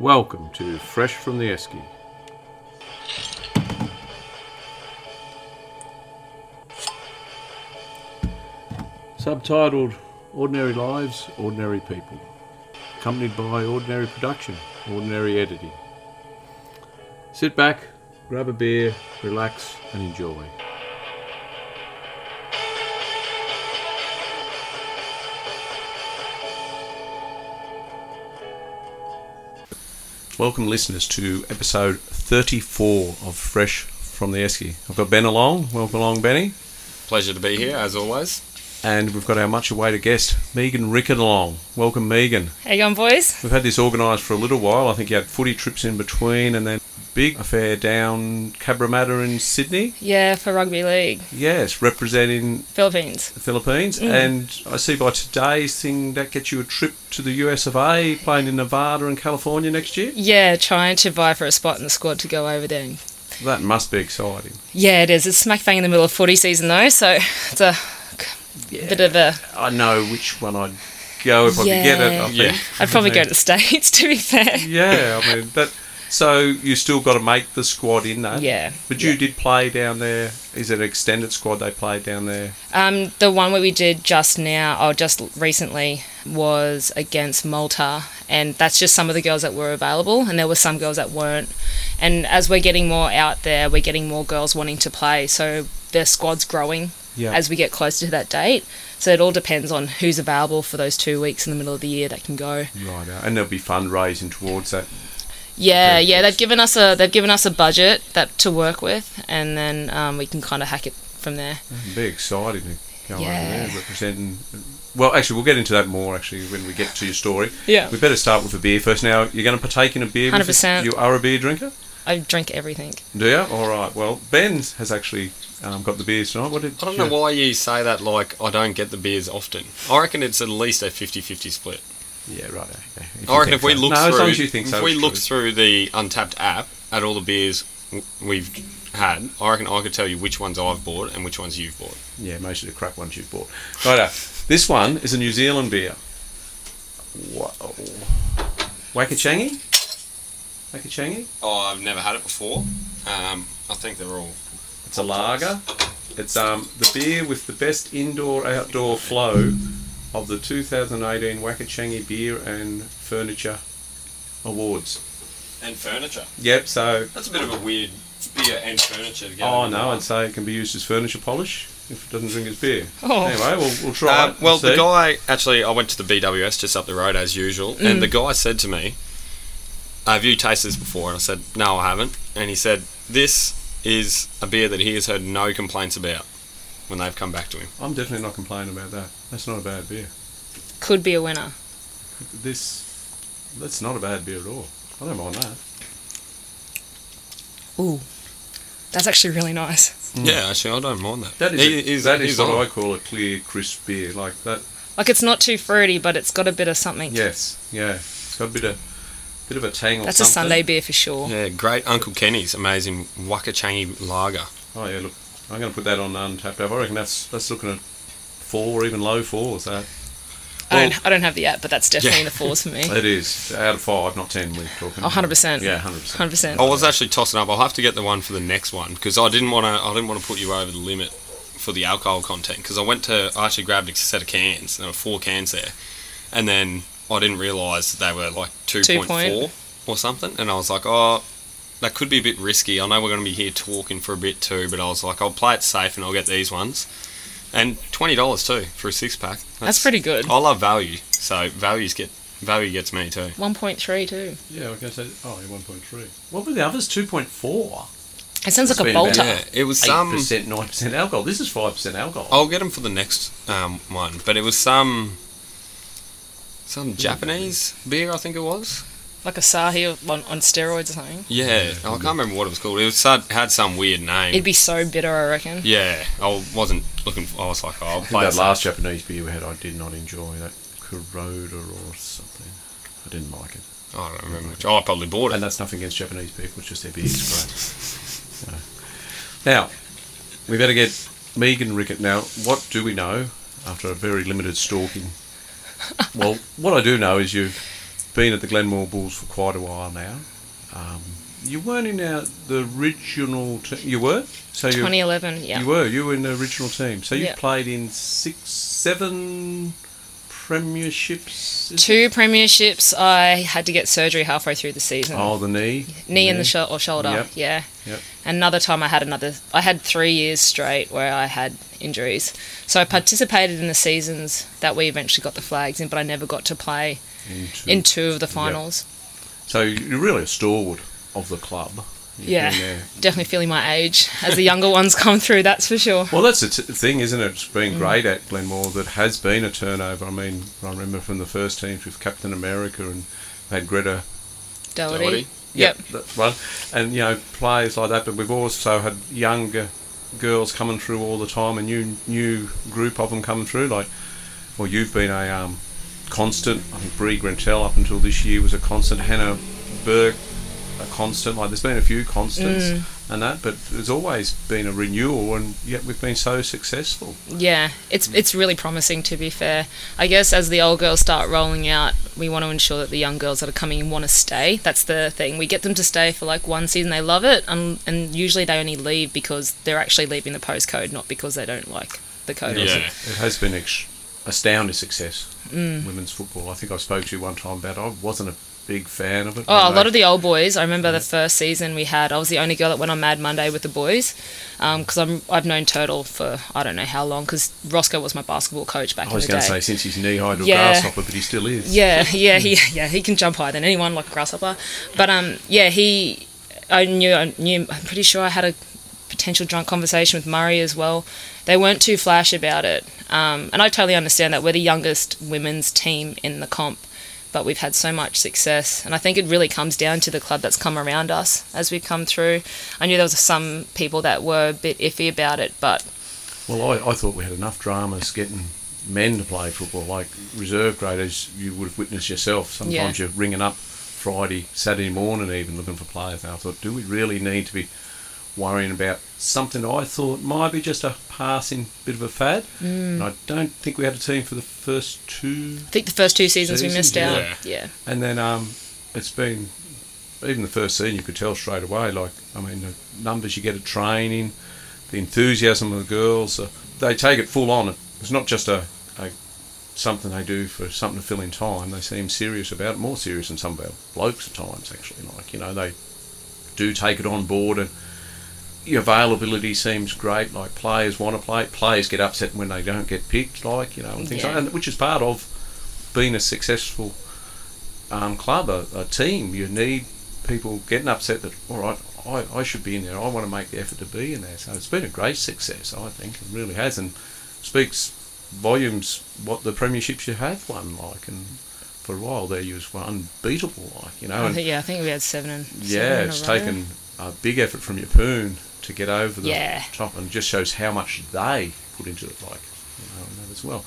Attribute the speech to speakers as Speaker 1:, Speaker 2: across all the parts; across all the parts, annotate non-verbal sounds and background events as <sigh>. Speaker 1: Welcome to Fresh from the Esky. Subtitled Ordinary Lives, Ordinary People. Accompanied by Ordinary Production, Ordinary Editing. Sit back, grab a beer, relax, and enjoy.
Speaker 2: Welcome, listeners, to episode 34 of Fresh from the Esky. I've got Ben along. Welcome along, Benny.
Speaker 3: Pleasure to be here, as always.
Speaker 2: And we've got our much awaited guest, Megan Rickett, along. Welcome, Megan.
Speaker 4: How you going, boys?
Speaker 2: We've had this organised for a little while. I think you had footy trips in between and then big affair down Cabramatta in Sydney.
Speaker 4: Yeah, for rugby league,
Speaker 2: Yes, representing
Speaker 4: Philippines.
Speaker 2: the Philippines. And I see by today's thing that gets you a trip to the US of A, playing in Nevada and California next year.
Speaker 4: Yeah, trying to vie for a spot in the squad to go over there.
Speaker 2: That must be exciting.
Speaker 4: Yeah, it is. It's smack bang in the middle of footy season though, so <laughs> it's a bit of a.
Speaker 2: I know which one I'd go if I could get it. I
Speaker 3: Yeah.
Speaker 2: think.
Speaker 4: I'd probably go to the states <laughs> to be fair.
Speaker 2: <laughs> Yeah, I mean that. So you still got to make the squad in that.
Speaker 4: Yeah,
Speaker 2: But you
Speaker 4: yeah.
Speaker 2: did play down there. Is it an extended squad they played down there?
Speaker 4: Um, the one where we did just now, or just recently, was against Malta, and that's just some of the girls that were available, and there were some girls that weren't. And as we're getting more out there, we're getting more girls wanting to play, so the squad's growing
Speaker 2: Yeah.
Speaker 4: as we get closer to that date. So it all depends on who's available for those two weeks in the middle of the year that can go.
Speaker 2: Right. uh, And there'll be fundraising towards that.
Speaker 4: Yeah,
Speaker 2: Very
Speaker 4: yeah,
Speaker 2: good.
Speaker 4: they've given us a they've given us a budget that to work with, and then um, we can kind of hack it from there.
Speaker 2: It'd be exciting to go over
Speaker 4: Yeah.
Speaker 2: there representing. Well, actually, we'll get into that more actually when we get to your story.
Speaker 4: Yeah.
Speaker 2: We better start with a beer first. Now you're going to partake in a beer. with us?
Speaker 4: 100%.
Speaker 2: You are a beer drinker.
Speaker 4: I drink everything.
Speaker 2: Do you? All right. Well, Ben has actually um, got the beers tonight. What did
Speaker 3: I don't
Speaker 2: you-
Speaker 3: know why you say that like I don't get the beers often. I reckon it's at least a 50-50 split.
Speaker 2: Yeah, right. Okay.
Speaker 3: I reckon if we look
Speaker 2: no,
Speaker 3: through
Speaker 2: as long as you think so,
Speaker 3: if we
Speaker 2: it's
Speaker 3: look
Speaker 2: true.
Speaker 3: through the untapped app at all the beers w- we've had, I reckon I could tell you which ones I've bought and which ones you've bought.
Speaker 2: Yeah, most of the crap ones you've bought. Righto. This one is a New Zealand beer. Whoa. Wakachangi? Wakachangi?
Speaker 3: Oh, I've never had it before. Um, I think they're all
Speaker 2: It's a lager. It's um the beer with the best indoor outdoor flow of the 2018 Wakachangi Beer and Furniture Awards.
Speaker 3: and furniture.
Speaker 2: Yep, so
Speaker 3: That's a bit of a weird beer and furniture together.
Speaker 2: oh no, I'd say it can be used as furniture polish if it doesn't drink as beer.
Speaker 4: Oh.
Speaker 2: Anyway, we'll, we'll try
Speaker 3: Uh,
Speaker 2: it.
Speaker 3: well,
Speaker 2: see.
Speaker 3: the guy actually, I went to the BWS just up the road as usual,
Speaker 2: Mm.
Speaker 3: and the guy said to me, "Have you tasted this before?" And I said, "No, I haven't." And he said, "This is a beer that he has heard no complaints about when they've come back to him."
Speaker 2: I'm definitely not complaining about that. That's not a bad beer.
Speaker 4: Could be a winner.
Speaker 2: This, that's not a bad beer at all. I don't mind that.
Speaker 4: Ooh, that's actually really nice.
Speaker 3: Yeah, actually, I don't mind that.
Speaker 2: Mm. That is,
Speaker 3: He-
Speaker 2: a-
Speaker 3: he's-
Speaker 2: that is
Speaker 3: he's
Speaker 2: what
Speaker 3: on.
Speaker 2: I call a clear, crisp beer. Like that.
Speaker 4: Like it's not too fruity, but it's got a bit of something.
Speaker 2: Yes. Yeah. It's got a bit of, bit of a tangle.
Speaker 4: that's a Sunday beer for sure.
Speaker 3: Yeah, great Uncle Kenny's amazing Wakachangi lager.
Speaker 2: Oh yeah. Look, I'm going to put that on untapped app. I reckon that's that's looking at four or even low fours. That
Speaker 4: I
Speaker 3: Well-
Speaker 4: don't, I don't have the app, but that's definitely
Speaker 3: Yeah.
Speaker 4: in the fours for
Speaker 2: <laughs>
Speaker 4: me.
Speaker 2: it is out of five, not ten. We're talking.
Speaker 4: Oh, 100%.
Speaker 2: Yeah, hundred percent.
Speaker 4: 100%.
Speaker 3: I was actually tossing up. I'll have to get the one for the next one because I didn't want to. I didn't want to put you over the limit for the alcohol content because I went to. I actually grabbed a set of cans. There were four cans there, and then I didn't realise that they were like two point four or something. And I was like, oh, that could be a bit risky. I know we're going to be here talking for a bit too, but I was like, I'll play it safe and I'll get these ones. And twenty dollars too for a six pack.
Speaker 4: That's pretty good.
Speaker 2: oh.
Speaker 3: I love value, so values get value gets me too.
Speaker 4: 1.3 too.
Speaker 2: Yeah, I was going to say. Oh, yeah, one point three. What were the others? Two point four.
Speaker 4: It sounds
Speaker 2: That's
Speaker 4: like a
Speaker 2: been about-
Speaker 4: bolter.
Speaker 3: Yeah, it was um,
Speaker 2: Eight
Speaker 3: some.
Speaker 2: percent, nine percent alcohol. This is five percent alcohol.
Speaker 3: I'll get them for the next um, one, but it was some some Japanese beer, I think it was.
Speaker 4: Like a Sahi on, on steroids or something.
Speaker 3: Yeah, I can't remember what it was called. It was had, had some weird name.
Speaker 4: It'd be so bitter, I reckon.
Speaker 3: yeah, I wasn't looking. For, I was like, oh, I'll
Speaker 2: I think
Speaker 3: play
Speaker 2: that
Speaker 3: it.
Speaker 2: last Japanese beer we had, I did not enjoy that Kuroda or something. I didn't like it,
Speaker 3: I don't remember. Which. Oh, I probably bought
Speaker 2: and
Speaker 3: it.
Speaker 2: that's nothing against Japanese people; it's just their beer is great. So. Now, we better get Megan Rickett. Now, what do we know after a very limited stalking? Well, what I do know is you been at the Glenmore Bulls for quite a while now. Um, you weren't in our, the original. Te- you were. So you
Speaker 4: 2011, yeah.
Speaker 2: you were you were in the original team. So you
Speaker 4: Yeah.
Speaker 2: played in six, seven premierships. is
Speaker 4: Two premierships. I had to get surgery halfway through the season.
Speaker 2: Oh, the knee.
Speaker 4: knee and the sho- or shoulder.
Speaker 2: Yep.
Speaker 4: Yeah.
Speaker 2: Yep.
Speaker 4: Another time I had another. I had three years straight where I had injuries. So I participated in the seasons that we eventually got the flags in, but I never got to play
Speaker 2: Into-
Speaker 4: in two of the finals.
Speaker 2: so you're really a stalwart of the club. You've
Speaker 4: Yeah.
Speaker 2: been there.
Speaker 4: Definitely feeling my age as the younger <laughs> ones come through. That's for sure.
Speaker 2: Well, that's the t- thing, isn't it? It's been great at Glenmore that has been a turnover. I mean, I remember from the first teams with Captain America and they had Greta
Speaker 4: Doherty.
Speaker 3: Doherty.
Speaker 4: Yep.
Speaker 2: that one. And you know, players like that. But we've also had younger girls coming through all the time, a new new group of them coming through. Like, well, you've been a um, constant. I think Bree Grentel up until this year was a constant. Hannah Burke, a constant. Like, there's been a few constants.
Speaker 4: Mm.
Speaker 2: And that, but there's always been a renewal, and yet we've been so successful.
Speaker 4: Yeah, it's it's really promising to be fair. I guess as the old girls start rolling out, we want to ensure that the young girls that are coming in want to stay. That's the thing. We get them to stay for like one season, they love it, and and usually they only leave because they're actually leaving the postcode, not because they don't like the code.
Speaker 3: Yeah.
Speaker 2: It has been ex- astounding success.
Speaker 4: Mm.
Speaker 2: Women's football. I think I spoke to you one time about. it. I wasn't a big fan of it.
Speaker 4: Oh, a
Speaker 2: when
Speaker 4: lot
Speaker 2: they-
Speaker 4: of the old boys. I remember the first season we had. I was the only girl that went on Mad Monday with the boys, because I'm I've known Turtle for I don't know how long. Because Roscoe was my basketball coach back
Speaker 2: I was
Speaker 4: in the
Speaker 2: going
Speaker 4: day.
Speaker 2: to say since he's knee high to a
Speaker 4: Yeah.
Speaker 2: grasshopper, but he still is. <laughs>
Speaker 4: Yeah, yeah,
Speaker 2: Hmm.
Speaker 4: he yeah he can jump higher than anyone, like a grasshopper. But um, yeah, he, I knew, I knew, I'm pretty sure I had a potential drunk conversation with Murray as well. They weren't too flash about it, um, and I totally understand that. We're the youngest women's team in the comp, but we've had so much success, and I think it really comes down to the club that's come around us as we've come through. I knew there was some people that were a bit iffy about it, but
Speaker 2: Well, I, I thought we had enough dramas getting men to play football, like reserve grade, as you would have witnessed yourself. Sometimes
Speaker 4: Yeah.
Speaker 2: you're ringing up Friday, Saturday morning, even looking for players. And I thought, do we really need to be worrying about something I thought might be just a passing bit of a fad?
Speaker 4: Mm.
Speaker 2: And I don't think we had a team for the first two
Speaker 4: I think the first two seasons we
Speaker 2: Seasons,
Speaker 4: missed out. yeah.
Speaker 2: And then um, it's been even the first scene you could tell straight away. Like I mean, the numbers you get at training, the enthusiasm of the girls, uh, they take it full on. It's not just a, a something they do for something to fill in time. They seem serious about it, more serious than some of our blokes at times. Actually, like you know, they do take it on board and. Your availability seems great. Like players want to play. Players get upset when they don't get picked. Like you know, and things
Speaker 4: Yeah.
Speaker 2: like, and which is part of being a successful um, club, a, a team. You need people getting upset that, all right, I, I should be in there. I want to make the effort to be in there. So it's been a great success, I think. It really has, and speaks volumes what the premierships you have won like. And for a while there, you was unbeatable, like you know.
Speaker 4: I
Speaker 2: Oh, And
Speaker 4: think, yeah, I think we had seven and seven
Speaker 2: yeah,
Speaker 4: in a
Speaker 2: it's
Speaker 4: row.
Speaker 2: taken a big effort from your poon to get over the
Speaker 4: Yeah.
Speaker 2: top, and it just shows how much they put into it, like you know, and that as well.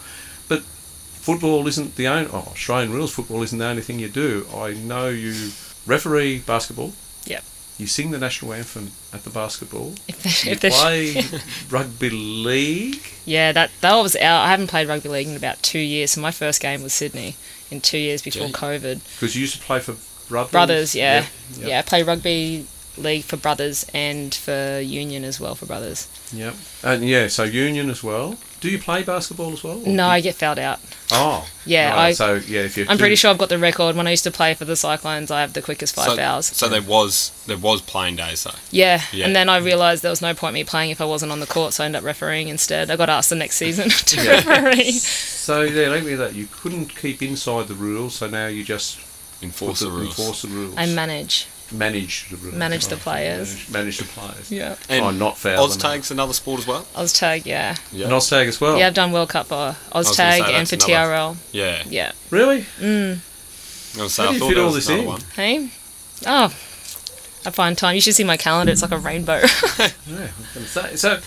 Speaker 2: But football isn't the only. Oh, Australian rules football isn't the only thing you do. I know you referee basketball.
Speaker 4: Yep.
Speaker 2: You sing the national anthem at the
Speaker 4: <laughs>
Speaker 2: basketball.
Speaker 4: If they-
Speaker 2: You
Speaker 4: if they-
Speaker 2: play
Speaker 4: <laughs>
Speaker 2: rugby league.
Speaker 4: yeah, that that was out. I haven't played rugby league in about two years. So my first game was Sydney in two years before
Speaker 3: Gee.
Speaker 4: COVID.
Speaker 2: Because you used to play for brothers.
Speaker 4: Brothers, yeah,
Speaker 2: Yep,
Speaker 4: yeah. I played rugby league for brothers and for union as well for brothers.
Speaker 2: Yep. And yeah, so union as well. Do you play basketball as well? or-
Speaker 4: No, I get fouled out.
Speaker 2: Oh.
Speaker 4: Yeah,
Speaker 2: right,
Speaker 4: I-
Speaker 2: so yeah, if you.
Speaker 4: I'm pretty
Speaker 2: didn't-
Speaker 4: sure I've got the record. When I used to play for the Cyclones, I have the quickest five
Speaker 3: so,
Speaker 4: fouls.
Speaker 3: So there was there was playing days though.
Speaker 4: Yeah.
Speaker 3: Yeah.
Speaker 4: and then I realised there was no point me playing if I wasn't on the court, so I ended up refereeing instead. I got asked the next season <laughs> to
Speaker 2: Yeah.
Speaker 3: <laughs>
Speaker 4: referee.
Speaker 2: So yeah, let me that you couldn't keep inside the rules, so now you just
Speaker 3: Enforce
Speaker 2: put
Speaker 3: the rules.
Speaker 2: Enforce the rules.
Speaker 4: I manage.
Speaker 2: manage the rules.
Speaker 4: manage the
Speaker 2: right,
Speaker 4: players.
Speaker 2: Manage, manage the players.
Speaker 4: Yeah.
Speaker 3: And
Speaker 2: oh, not fair.
Speaker 3: Oztag's another sport as well.
Speaker 4: Oztag, yeah.
Speaker 3: Yeah.
Speaker 2: And Oztag as well.
Speaker 4: Yeah, I've done World Cup uh, for
Speaker 3: Oh. was gonna
Speaker 4: Oztag
Speaker 3: say,
Speaker 4: and
Speaker 3: that's
Speaker 4: for
Speaker 3: another-
Speaker 4: TRL.
Speaker 3: Yeah.
Speaker 4: Yeah.
Speaker 2: Really?
Speaker 3: I was saying,
Speaker 2: How do
Speaker 3: I
Speaker 2: you
Speaker 3: thought
Speaker 2: fit
Speaker 3: there
Speaker 2: all
Speaker 3: was
Speaker 2: this
Speaker 3: another
Speaker 2: in?
Speaker 3: one.
Speaker 4: Hey? Oh, I find time. You should see my calendar. It's like
Speaker 2: <laughs>
Speaker 4: a rainbow.
Speaker 2: Yeah. I was gonna say. So,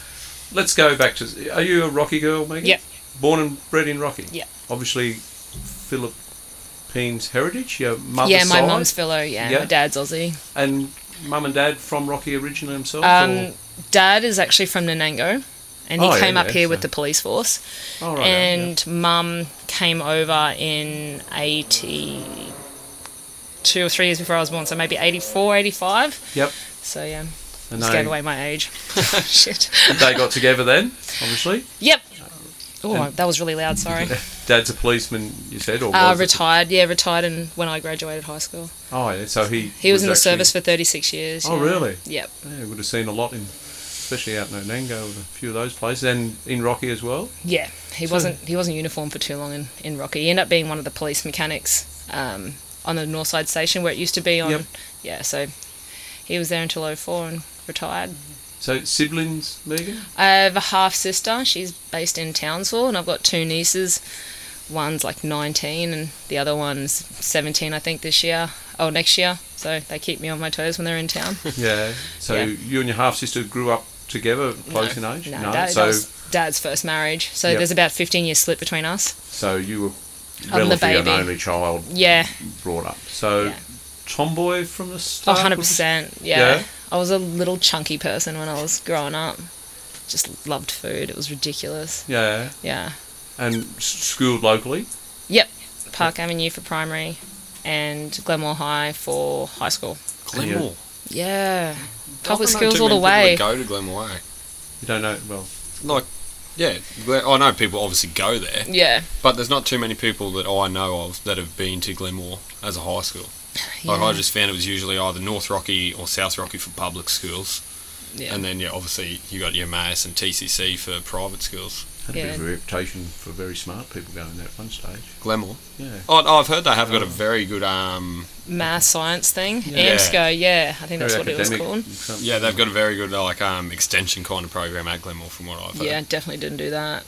Speaker 2: let's go back to. Are you a Rocky girl, Megan?
Speaker 4: Yep.
Speaker 2: Born and bred in Rocky.
Speaker 4: Yep.
Speaker 2: Obviously, Philippines heritage. Your mother's
Speaker 4: yeah, my
Speaker 2: side,
Speaker 4: mum's fellow. Yeah,
Speaker 2: Yeah.
Speaker 4: my dad's Aussie.
Speaker 2: and mum and dad from Rocky originally themselves.
Speaker 4: Um,
Speaker 2: or?
Speaker 4: dad is actually from Nanango, and he
Speaker 2: Oh, yeah,
Speaker 4: came up
Speaker 2: yeah,
Speaker 4: here with
Speaker 2: so-
Speaker 4: the police force.
Speaker 2: Oh, right, yeah, yeah.
Speaker 4: and mum came over in 82 two or three years before I was born, so maybe 84, 85.
Speaker 2: Yep.
Speaker 4: So yeah,
Speaker 2: And they,
Speaker 4: just gave away my
Speaker 2: <laughs>
Speaker 4: age. <laughs> Shit.
Speaker 2: they got together then, obviously.
Speaker 4: Yep. Oh, that was really
Speaker 2: <laughs>
Speaker 4: loud. Sorry.
Speaker 2: Dad's a policeman, you said, or
Speaker 4: Uh,
Speaker 2: was it?
Speaker 4: retired. Yeah, retired. And when I graduated high school,
Speaker 2: Oh, yeah, so he
Speaker 4: he was, in the
Speaker 2: actually-
Speaker 4: service for 36 years.
Speaker 2: Oh,
Speaker 4: yeah.
Speaker 2: really?
Speaker 4: Yep.
Speaker 2: Yeah, would have seen a lot in, especially out in Onango and a few of those places, and in Rocky as well.
Speaker 4: Yeah, he
Speaker 2: So-
Speaker 4: wasn't he wasn't uniformed for too long in, in Rocky. He ended up being one of the police mechanics um, on the North Side Station where it used to be on.
Speaker 2: Yep.
Speaker 4: Yeah, so he was there until 04 and retired.
Speaker 2: So siblings, Megan.
Speaker 4: <laughs> I have a half sister. She's based in Townsville, and I've got two nieces. One's like 19, and the other one's 17, I think, this year. Oh, next year. So they keep me on my toes when they're in town.
Speaker 2: Yeah. So
Speaker 4: Yeah.
Speaker 2: you and your half sister grew up together, close in age.
Speaker 4: No, dad,
Speaker 2: so
Speaker 4: that was dad's first marriage. So
Speaker 2: Yep.
Speaker 4: there's about 15 years split between us.
Speaker 2: so you were
Speaker 4: the
Speaker 2: relatively an
Speaker 4: baby.
Speaker 2: only child
Speaker 4: Yeah,
Speaker 2: brought up. So
Speaker 4: Yeah.
Speaker 2: tomboy from the
Speaker 4: A
Speaker 2: start.
Speaker 4: hundred
Speaker 2: was-
Speaker 4: percent.
Speaker 2: Yeah.
Speaker 4: Yeah. I was a little chunky person when I was growing up. Just loved food. It was ridiculous.
Speaker 2: Yeah,
Speaker 4: Yeah.
Speaker 2: and s- schooled locally.
Speaker 4: Yep. Park Avenue for primary, and Glenmore High for high school.
Speaker 3: Glenmore.
Speaker 4: Yeah. Public
Speaker 3: I don't know
Speaker 4: schools
Speaker 3: too
Speaker 4: all the
Speaker 3: many people
Speaker 4: way.
Speaker 3: that Go to Glenmore. eh?
Speaker 2: You don't know well.
Speaker 3: Like, yeah, Gle- oh, I know people obviously go there,
Speaker 4: Yeah.
Speaker 3: but there's not too many people that I know of that have been to Glenmore as a high school.
Speaker 4: Yeah.
Speaker 3: Like I just found it was usually either North Rocky or South Rocky for public schools,
Speaker 4: yeah.
Speaker 3: and then yeah, obviously you got your Mass and TCC for private schools.
Speaker 2: Had a bit of
Speaker 4: Yeah.
Speaker 2: a reputation for very smart people going there at one stage.
Speaker 3: Glenmore.
Speaker 2: Yeah.
Speaker 3: Oh, no, I've heard they have got a very good um.
Speaker 4: Math science thing.
Speaker 3: Yeah.
Speaker 4: AMSCO. Yeah. I think that's
Speaker 2: Very
Speaker 4: what it was
Speaker 2: academic
Speaker 4: called.
Speaker 2: and some-
Speaker 3: Yeah, they've got a very good like um extension kind of program at Glenmore from what I've heard.
Speaker 4: Yeah. Definitely didn't do that.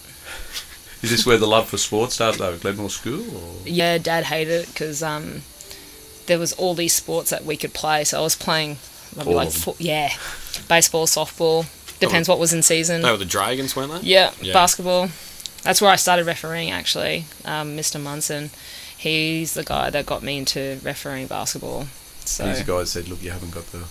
Speaker 2: Is this where the love for sport started though? Glenmore School or
Speaker 4: Yeah. Dad hated it because um, there was all these sports that we could play. So I was playing maybe
Speaker 2: All
Speaker 4: like
Speaker 2: of them.
Speaker 4: fo- yeah, baseball, softball. Depends what was in season.
Speaker 3: They were the Dragons, weren't they?
Speaker 4: Yeah,
Speaker 3: Yeah.
Speaker 4: basketball. That's where I started refereeing, actually. Um, Mr. Munson, he's the guy that got me into refereeing basketball. So
Speaker 2: these guys said, Look, you haven't got the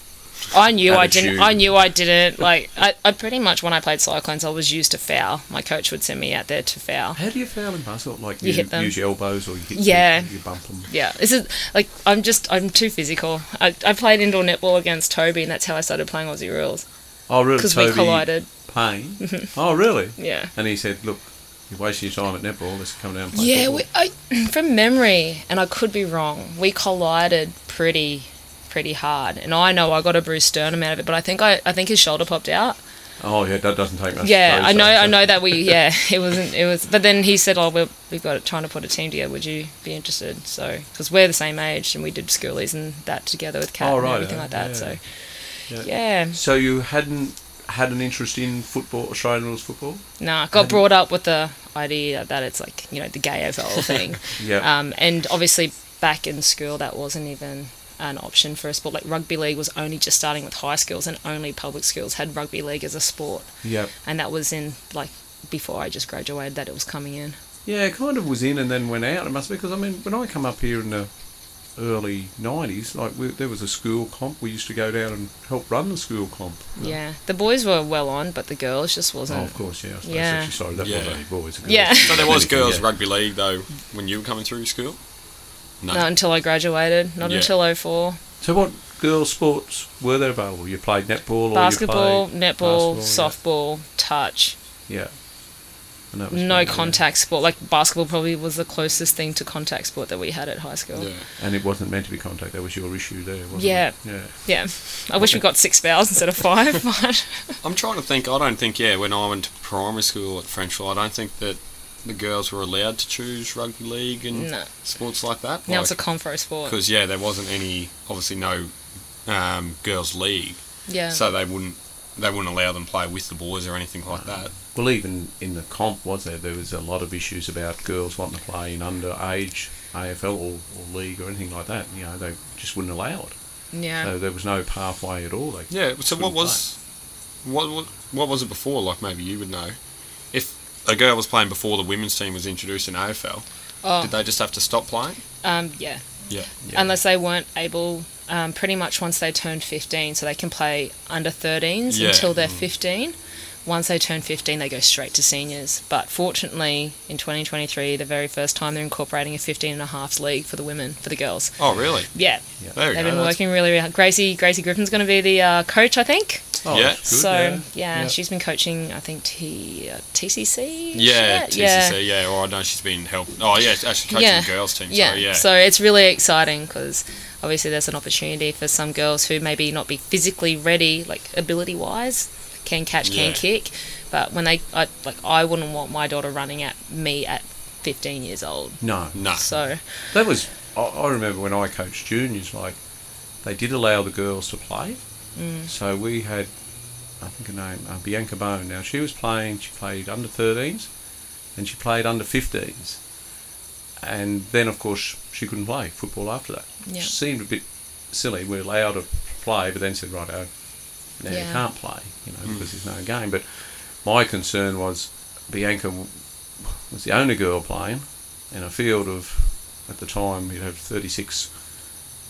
Speaker 4: I knew I
Speaker 2: attitude.
Speaker 4: didn't. I knew I didn't. Like I, I, pretty much when I played Cyclones, I was used to foul. My coach would send me out there to foul.
Speaker 2: How do you foul in basketball? Like
Speaker 4: You
Speaker 2: you,
Speaker 4: hit them.
Speaker 2: use your elbows or you hit
Speaker 4: Yeah.
Speaker 2: them, you bump them.
Speaker 4: Yeah, this is like I'm just I'm too physical. I, I played indoor netball against Toby, and that's how I started playing Aussie rules
Speaker 2: Oh really?
Speaker 4: because we
Speaker 2: Toby
Speaker 4: collided. <laughs>
Speaker 2: Payne. oh really?
Speaker 4: Yeah.
Speaker 2: And he said, Look, you're wasting your time at netball, let's come down and play.
Speaker 4: Yeah,
Speaker 2: football."
Speaker 4: we, I, <clears throat> from memory, and I could be wrong, we collided pretty, pretty hard. And I know I got a bruised sternum out of it, but I think I, I think his shoulder popped out.
Speaker 2: Oh yeah, that doesn't take much.
Speaker 4: yeah,
Speaker 2: those
Speaker 4: I know,
Speaker 2: days,
Speaker 4: I
Speaker 2: does
Speaker 4: know
Speaker 2: it?
Speaker 4: that we,
Speaker 2: <laughs>
Speaker 4: yeah, it wasn't, it was. But then he said, "Oh, we're, we've got trying to put a team together. Would you be interested?" So because we're the same age and we did schoolies and that together with Cat
Speaker 2: Oh,
Speaker 4: and
Speaker 2: right,
Speaker 4: everything
Speaker 2: eh?
Speaker 4: like that.
Speaker 2: Yeah.
Speaker 4: So
Speaker 2: Yeah.
Speaker 4: yeah,
Speaker 2: So you hadn't had an interest in football, Australian rules football?
Speaker 4: no, I got brought up with the idea that it's like you know the gay AFL
Speaker 2: <laughs>
Speaker 4: thing.
Speaker 2: Yeah.
Speaker 4: Um, and obviously, back in school, that wasn't even an option for a sport. Like rugby league was only just starting with high schools, and only public schools had rugby league as a sport.
Speaker 2: yeah.
Speaker 4: And that was in like before I just graduated that it was coming in.
Speaker 2: Yeah, it kind of was in and then went out. It must be because I mean, when I come up here in the early '90s, like we, there was a school comp. We used to go down and help run the school comp.
Speaker 4: Yeah, the boys were well on, but the girls just wasn't.
Speaker 2: Oh, of course, yeah. I suppose
Speaker 4: Yeah.
Speaker 2: actually, sorry, that was
Speaker 3: Yeah.
Speaker 2: only boys. and girls.
Speaker 4: Yeah.
Speaker 3: So there was girls
Speaker 2: Yeah.
Speaker 3: rugby league though when you were coming through school. No.
Speaker 4: Not until I graduated. Not
Speaker 3: Yeah.
Speaker 4: until 04.
Speaker 2: So what girls' sports were there available? You played netball,
Speaker 4: Basketball,
Speaker 2: or you played
Speaker 4: netball,
Speaker 2: basketball,
Speaker 4: softball, touch.
Speaker 2: Yeah. yeah. And that was
Speaker 4: No
Speaker 2: probably-
Speaker 4: contact sport. Like basketball probably was the closest thing to contact sport that we had at high school.
Speaker 3: Yeah.
Speaker 2: And it wasn't meant to be contact. That was your issue there, wasn't
Speaker 4: Yeah.
Speaker 2: it? Yeah.
Speaker 4: Yeah. I wish we got six fouls instead of five, <laughs> but
Speaker 3: I'm trying to think. I don't think yeah. When I went to primary school at Frenchville, I don't think that the girls were allowed to choose rugby league and
Speaker 4: No.
Speaker 3: sports like that.
Speaker 4: now it's a confro sport.
Speaker 3: because yeah, there wasn't any obviously no um, girls league,
Speaker 4: Yeah.
Speaker 3: so they wouldn't they wouldn't allow them play with the boys or anything like that.
Speaker 2: Well, even in the comp, was there? There was a lot of issues about girls wanting to play in underage AFL or, or league or anything like that. You know, they just wouldn't allow it.
Speaker 4: yeah.
Speaker 3: uh,
Speaker 2: So there was no pathway at all. They
Speaker 3: Yeah. So
Speaker 2: couldn't
Speaker 3: what was what, what what was it before? Like maybe you would know if a girl was playing before the women's team was introduced in AFL.
Speaker 4: Oh,
Speaker 3: Did they just have to stop playing?
Speaker 4: um, yeah.
Speaker 3: Yeah.
Speaker 2: Yeah.
Speaker 4: Unless they weren't able, um, pretty much once they turned 15, so they can play under 13s
Speaker 3: Yeah.
Speaker 2: Mm.
Speaker 4: until they're 15, once they turn 15, they go straight to seniors. But fortunately, in 2023, the very first time they're incorporating a 15 and a half league for the women, for the girls.
Speaker 3: Oh, really?
Speaker 4: Yeah,
Speaker 3: There we
Speaker 4: they've
Speaker 3: go.
Speaker 4: been
Speaker 3: that's-
Speaker 4: working really, really hard. Gracie, Gracie Griffin's going to be the uh, coach, I think.
Speaker 2: Oh,
Speaker 3: Yeah.
Speaker 2: that's good,
Speaker 4: so, yeah,
Speaker 2: Yeah.
Speaker 4: she's been coaching, I think, T, uh, TCC?
Speaker 3: Yeah,
Speaker 4: Shit?
Speaker 3: TCC. Yeah. Or I know she's been helping. Oh yeah, she's actually coaching
Speaker 4: Yeah.
Speaker 3: the girls team.
Speaker 4: yeah.
Speaker 3: Sorry, yeah.
Speaker 4: So it's really exciting because obviously there's an opportunity for some girls who maybe not be physically ready, like ability wise, can catch,
Speaker 3: Yeah.
Speaker 4: can kick, but when they I, like, I wouldn't want my daughter running at me at 15 years old.
Speaker 2: No,
Speaker 3: no.
Speaker 4: So
Speaker 2: that was. I, I remember when I coached juniors, like they did allow the girls to play.
Speaker 4: Mm.
Speaker 2: So we had, I think her name uh, Bianca Bone. Now she was playing. She played under 13s, and she played under 15s. And then, of course, she couldn't play football after that.
Speaker 4: Yeah.
Speaker 2: Which seemed a bit silly. We allowed her to play, but then said, right, oh, now you
Speaker 4: Yeah.
Speaker 2: can't play, you know, because there's no game. But my concern was Bianca w- was the only girl playing in a field of, at the time, you'd have 36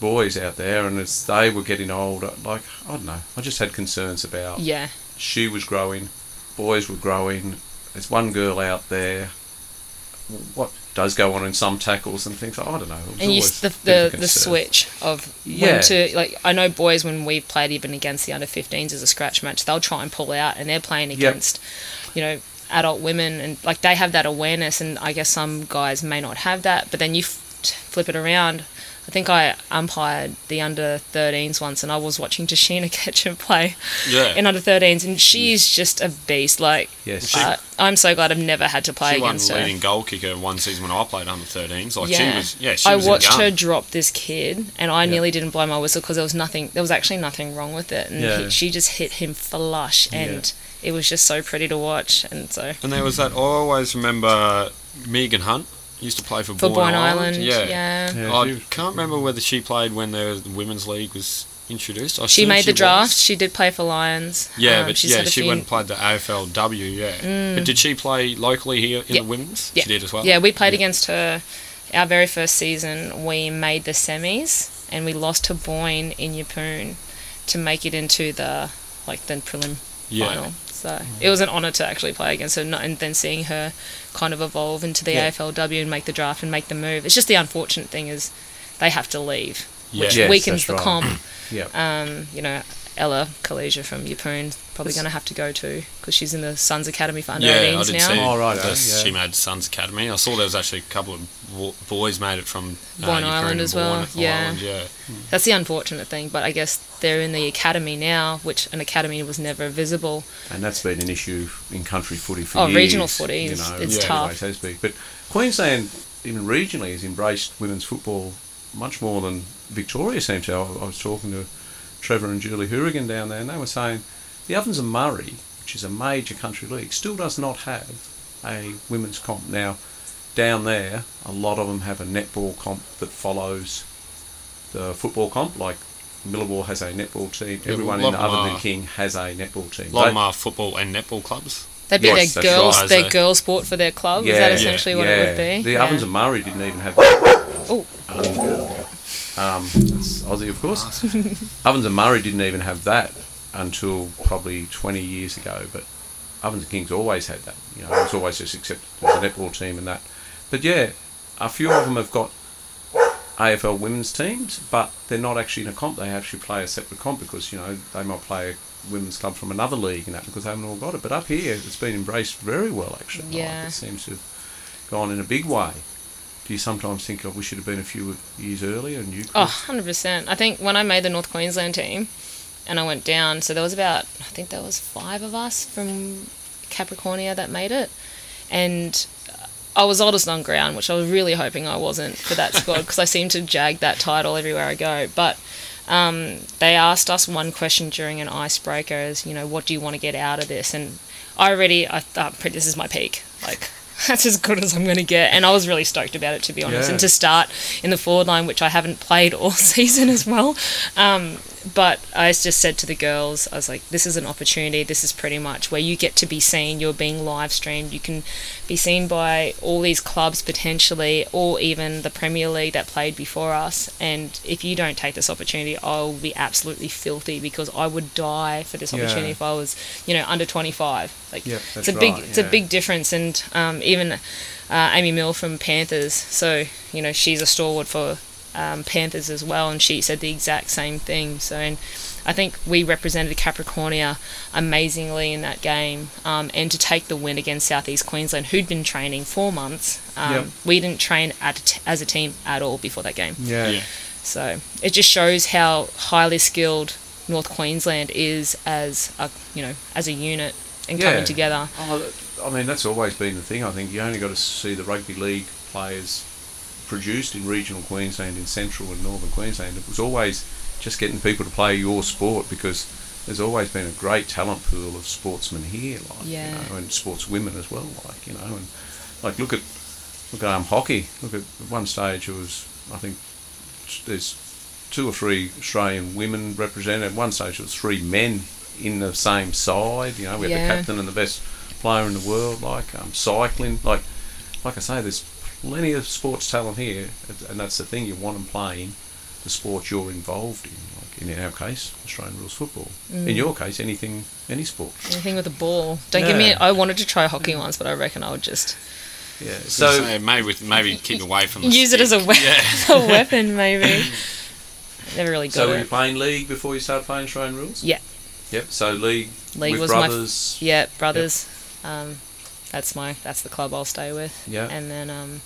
Speaker 2: boys out there, and as they were getting older, like, I don't know, I just had concerns about
Speaker 4: yeah,
Speaker 2: she was growing, boys were growing. There's one girl out there. What does go on in some tackles and things? I don't know. It was
Speaker 4: and you
Speaker 2: always
Speaker 4: the
Speaker 2: a bit of a
Speaker 4: the, the
Speaker 2: concern.
Speaker 4: switch of
Speaker 2: Yeah.
Speaker 4: when to like I know boys when we've played even against the under 15s as a scratch match, they'll try and pull out, and they're playing against you know adult women, and like they have that awareness, and I guess some guys may not have that, but then you f- flip it around. I think I umpired the under 13s once, and I was watching Tashina <laughs> Ketchum play
Speaker 3: yeah.
Speaker 4: in under 13s, and she's just a beast. Like,
Speaker 2: Yes.
Speaker 3: She-
Speaker 4: I- I'm so glad I've never had to play
Speaker 3: she won
Speaker 4: against her.
Speaker 3: leading goal kicker one season when I played under 13s. Like
Speaker 4: Yeah.
Speaker 3: she was. Yeah. She
Speaker 4: I
Speaker 3: was a
Speaker 4: watched
Speaker 3: gun.
Speaker 4: her drop this kid, and I nearly didn't blow my whistle because there was nothing. There was actually nothing wrong with it, and
Speaker 2: Yeah.
Speaker 4: he, she just hit him flush, and it was just so pretty to watch. And so
Speaker 3: And there was that. I always remember Megan Hunt used to play for,
Speaker 4: for
Speaker 3: Bourne,
Speaker 4: Bourne Island, yeah,
Speaker 2: Yeah,
Speaker 3: I
Speaker 2: she was-
Speaker 3: can't remember whether she played when the women's league was introduced. I
Speaker 4: she
Speaker 3: assume
Speaker 4: made the
Speaker 3: was.
Speaker 4: draft. She did play for Lions.
Speaker 3: Yeah,
Speaker 4: Um,
Speaker 3: but
Speaker 4: she's
Speaker 3: yeah,
Speaker 4: had a
Speaker 3: she
Speaker 4: few- Mm.
Speaker 3: went and played the AFLW. Yeah, but did she play locally here in
Speaker 4: Yeah.
Speaker 3: the women's?
Speaker 4: Yeah.
Speaker 3: She did as well.
Speaker 4: Yeah, we played against her. Our very first season, we made the semis, and we lost to Boyne in Yapoon to make it into the like the prelim
Speaker 3: Yeah.
Speaker 4: final. So it was an honour to actually play against her, not, and then seeing her kind of evolve into the
Speaker 2: Yeah.
Speaker 4: AFLW and make the draft and make the move. It's just the unfortunate thing is they have to leave,
Speaker 3: yeah.
Speaker 4: which
Speaker 2: Yeah. Yes,
Speaker 4: weakens
Speaker 2: that's
Speaker 4: the
Speaker 2: right.
Speaker 4: comp.
Speaker 2: Yeah.
Speaker 4: Um, you know, Ella Kalesia from Yapoon probably going to have to go too because she's in the Suns Academy for under
Speaker 3: Yeah, I
Speaker 4: 18s
Speaker 3: did
Speaker 4: now.
Speaker 3: see.
Speaker 2: Oh, right,
Speaker 3: the-
Speaker 2: eh? Yeah.
Speaker 3: She made Suns Academy. I saw there was actually a couple of wo- boys made it from uh,
Speaker 4: Bourne
Speaker 3: Ukraine
Speaker 4: Island
Speaker 3: and
Speaker 4: as well,
Speaker 3: Bourne
Speaker 4: yeah.
Speaker 3: Island, yeah.
Speaker 4: That's the unfortunate thing, but I guess they're in the academy now, which an academy was never visible.
Speaker 2: And that's been an issue in country footy for
Speaker 4: Oh,
Speaker 2: years.
Speaker 4: regional footy is- it's
Speaker 2: it
Speaker 4: tough.
Speaker 2: always has been. But Queensland, even regionally, has embraced women's football much more than Victoria seems to. I, I was talking to Trevor and Julie Hourigan down there, and they were saying the Ovens and Murray, which is a major country league, still does not have a women's comp. Now, down there, a lot of them have a netball comp that follows the football comp, like. Millwall has a netball team.
Speaker 3: Yeah,
Speaker 2: Everyone
Speaker 3: well,
Speaker 2: in the other
Speaker 3: Longmar-
Speaker 2: than King has a netball team. They-
Speaker 3: Longmar football and netball clubs.
Speaker 4: That'd be
Speaker 2: Yes,
Speaker 4: their
Speaker 2: that's
Speaker 4: girls,
Speaker 3: right.
Speaker 4: their girl sport for their club. Is that essentially what it would be?
Speaker 2: The
Speaker 4: Yeah.
Speaker 2: ovens and Murray didn't even have that.
Speaker 4: Oh,
Speaker 2: Um, that's Aussie, of course. ovens and Murray didn't even have that until probably 20 years ago. But ovens and Kings always had that. You know, it's always just accepted as a netball team and that. But yeah, a few of them have got AFL women's teams, but they're not actually in a comp. They actually play a separate comp because you know they might play a women's club from another league and that because they haven't all got it. But up here, it's been embraced very well actually. Like,
Speaker 4: Yeah.
Speaker 2: it seems to have gone in a big way. Do you sometimes think, oh, we should have been a few years earlier and you? Could?
Speaker 4: oh, 100%. I think when I made the North Queensland team and I went down, so there was about, I think there was five of us from Capricornia that made it. And I was oldest on ground, which I was really hoping I wasn't for that squad because I seem to jag that title everywhere I go. But um, they asked us one question during an icebreaker is, you know, what do you want to get out of this? And I already, I thought, "Pretty- this is my peak. Like, <laughs> that's as good as I'm going to get. And I was really stoked about it, to be honest.
Speaker 2: Yeah.
Speaker 4: <laughs> And to start in the forward line, which I haven't played all season as well, um, but I just said to the girls, I was like, this is an opportunity. This is pretty much where you get to be seen. You're being live streamed. You can be seen by all these clubs potentially, or even the Premier League that played before us. And if you don't take this opportunity, I'll be absolutely filthy because I would die for this
Speaker 2: Yeah.
Speaker 4: opportunity if I was, you know, under 25. Like,
Speaker 2: Yep,
Speaker 4: it's
Speaker 2: that's
Speaker 4: a big,
Speaker 2: right,
Speaker 4: it's a
Speaker 2: yeah.
Speaker 4: big difference. And um, even uh, Amy Mill from Panthers, so you know, she's a stalwart for um, Panthers as well, and she said the exact same thing. So, and I think we represented Capricornia amazingly in that game, um, and to take the win against Southeast Queensland, who'd been training four months, um,
Speaker 2: Yep.
Speaker 4: we didn't train at a t- as a team at all before that game.
Speaker 2: Yeah.
Speaker 3: Yeah.
Speaker 4: So it just shows how highly skilled North Queensland is as a you know as a unit and coming together.
Speaker 2: Oh, th- I mean, that's always been the thing. I think you only got to see the rugby league players produced in regional Queensland, in central and northern Queensland. It was always just getting people to play your sport because there's always been a great talent pool of sportsmen here, like
Speaker 4: Yeah.
Speaker 2: you know, and sportswomen as well, like you know, and like look at look at um, hockey. Look at at one stage it was I think there's two or three Australian women represented. At one stage, it was three men in the same side. You know, we had
Speaker 4: Yeah.
Speaker 2: the captain and the best player in the world. Like um, cycling, like like I say, there's plenty of sports talent here, and that's the thing you want them playing the sport you're involved in. Like in our case, Australian rules football.
Speaker 4: Mm.
Speaker 2: In your case, anything, any sport.
Speaker 4: Anything with a ball. Don't give me.
Speaker 2: Yeah. Mm.
Speaker 4: I wanted to try hockey once, but I reckon I would just
Speaker 2: Yeah.
Speaker 3: So
Speaker 2: So
Speaker 3: maybe with, maybe keep away from the
Speaker 4: use it as a,
Speaker 3: stick.
Speaker 4: we- <laughs> a weapon, maybe.
Speaker 2: <laughs>
Speaker 4: Never really got
Speaker 2: so were you
Speaker 4: it.
Speaker 2: playing league before you started playing Australian rules?
Speaker 4: Yeah.
Speaker 2: Yep. So league.
Speaker 4: League
Speaker 2: with
Speaker 4: was my f-
Speaker 2: brothers.
Speaker 4: Yeah, brothers. Um, that's my that's the club I'll stay with.
Speaker 2: Yeah.
Speaker 4: And then um,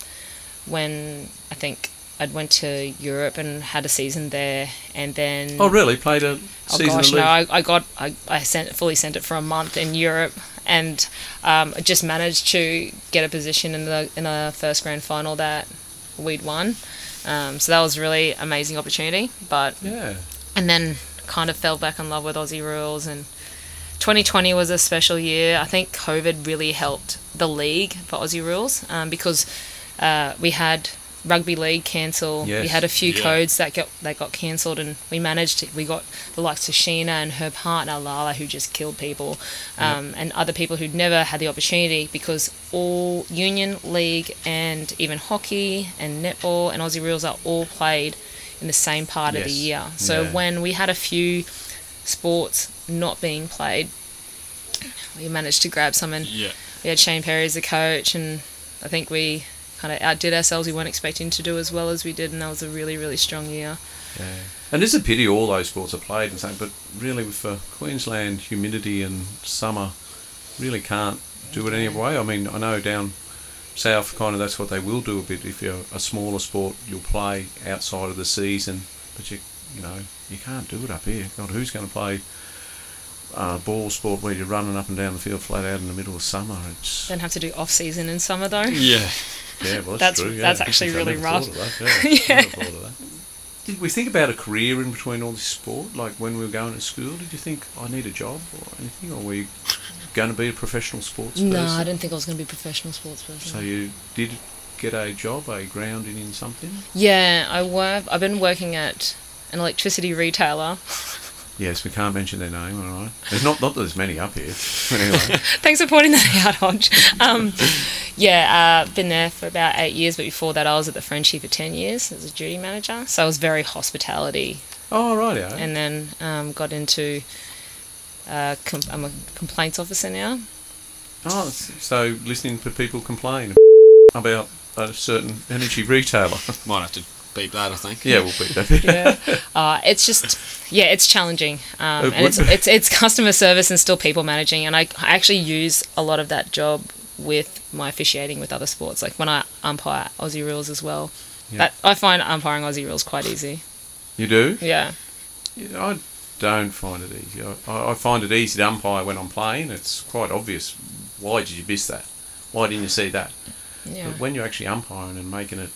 Speaker 4: when I think I'd went to Europe and had a season there, and then
Speaker 2: Oh really? Played a
Speaker 4: Oh
Speaker 2: season
Speaker 4: gosh,
Speaker 2: of league.
Speaker 4: no! I, I got I, I sent fully sent it for a month in Europe, and um, I just managed to get a position in the in the first grand final that we'd won. Um, so that was really amazing opportunity. But
Speaker 2: yeah.
Speaker 4: and then kind of fell back in love with Aussie rules and 2020 was a special year. I think COVID really helped the league for Aussie rules um, because uh, we had rugby league cancel. We
Speaker 2: Yes.
Speaker 4: had a few
Speaker 3: Yeah.
Speaker 4: codes that got that got cancelled, and we managed. To, we got the likes of Sheena and her partner Lala, who just killed people, um, and other people who'd never had the opportunity because all union league and even hockey and netball and Aussie rules are all played in the same part of the
Speaker 2: Yes.
Speaker 4: year. So
Speaker 2: Yeah.
Speaker 4: when we had a few sports not being played, we managed to grab some and
Speaker 3: Yeah.
Speaker 4: we had Shane Perry as the coach and I think we kind of outdid ourselves. We weren't expecting to do as well as we did and that was a really, really strong year.
Speaker 2: And it's a pity all those sports are played and something, but really with uh, Queensland humidity and summer, really can't do it any other way. I mean, I know down south, kind of that's what they will do a bit. If you're a smaller sport, you'll play outside of the season, but you you know you can't do it up here. God, who's going to play uh, ball sport where you're running up and down the field flat out in the middle of summer? It's
Speaker 4: Don't have to do off season in summer though.
Speaker 3: Yeah.
Speaker 2: yeah, well,
Speaker 4: That's-
Speaker 2: that's, true. Yeah.
Speaker 4: that's actually
Speaker 2: <laughs> I
Speaker 4: really
Speaker 2: never
Speaker 4: rough.
Speaker 2: thought of
Speaker 4: <laughs>
Speaker 2: that, yeah. I never thought of that. Did we think about a career in between all this sport? Like when we were going to school, did you think I need a job or anything, or were you going to be a professional sports person?
Speaker 4: No, I didn't think I was going to be a professional sports person.
Speaker 2: So you did get a job, a grounding in something.
Speaker 4: yeah, I work. I've been working at an electricity retailer. <laughs>
Speaker 2: Yes, we can't mention their name, all right? There's not not that there's many up here. <laughs> Anyway,
Speaker 4: Thanks for pointing that out, Hodge. Um, yeah, uh, been there for about eight years, but before that, I was at the Frenchie for 10 years as a duty manager. So I was very hospitality
Speaker 2: oh right, yeah.
Speaker 4: and then um, got into. Uh, com- I'm a complaints officer now.
Speaker 2: oh, s- so listening to people complain about a certain energy retailer. <laughs>
Speaker 3: Might have to beep that. I think.
Speaker 2: yeah, we'll beat that.
Speaker 4: Yeah, uh, it's just yeah, it's challenging, um,
Speaker 2: It
Speaker 4: and it's,
Speaker 2: would be.
Speaker 4: it's it's customer service and still people managing. And I, I actually use a lot of that job with my officiating with other sports, like when I umpire Aussie rules as well.
Speaker 2: Yeah.
Speaker 4: That I find umpiring Aussie rules quite easy.
Speaker 2: You do?
Speaker 4: Yeah.
Speaker 2: Yeah, I don't find it easy. I- I, I find it easy to umpire when I'm playing. It's quite obvious. Why did you miss that? Why didn't you see that?
Speaker 4: Yeah.
Speaker 2: But when you're actually umpiring and making it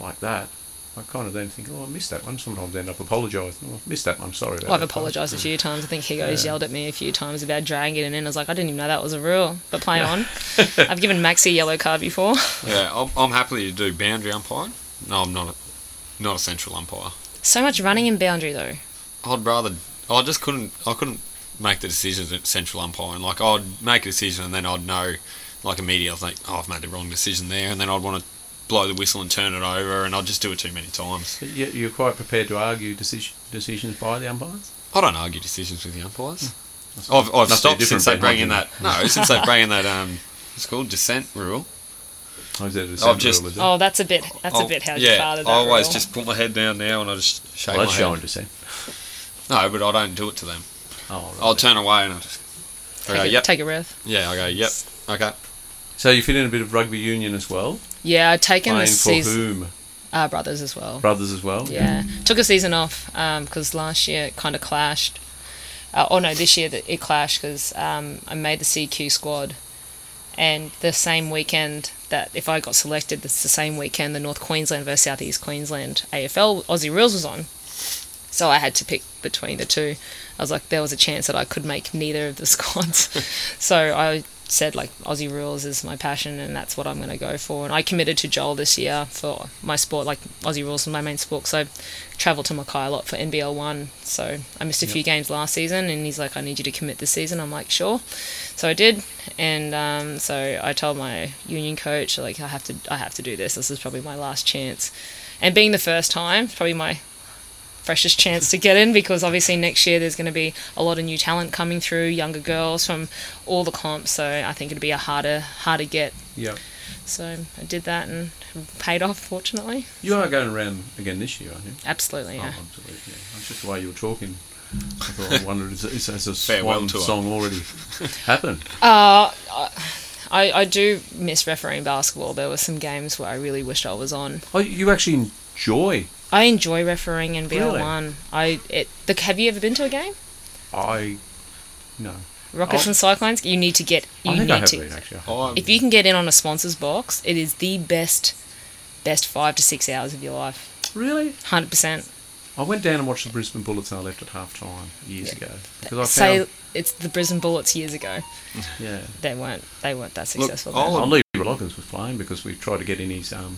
Speaker 2: like that, I kind of then think, oh, I missed that one. Sometimes I end up apologising. Oh, I missed that one. Sorry about
Speaker 4: Well, I've
Speaker 2: that.
Speaker 4: apologised a few times. I think Higo's
Speaker 2: Yeah.
Speaker 4: yelled at me a few times about dragging it in, and I was like, I didn't even know that was a rule. But play on. I've given Maxi a yellow card before. <laughs>
Speaker 3: Yeah. I'm, I'm happy to do boundary umpiring. No, I'm not. A, not a central umpire.
Speaker 4: So much running in boundary, though.
Speaker 3: I'd rather. I just couldn't. I couldn't make the decisions at central umpiring. Like I'd make a decision and then I'd know, like immediately, I was like, oh, I've made the wrong decision there, and then I'd want to blow the whistle and turn it over, and I'd just do it too many times.
Speaker 2: But you- You're quite prepared to argue decision, decisions by the umpires.
Speaker 3: I don't argue decisions with the umpires. I've, I've
Speaker 2: Must be
Speaker 3: stopped
Speaker 2: different
Speaker 3: since they
Speaker 2: back
Speaker 3: bring
Speaker 2: then,
Speaker 3: in that.
Speaker 2: <laughs>
Speaker 3: No, since they bring in that. Um, it's called dissent rule.
Speaker 2: Oh, is that a
Speaker 3: I've
Speaker 2: separate
Speaker 3: just-
Speaker 2: rule, is it?
Speaker 4: Oh, that's a bit. That's
Speaker 3: I'll-
Speaker 4: a bit how
Speaker 3: yeah,
Speaker 4: you started that.
Speaker 3: I always
Speaker 4: rule.
Speaker 3: just put my head down now and I just shake
Speaker 2: Well, that's
Speaker 3: my
Speaker 2: showing
Speaker 3: head.
Speaker 2: dissent.
Speaker 3: No, but I don't do it to them.
Speaker 2: Oh, right.
Speaker 3: I'll turn away and I just. I
Speaker 4: take, a,
Speaker 3: go, uh, yep.
Speaker 4: take a breath.
Speaker 3: Yeah, I go, yep. Okay.
Speaker 2: So you fit in a bit of rugby union as well,
Speaker 4: Yeah, I'd taken the
Speaker 2: playing for
Speaker 4: season.
Speaker 2: whom?
Speaker 4: Uh, brothers as well.
Speaker 2: Brothers as well.
Speaker 4: Yeah, took a season off because last year it kind of clashed. Uh, oh no, this year that it clashed because um, I made the CQ squad, and the same weekend that if I got selected, it's the same weekend the North Queensland versus South East Queensland AFL Aussie Rules was on. So I had to pick between the two. I was like, there was a chance that I could make neither of
Speaker 2: <laughs>
Speaker 4: the <laughs> squads. so I said, like, Aussie Rules is my passion and that's what I'm going to go for. And I committed to Joel this year for my sport, like, Aussie Rules was my main sport. So I travelled to Mackay a lot for NBL 1. So I missed a few games last season and he's like, I need you to commit this season. I'm like, sure. So I did. And um, so I told my union coach, like, I have to, I have to do this. This is probably my last chance. And being the first time, probably my freshest chance to get in because obviously next year there's going to be a lot of new talent coming through, younger girls from all the comps. So I think it'd be a harder, harder get.
Speaker 2: Yeah.
Speaker 4: So I did that and paid off, fortunately.
Speaker 2: You are going around again this year, aren't you?
Speaker 4: Absolutely.
Speaker 2: Oh,
Speaker 4: Yeah.
Speaker 2: absolutely. Yeah. That's just the way you were talking. I thought I wondered, is, is, has a
Speaker 3: <laughs> Farewell
Speaker 2: swan
Speaker 3: tour.
Speaker 2: song already
Speaker 3: <laughs>
Speaker 2: happened?
Speaker 4: Uh, I, I I do miss refereeing basketball. There were some games where I really wished I was on.
Speaker 2: Oh, you actually enjoy.
Speaker 4: I enjoy refereeing in
Speaker 2: Really?
Speaker 4: BL1. I it, the, have you ever been to a game?
Speaker 2: I no.
Speaker 4: Rockets
Speaker 2: Oh.
Speaker 4: and Cyclones. You need to get. You
Speaker 2: I think
Speaker 4: need
Speaker 2: I have
Speaker 4: to.
Speaker 2: been actually.
Speaker 3: I,
Speaker 4: if you can get in on a sponsor's box, it is the best, best five to six hours of your life.
Speaker 2: Really?
Speaker 4: Hundred percent.
Speaker 2: I went down and watched the Brisbane Bullets and I left at half time years
Speaker 4: Yeah.
Speaker 2: ago because I
Speaker 4: Say
Speaker 2: found
Speaker 4: it's the Brisbane Bullets years ago.
Speaker 2: yeah.
Speaker 4: They weren't. They weren't that
Speaker 3: Look,
Speaker 4: successful.
Speaker 3: I'll-
Speaker 4: then.
Speaker 2: I knew Loggins was playing because we tried to get in his um,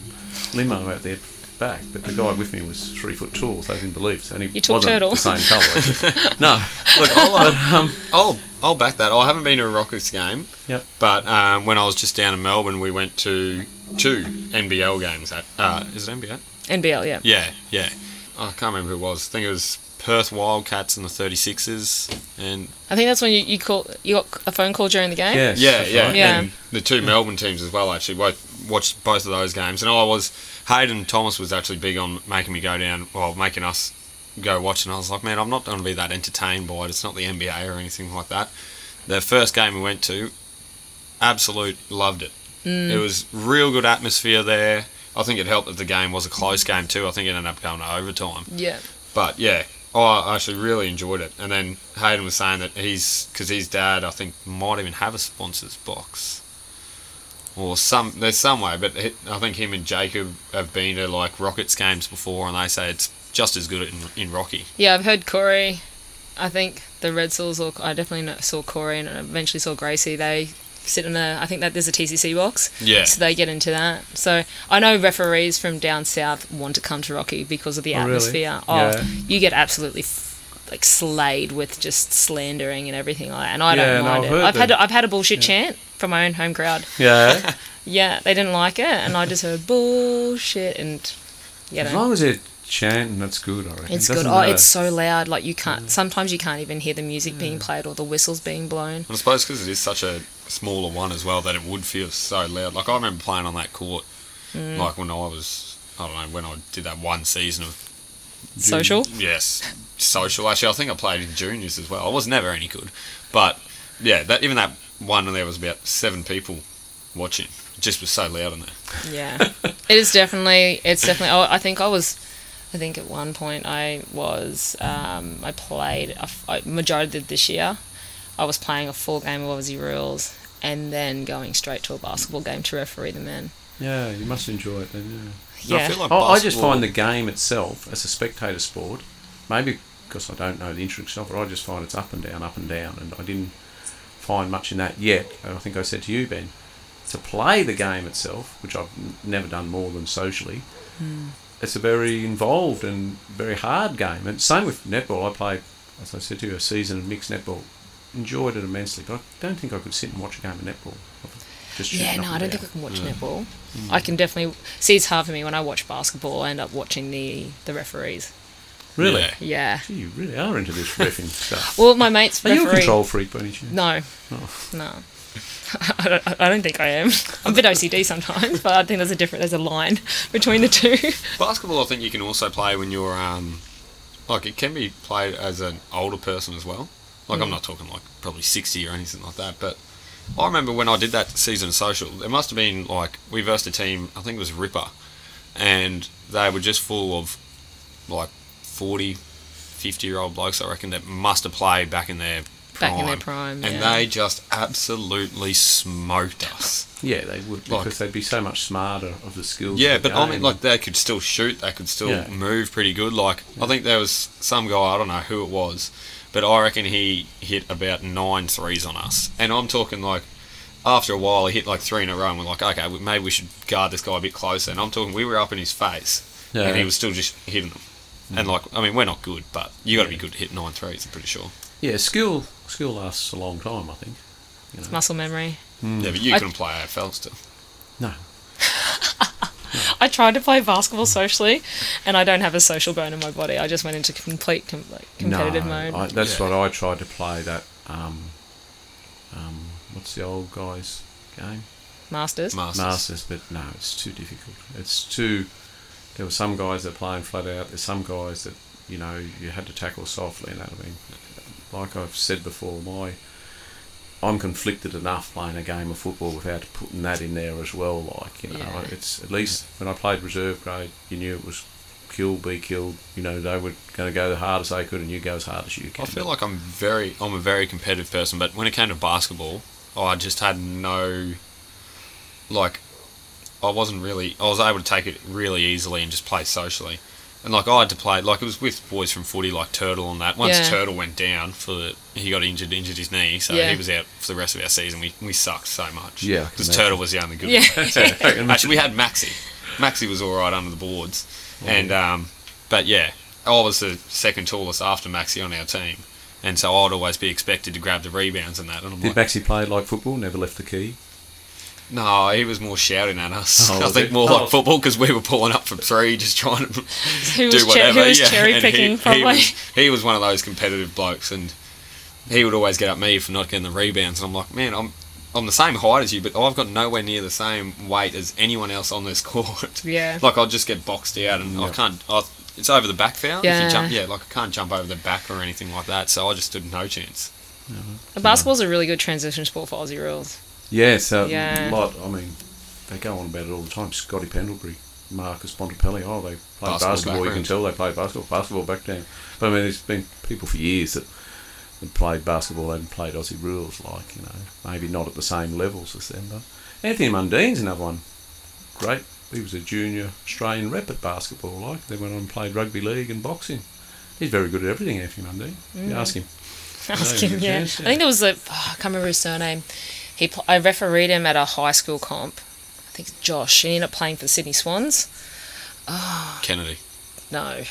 Speaker 2: limo out there back, but the guy with me was three foot tall, so I didn't believe. So he
Speaker 4: You took
Speaker 2: wasn't
Speaker 4: turtle.
Speaker 2: the same
Speaker 4: <laughs>
Speaker 2: colour. no,
Speaker 3: look, I'll, uh, I'll, I'll back that. I haven't been to a Rockets game,
Speaker 2: yep.
Speaker 3: but um, when I was just down in Melbourne, we went to two NBL games. At, uh, is it NBL?
Speaker 4: NBL. Yeah.
Speaker 3: Yeah, yeah. I can't remember who it was. I think it was Perth Wildcats and the 36ers. And
Speaker 4: I think that's when you, you call. You got a phone call during the game.
Speaker 2: Yes,
Speaker 3: yeah,
Speaker 2: that's
Speaker 3: yeah,
Speaker 2: right.
Speaker 4: Yeah.
Speaker 3: and the two Melbourne teams as well. Actually, both watched both of those games, and I was Hayden Thomas was actually big on making me go down, well, making us go watch. And I was like, man, I'm not going to be that entertained by it. It's not the NBA or anything like that. The first game we went to, absolute loved it. It was real good atmosphere there. I think it helped that the game was a close game too. I think it ended up going to overtime.
Speaker 4: Yeah.
Speaker 3: But yeah, I actually really enjoyed it. And then Hayden was saying that he's because his dad, I think, might even have a sponsors box or some. There's some way, but he, I think him and Jacob have been to like Rockets games before, and they say it's just as good in, in Rocky.
Speaker 4: Yeah. I've heard Corey. I think the Red Sox. Or I definitely know- saw Corey and eventually saw Gracie. They sit in a. I think that there's a TCC box.
Speaker 3: Yeah.
Speaker 4: So they get into that. So I know referees from down south want to come to Rocky because of the
Speaker 2: Oh, really?
Speaker 4: atmosphere.
Speaker 2: Yeah.
Speaker 4: Oh, you get absolutely f- like slayed with just slandering and everything like that. And I
Speaker 2: Yeah,
Speaker 4: don't
Speaker 2: and I've
Speaker 4: mind it.
Speaker 2: heard
Speaker 4: I've had
Speaker 2: that.
Speaker 4: I've had a bullshit chant from my own home crowd.
Speaker 2: Yeah.
Speaker 4: <laughs> Yeah, they didn't like it, and I just heard bullshit and you
Speaker 2: As
Speaker 4: know.
Speaker 2: long as they're chanting, that's good, I reckon.
Speaker 4: It's
Speaker 2: It doesn't
Speaker 4: good. Oh,
Speaker 2: matter.
Speaker 4: it's so loud. Like you can't. Sometimes you can't even hear the music being played or the whistles being blown.
Speaker 3: And I suppose because it is such a smaller one as well, that it would feel so loud. Like I remember playing on that court, like when I was, I don't know, when I did that one season of
Speaker 4: Social.
Speaker 3: Yes, social. Actually, I think I played in juniors as well. I was never any good, but yeah, that even that one there was about seven people watching. It just was so loud in there.
Speaker 4: Yeah, it is definitely. It's definitely. oh, I I think I was. I think at one point I was. Um, I played a f I majority of this year. I was playing a full game of Aussie rules and then going straight to a basketball game to referee the men.
Speaker 2: Yeah, you must enjoy it then. Yeah.
Speaker 3: And
Speaker 4: Yeah,
Speaker 3: I, feel like
Speaker 2: I, I just
Speaker 3: basketball-
Speaker 2: find the game itself as a spectator sport, maybe because I don't know the intricacies of it, I just find it's up and down, up and down, and I didn't find much in that yet. And I think I said to you, Ben,
Speaker 4: Hmm.
Speaker 2: to play the game itself, which I've n- never done more than socially, it's a very involved and very hard game. And same with netball. I played, as I said to you, a season of mixed netball. Enjoyed it immensely, but I don't think I could sit and watch a game of netball. Just
Speaker 4: Yeah,
Speaker 2: shooting
Speaker 4: no,
Speaker 2: up
Speaker 4: I
Speaker 2: and
Speaker 4: don't
Speaker 2: down.
Speaker 4: think I can watch netball. I can definitely see it's hard for me when I watch basketball. I end up watching the the referees.
Speaker 2: Really?
Speaker 3: Yeah.
Speaker 4: Yeah.
Speaker 2: Gee, you really are into <laughs> this riffing stuff.
Speaker 4: Well, my mates
Speaker 2: Are
Speaker 4: referee.
Speaker 2: you a control freak by any chance?
Speaker 4: No, no. <laughs> I don't, I don't think I am. I'm a bit OCD sometimes, but I think there's a different there's a line between the two. <laughs>
Speaker 3: Basketball, I think you can also play when you're um, like it can be played as an older person as well. Like
Speaker 4: Mm.
Speaker 3: I'm not talking like probably sixty or anything like that, but I remember when I did that season of social, it must have been like we versed a team. I think it was Ripper, and they were just full of like 40, 50 year old blokes. I reckon that must have played back in their prime.
Speaker 4: Back in their prime,
Speaker 3: and
Speaker 4: yeah.
Speaker 3: they just absolutely smoked us.
Speaker 2: Yeah, they would
Speaker 3: Like-
Speaker 2: because they'd be so much smarter of the skills.
Speaker 3: Yeah,
Speaker 2: of the
Speaker 3: but I
Speaker 2: game.
Speaker 3: mean, like they could still shoot. They could still
Speaker 2: Yeah.
Speaker 3: move pretty good. Like I think there was some guy. I don't know who it was, but I reckon he hit about nine threes on us. And I'm talking like after a while, he hit like three in a row. and We're like, okay, we- maybe we should guard this guy a bit closer. And I'm talking, we were up in his face,
Speaker 2: Yeah. Mm.
Speaker 3: and he was still just hitting them. And like, I mean, we're not good, but you got to be good to hit nine threes. I'm pretty sure.
Speaker 2: yeah, skill skill lasts a long time. I think.
Speaker 4: Muscle memory.
Speaker 2: Mm.
Speaker 3: Yeah, but you
Speaker 4: I-
Speaker 3: couldn't play AFL still.
Speaker 2: No,
Speaker 4: I tried to play basketball socially, and I don't have a social bone in my body. I just went into complete com- like, competitive
Speaker 2: no,
Speaker 4: mode.
Speaker 2: I, that's
Speaker 3: Yeah.
Speaker 2: what I tried to play. That um, um, what's the old guys game?
Speaker 4: Masters.
Speaker 3: Masters.
Speaker 2: Masters, but no, it's too difficult. It's too. There were some guys that playing flat out. There's some guys that you know you had to tackle softly. And that I mean, like I've said before, my I'm conflicted enough playing a game of football without putting that in there as well. Like you know,
Speaker 4: Yeah.
Speaker 2: it's at least when I played reserve grade, you knew it was kill, be killed. You know, they were going to go the hardest they could, and you go as hard as you can.
Speaker 3: I
Speaker 2: <laughs>
Speaker 3: feel like I'm very I'm a very competitive person, but when it came to basketball, I just had no like I wasn't really I was able to take it really easily and just play socially. And like I had to play like it was with boys from footy like Turtle and that. Once
Speaker 4: Yeah.
Speaker 3: Turtle went down for the, he got injured injured his knee, so
Speaker 4: Yeah.
Speaker 3: he was out for the rest of our season. We we sucked so much.
Speaker 2: Yeah, I can
Speaker 3: Because
Speaker 2: imagine.
Speaker 3: Turtle was the only
Speaker 4: <laughs>
Speaker 3: good <laughs>
Speaker 4: Yeah. <laughs>
Speaker 3: one.
Speaker 2: like
Speaker 3: Actually, we had Maxi. Maxi was all right under the boards, and um, but yeah, I was the second tallest after Maxi on our team, and so I'd always be expected to grab the rebounds and that. And I'm
Speaker 2: Did
Speaker 3: like,
Speaker 2: Maxi play like football? Never left the key.
Speaker 3: no, he was more shouting at us.
Speaker 2: Oh,
Speaker 3: <laughs> I
Speaker 2: was
Speaker 3: think
Speaker 2: it?
Speaker 3: more
Speaker 2: Oh.
Speaker 3: like football because we were pulling up from three, just trying to
Speaker 4: who was,
Speaker 3: do
Speaker 4: che-
Speaker 3: whatever.
Speaker 4: who was
Speaker 3: yeah.
Speaker 4: cherry
Speaker 3: And
Speaker 4: picking?
Speaker 3: he,
Speaker 4: probably.
Speaker 3: He was, he was one of those competitive blokes, and he would always get at me for not getting the rebounds. And I'm like, man, I'm I'm the same height as you, but I've got nowhere near the same weight as anyone else on this <laughs> court.
Speaker 4: Yeah.
Speaker 3: like I'll just get boxed out, and I
Speaker 2: Yeah.
Speaker 3: can't. I, it's over the back foul. If
Speaker 4: Yeah.
Speaker 3: you jump, yeah, like I can't jump over the back or anything like that. So I just stood no chance. Mm.
Speaker 4: Basketball's a really good transition sport for Aussie rules. <laughs>
Speaker 2: Yeah, so
Speaker 4: Yeah.
Speaker 2: a lot. I mean, they go on about it all the time. Scotty Pendlebury, Marcus Bontempelli. Oh, they play
Speaker 3: Basketball
Speaker 2: basketball. you can
Speaker 3: background.
Speaker 2: tell they play basketball. Basketball back down. But I mean, there's been people for years that had played basketball and played Aussie rules. Like you know, maybe not at the same levels as them. But Anthony Mundine's another one. Great. He was a junior Australian rep at basketball. Like they went on and played rugby league and boxing. He's very good at everything, Anthony Mundine. You
Speaker 4: Mm.
Speaker 2: ask him.
Speaker 4: Ask
Speaker 2: Yeah,
Speaker 4: him,
Speaker 2: good
Speaker 4: yeah.
Speaker 2: chance,
Speaker 4: I think there was a <sighs> oh, I can't remember his surname. He pl- I refereed him at a high school comp. I think it's Josh. He ended up playing for the Sydney Swans.
Speaker 3: Kennedy.
Speaker 4: No,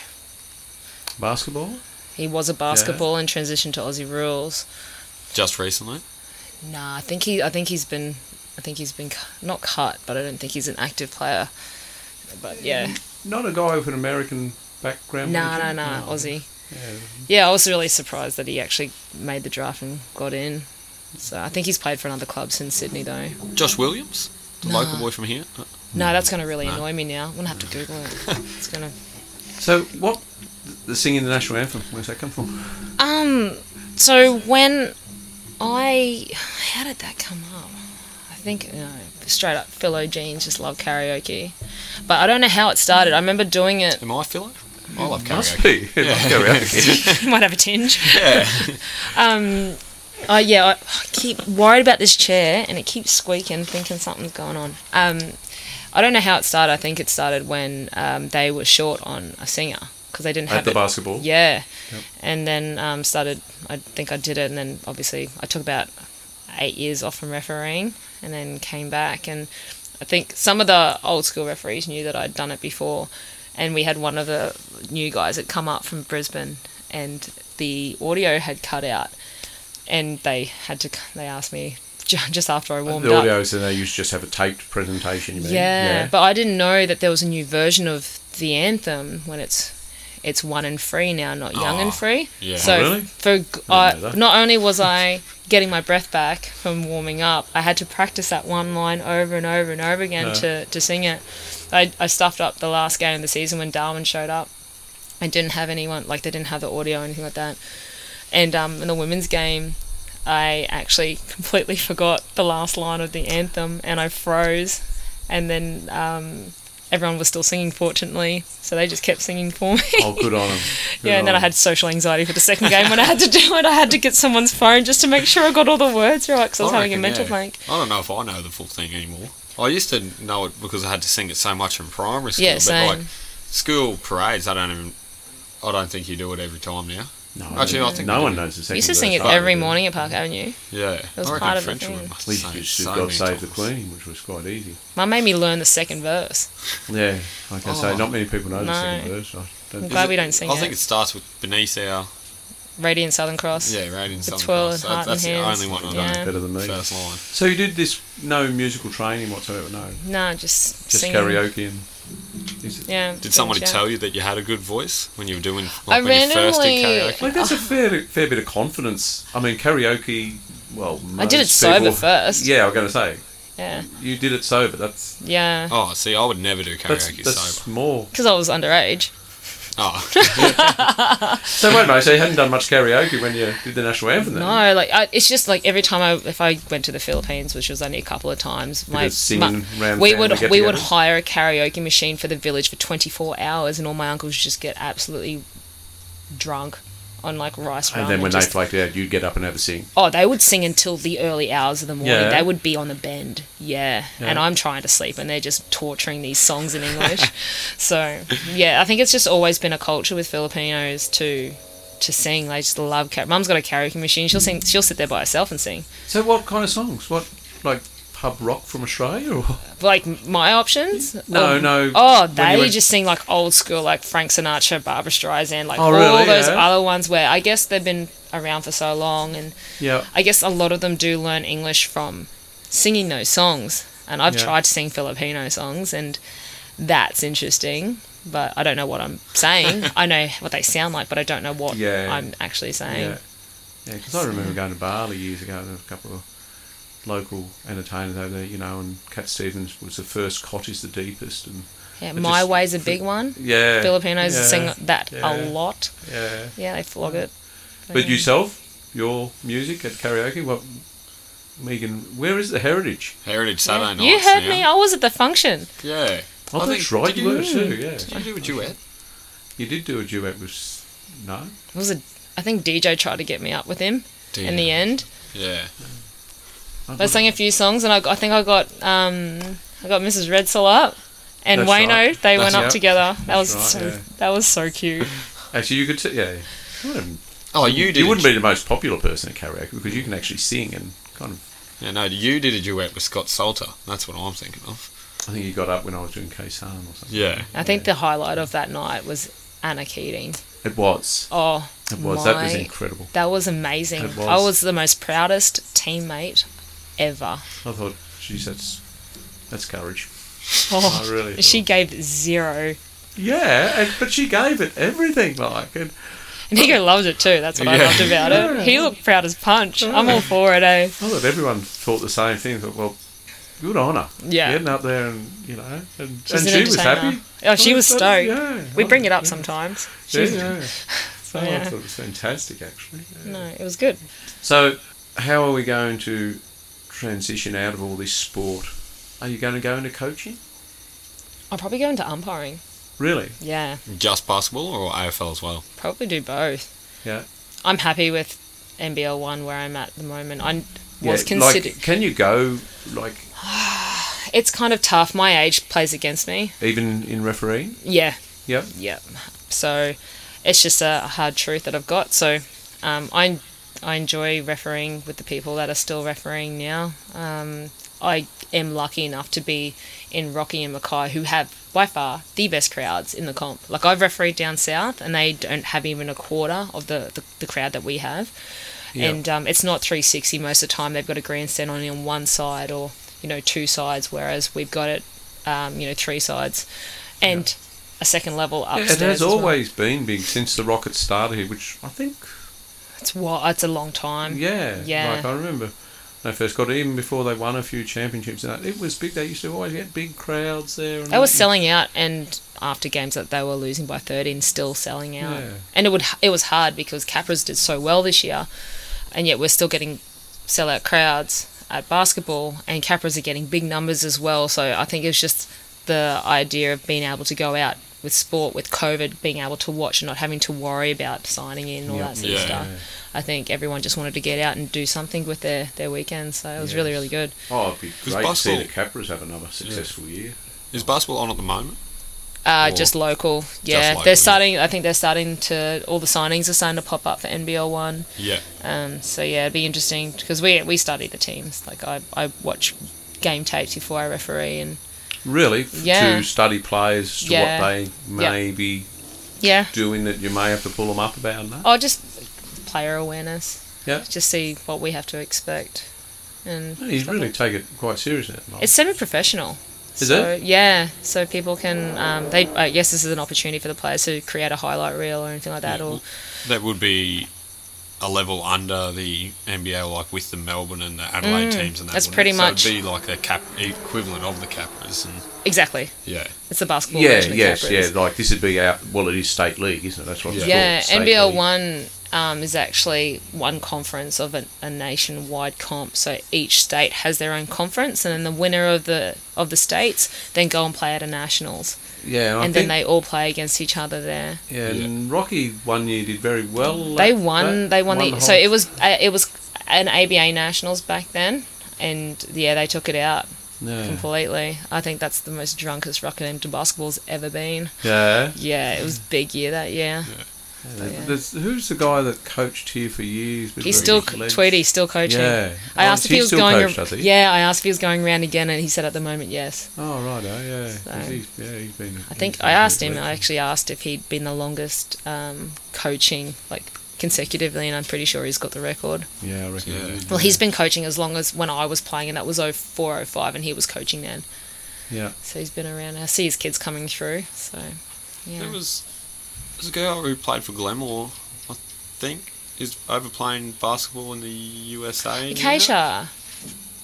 Speaker 2: Basketball.
Speaker 4: he was a basketball and transitioned to Aussie rules.
Speaker 3: Just recently,
Speaker 4: Nah, I think he I think he's been I think he's been cu- not cut, but I don't think he's an active player. But yeah,
Speaker 2: Not a guy with an American background.
Speaker 4: no, no,
Speaker 2: wasn't he?
Speaker 4: no, Aussie.
Speaker 2: Yeah.
Speaker 4: Yeah, I was really surprised that he actually made the draft and got in. So I think he's played for another club since Sydney though.
Speaker 3: Josh Williams, the
Speaker 4: Nah.
Speaker 3: local boy from here. Uh,
Speaker 4: No, that's going to really
Speaker 3: No.
Speaker 4: annoy me now. I'm going to have to Google it. It's going to.
Speaker 2: So what? The singing the national anthem. Where's that come from?
Speaker 4: Um. So when I, how did that come up? I think you know, straight up, Philo jeans just love karaoke, but I don't know how it started. I remember doing it. <laughs>
Speaker 3: Am I Philo? I love
Speaker 2: Must
Speaker 3: karaoke.
Speaker 2: be. Yeah. karaoke.
Speaker 4: might have a tinge. Yeah. um. Oh yeah. I, I keep worried about this chair, and it keeps squeaking, thinking something's going on. Um. I don't know how it started. I think it started when um, they were short on a singer because they didn't have
Speaker 2: At the
Speaker 4: it.
Speaker 2: basketball.
Speaker 4: Yeah. And then um, started, I think I did it, and then obviously I took about eight years off from refereeing and then came back. And I think some of the old school referees knew that I'd done it before. and we had one of the new guys that come up from Brisbane, and the audio had cut out, and they had to. They asked me <laughs> ju- just after I <laughs> warmed
Speaker 2: the
Speaker 4: up.
Speaker 2: audio, so they used to just have a taped presentation. You mean?
Speaker 4: Yeah, but I didn't know that there was a new version of the anthem when it's it's one and free now, not young
Speaker 3: Oh,
Speaker 4: and free.
Speaker 3: yeah.
Speaker 4: So
Speaker 2: Oh, really?
Speaker 4: for g-
Speaker 2: know
Speaker 4: I-
Speaker 2: that.
Speaker 4: not
Speaker 2: <laughs>
Speaker 4: only was I getting my breath back from warming up, I had to practice that one line over and over and over again
Speaker 2: Yeah.
Speaker 4: to, to sing it. I I stuffed up the last game of the season when Darwin showed up. I didn't have anyone like they didn't have the audio or anything like that. And um, in the women's game, I actually <laughs> completely forgot the last line of the anthem and I froze. And then um, everyone was still singing, fortunately. So they just kept singing for me.
Speaker 2: oh, good on them.
Speaker 4: <laughs> yeah, and then I had social anxiety for the
Speaker 3: <laughs>
Speaker 4: second game when I had to do it. I had to get someone's phone just to make sure I got all the words right because I was having a
Speaker 3: reckon,
Speaker 4: mental
Speaker 3: yeah.
Speaker 4: blank.
Speaker 3: I don't know if I know the full thing anymore. I used to know it because I had to sing it so much in primary school.
Speaker 4: Yeah,
Speaker 3: but
Speaker 4: same.
Speaker 3: like school parades, I don't even. I don't think you do it every time now.
Speaker 2: No,
Speaker 3: Actually, I think
Speaker 2: no
Speaker 3: we
Speaker 2: one
Speaker 3: do.
Speaker 2: knows the
Speaker 4: We
Speaker 2: second.
Speaker 4: used to
Speaker 2: verse,
Speaker 4: sing it
Speaker 2: don't we?
Speaker 4: every morning at Park Avenue.
Speaker 3: Yeah,
Speaker 4: was
Speaker 3: I reckon
Speaker 4: part of the
Speaker 3: French
Speaker 4: thing.
Speaker 3: women must
Speaker 2: We
Speaker 3: have
Speaker 2: used to
Speaker 3: so
Speaker 2: God
Speaker 3: many
Speaker 2: Save the
Speaker 3: times.
Speaker 2: Queen, which was quite easy.
Speaker 4: My mum made me learn the second verse.
Speaker 2: Yeah, like I say,
Speaker 3: Oh.
Speaker 2: not many people know the
Speaker 4: No.
Speaker 2: second verse. I don't
Speaker 4: I'm
Speaker 2: think
Speaker 4: glad we don't sing
Speaker 3: I
Speaker 4: it.
Speaker 3: think it starts with beneath our
Speaker 4: Radiant Southern Cross.
Speaker 3: yeah, right in
Speaker 4: The
Speaker 3: some
Speaker 4: twirl and
Speaker 3: class.
Speaker 4: heart
Speaker 3: That, that's
Speaker 4: and
Speaker 3: the
Speaker 4: hands.
Speaker 3: only one I
Speaker 2: you
Speaker 3: know.
Speaker 2: know
Speaker 4: Yeah.
Speaker 2: better than me.
Speaker 3: First line.
Speaker 2: So you did this no musical training whatsoever, no,
Speaker 4: Nah, just,
Speaker 2: just
Speaker 4: singing.
Speaker 2: karaoke and. Is it-
Speaker 4: Yeah.
Speaker 3: Did somebody
Speaker 4: yeah.
Speaker 3: tell you that you had a good voice when you were doing?
Speaker 4: I
Speaker 3: Like, when you first did
Speaker 4: randomly-
Speaker 3: karaoke?
Speaker 2: Like that's a fair fair bit of confidence. I mean, karaoke. Well,
Speaker 4: I did it
Speaker 2: most
Speaker 4: sober
Speaker 2: people-
Speaker 4: first.
Speaker 2: Yeah, I was going to say
Speaker 4: Yeah.
Speaker 2: you did it sober. That's
Speaker 4: Yeah.
Speaker 3: Oh, see, I would never do karaoke
Speaker 2: that's, that's
Speaker 3: sober.
Speaker 2: more.
Speaker 4: Because I was underage.
Speaker 3: Oh, <laughs>
Speaker 2: So wait a minute. So you hadn't done much karaoke when you did the national anthem. Then?
Speaker 4: No, like I, it's just like every time I, if I went to the Philippines, which was only a couple of times, my,
Speaker 2: Because singing
Speaker 4: my-
Speaker 2: round
Speaker 4: we
Speaker 2: family
Speaker 4: would
Speaker 2: get
Speaker 4: we would
Speaker 2: together.
Speaker 4: hire a karaoke machine for the village for twenty four hours, and all my uncles would just get absolutely drunk on like rice.
Speaker 2: And
Speaker 4: rum
Speaker 2: then when they
Speaker 4: just-
Speaker 2: flaked out, you'd get up and have a sing.
Speaker 4: oh, they would sing until the early hours of the morning.
Speaker 2: Yeah.
Speaker 4: They would be on the bend, yeah. And
Speaker 2: Yeah.
Speaker 4: I'm trying to sleep, and they're just torturing these songs in English. <laughs> so yeah, I think it's just always been a culture with Filipinos to to sing. They just love. Karaoke. Mum's got a karaoke machine. She'll sing. She'll sit there by herself and sing.
Speaker 2: So what kind of songs? What like pub rock from Australia? Or?
Speaker 4: like my options?
Speaker 2: No,
Speaker 4: Or-
Speaker 2: no,
Speaker 4: Oh,
Speaker 2: when
Speaker 4: they
Speaker 2: you went-
Speaker 4: just sing like old school, like Frank Sinatra, Barbara Streisand, like
Speaker 2: Oh,
Speaker 4: all
Speaker 2: really?
Speaker 4: those
Speaker 2: Yeah.
Speaker 4: other ones where I guess they've been around for so long, and
Speaker 2: <laughs> Yeah.
Speaker 4: I guess a lot of them do learn English from singing those songs. And I've
Speaker 2: Yeah.
Speaker 4: tried to sing Filipino songs, and that's interesting. But I don't know what I'm
Speaker 2: <laughs>
Speaker 4: saying. I know what they sound like, but I don't know what
Speaker 2: Yeah.
Speaker 4: I'm actually saying.
Speaker 2: Yeah, yeah. Because I remember going to Bali years ago. There were a couple of local entertainers over there, you know. And Cat Stevens was the first. Cot is the deepest, and
Speaker 4: Yeah,
Speaker 2: But
Speaker 4: my
Speaker 2: just-
Speaker 4: way's a big one.
Speaker 2: yeah,
Speaker 4: Filipinos
Speaker 2: yeah,
Speaker 4: sing that
Speaker 2: yeah,
Speaker 4: a lot.
Speaker 2: Yeah.
Speaker 4: Yeah, they flog it.
Speaker 2: But yourself, your music at karaoke. What, Megan? Where is the heritage?
Speaker 3: Heritage Saturday
Speaker 4: you
Speaker 3: nights.
Speaker 4: heard
Speaker 3: now.
Speaker 4: me. I was at the function.
Speaker 3: Yeah.
Speaker 2: Oh,
Speaker 3: I
Speaker 2: that's
Speaker 3: think-
Speaker 2: right.
Speaker 3: did
Speaker 2: You were
Speaker 3: you-
Speaker 2: too. Yeah.
Speaker 3: Did you do a duet?
Speaker 2: You did do a duet with. S- No.
Speaker 4: It was a. I think DJ tried to get me up with him in the
Speaker 3: Yeah.
Speaker 4: end.
Speaker 3: Yeah.
Speaker 4: They sang a few songs, and I, got- I think I got um, I got Mrs. Redsell up, and
Speaker 2: That's
Speaker 4: Wayno.
Speaker 2: right.
Speaker 4: They
Speaker 2: That's
Speaker 4: went up
Speaker 2: right.
Speaker 4: together. That was
Speaker 2: That's right,
Speaker 4: so.
Speaker 2: yeah.
Speaker 4: That was so cute.
Speaker 2: Actually, you could. T- yeah. You wouldn't-
Speaker 3: Oh, you did.
Speaker 2: You wouldn't
Speaker 3: a,
Speaker 2: be the most popular person at karaoke because you can actually sing and kind of.
Speaker 3: be. Yeah, no, you did a duet with Scott Salter. That's what I'm thinking of.
Speaker 2: I think you got up when I was doing K-San or something.
Speaker 3: Yeah.
Speaker 4: I think the highlight of that night was Anna Keating.
Speaker 2: It was.
Speaker 4: Oh,
Speaker 2: It was. that was
Speaker 4: my-
Speaker 2: incredible.
Speaker 4: that was amazing.
Speaker 2: It was.
Speaker 4: I was the most proudest teammate ever.
Speaker 2: I thought, geez, that's that's courage. <laughs>
Speaker 4: Oh,
Speaker 2: I really.
Speaker 4: she
Speaker 2: thought-
Speaker 4: gave zero,
Speaker 2: Yeah, and, but she gave it everything. Like, and
Speaker 4: and Nico loved it too. That's what I
Speaker 3: Yeah.
Speaker 4: loved about it. He looked proud as punch. I'm all for it, eh?
Speaker 2: I thought everyone thought the same thing. Thought, well, good on her.
Speaker 4: Yeah.
Speaker 2: Getting up there and you know, and,
Speaker 4: She's
Speaker 2: and
Speaker 4: an
Speaker 2: she was
Speaker 4: entertainer.
Speaker 2: happy.
Speaker 4: Oh, she was stoked.
Speaker 2: Yeah. Oh,
Speaker 4: We bring it up
Speaker 2: Yeah,
Speaker 4: sometimes.
Speaker 2: Yeah.
Speaker 4: She's, <laughs>
Speaker 2: So I
Speaker 4: Yeah.
Speaker 2: thought it was fantastic, actually. Yeah.
Speaker 4: No, it was good.
Speaker 2: So, how are we going to transition out of all this sport? Are you going to go into coaching?
Speaker 4: I'll probably go into umpiring.
Speaker 2: Really?
Speaker 4: Yeah,
Speaker 3: Just basketball or AFL as well?
Speaker 4: probably do both.
Speaker 2: Yeah.
Speaker 4: I'm happy with NBL one where I'm at the moment. I
Speaker 2: Yeah,
Speaker 4: was considered.
Speaker 2: Like, can you go like
Speaker 4: it's kind of tough. My age plays against me.
Speaker 2: even in refereeing?
Speaker 4: Yeah,
Speaker 2: Yeah.
Speaker 4: yeah. So it's just a hard truth that I've got. So um, I I enjoy refereeing with the people that are still refereeing now. Um, I am lucky enough to be in Rocky and Mackay, who have by far the best crowds in the comp. Like I've refereed down south, and they don't have even a quarter of the the, the crowd that we have.
Speaker 2: Yeah.
Speaker 4: And um, it's not 360 most of the time. They've got a grandstand only on one side or you know two sides, whereas we've got it um, you know three sides and a second level
Speaker 2: Yeah,
Speaker 4: upstairs.
Speaker 2: it has
Speaker 4: as well.
Speaker 2: always been big since the Rockets started here, which I think,
Speaker 4: It's wa- It's a long time.
Speaker 2: yeah,
Speaker 4: Yeah.
Speaker 2: like I remember when they first got it, even before they won a few championships and that, it was big. They used to always get big crowds there. And
Speaker 4: They were
Speaker 2: that.
Speaker 4: selling out, and after games that they were losing by 13, still selling out.
Speaker 2: Yeah.
Speaker 4: And it would it was hard because Capras did so well this year, and yet we're still getting sellout crowds at basketball, and Capras are getting big numbers as well. So I think it's just the idea of being able to go out with sport, with COVID, being able to watch and not having to worry about signing in and all
Speaker 2: Yeah.
Speaker 4: that sort of
Speaker 3: Yeah.
Speaker 4: stuff. I think everyone just wanted to get out and do something with their their weekends. So it was really
Speaker 2: Yes.
Speaker 4: really good.
Speaker 2: Oh, it'd be great to see
Speaker 3: basketball-
Speaker 2: the Capras have another successful year.
Speaker 3: Is basketball on at the moment?
Speaker 4: Uh,
Speaker 3: Or-
Speaker 4: just local, yeah.
Speaker 3: local,
Speaker 4: they're
Speaker 3: yeah.
Speaker 4: starting. I think they're starting to. All the signings are starting to pop up for NBL one.
Speaker 3: Yeah.
Speaker 4: Um, so yeah, it'd be interesting because we we study the teams. Like I, I watch game tapes before I referee, and
Speaker 2: Really, f-
Speaker 4: Yeah.
Speaker 2: to study players to
Speaker 4: Yeah.
Speaker 2: what they may be
Speaker 4: yeah,
Speaker 2: doing that you may have to pull them up about and that.
Speaker 4: I'll just player awareness.
Speaker 2: Yeah.
Speaker 4: Just see what we have to expect, and
Speaker 2: No, He's
Speaker 4: stuff
Speaker 2: really
Speaker 4: like-
Speaker 2: taken it quite seriously. at the moment.
Speaker 4: It's semi-professional.
Speaker 2: Is
Speaker 4: so,
Speaker 2: it?
Speaker 4: Yeah, so people can. Um, they. I guess this is an opportunity for the players to create a highlight reel or anything like that,
Speaker 2: Mm.
Speaker 3: Yeah.
Speaker 4: or
Speaker 3: That would be a level under the NBL, like with the Melbourne and the Adelaide teams, and that.
Speaker 4: Mm, that's
Speaker 3: wouldn't
Speaker 4: pretty
Speaker 3: it?
Speaker 4: much-
Speaker 3: So it'd be like a cap equivalent of the Capras, and
Speaker 4: exactly.
Speaker 3: yeah,
Speaker 4: It's the basketball.
Speaker 2: yeah,
Speaker 4: version of
Speaker 2: yes,
Speaker 4: Capras.
Speaker 2: yeah. Like this would be out. Well, it is state league, isn't it? That's what. It's
Speaker 4: Yeah,
Speaker 2: called, state
Speaker 4: NBL
Speaker 2: league.
Speaker 4: one um, is actually one conference of a, a nationwide comp. So each state has their own conference, and then the winner of the of the states then go and play at a nationals,
Speaker 2: Yeah, I
Speaker 4: and
Speaker 2: think,
Speaker 4: then they all play against each other there.
Speaker 2: Yeah, and Rocky one year did very well.
Speaker 4: they
Speaker 2: at
Speaker 4: won.
Speaker 2: that,
Speaker 4: they won, the,
Speaker 2: whole-
Speaker 4: so it was uh, it was an ABA nationals back then, and yeah, they took it out
Speaker 2: yeah.
Speaker 4: completely. I think that's the most drunkest Rockingham to basketball's ever been.
Speaker 2: yeah.
Speaker 4: Yeah, it was big year that year. Oh, Yeah.
Speaker 2: There's- who's the guy that coached here for years? with
Speaker 4: He's
Speaker 2: Rocky
Speaker 4: still
Speaker 2: Legs?
Speaker 4: Tweety, still coaching.
Speaker 2: Yeah. Oh,
Speaker 4: I asked
Speaker 2: is
Speaker 4: if he
Speaker 2: he
Speaker 4: was
Speaker 2: still
Speaker 4: going.
Speaker 2: coached,
Speaker 4: ar-
Speaker 2: does he?
Speaker 4: yeah, I asked if he was going round again, and he said at the moment yes.
Speaker 2: Oh right, oh yeah.
Speaker 4: So-
Speaker 2: 'Cause He's, yeah, he's been.
Speaker 4: I think I asked him. I actually asked if he'd been the longest um, coaching like consecutively, and I'm pretty sure he's got the record.
Speaker 2: Yeah, I reckon.
Speaker 3: Yeah.
Speaker 2: he did,
Speaker 4: Well, he's been coaching as long as when I was playing, and that was 0405, and he was coaching then.
Speaker 2: Yeah.
Speaker 4: So he's been around. I see his kids coming through. So yeah,
Speaker 3: there was there's a girl who played for Glenmore, I think, is over playing basketball in the USA. now.
Speaker 4: Acacia,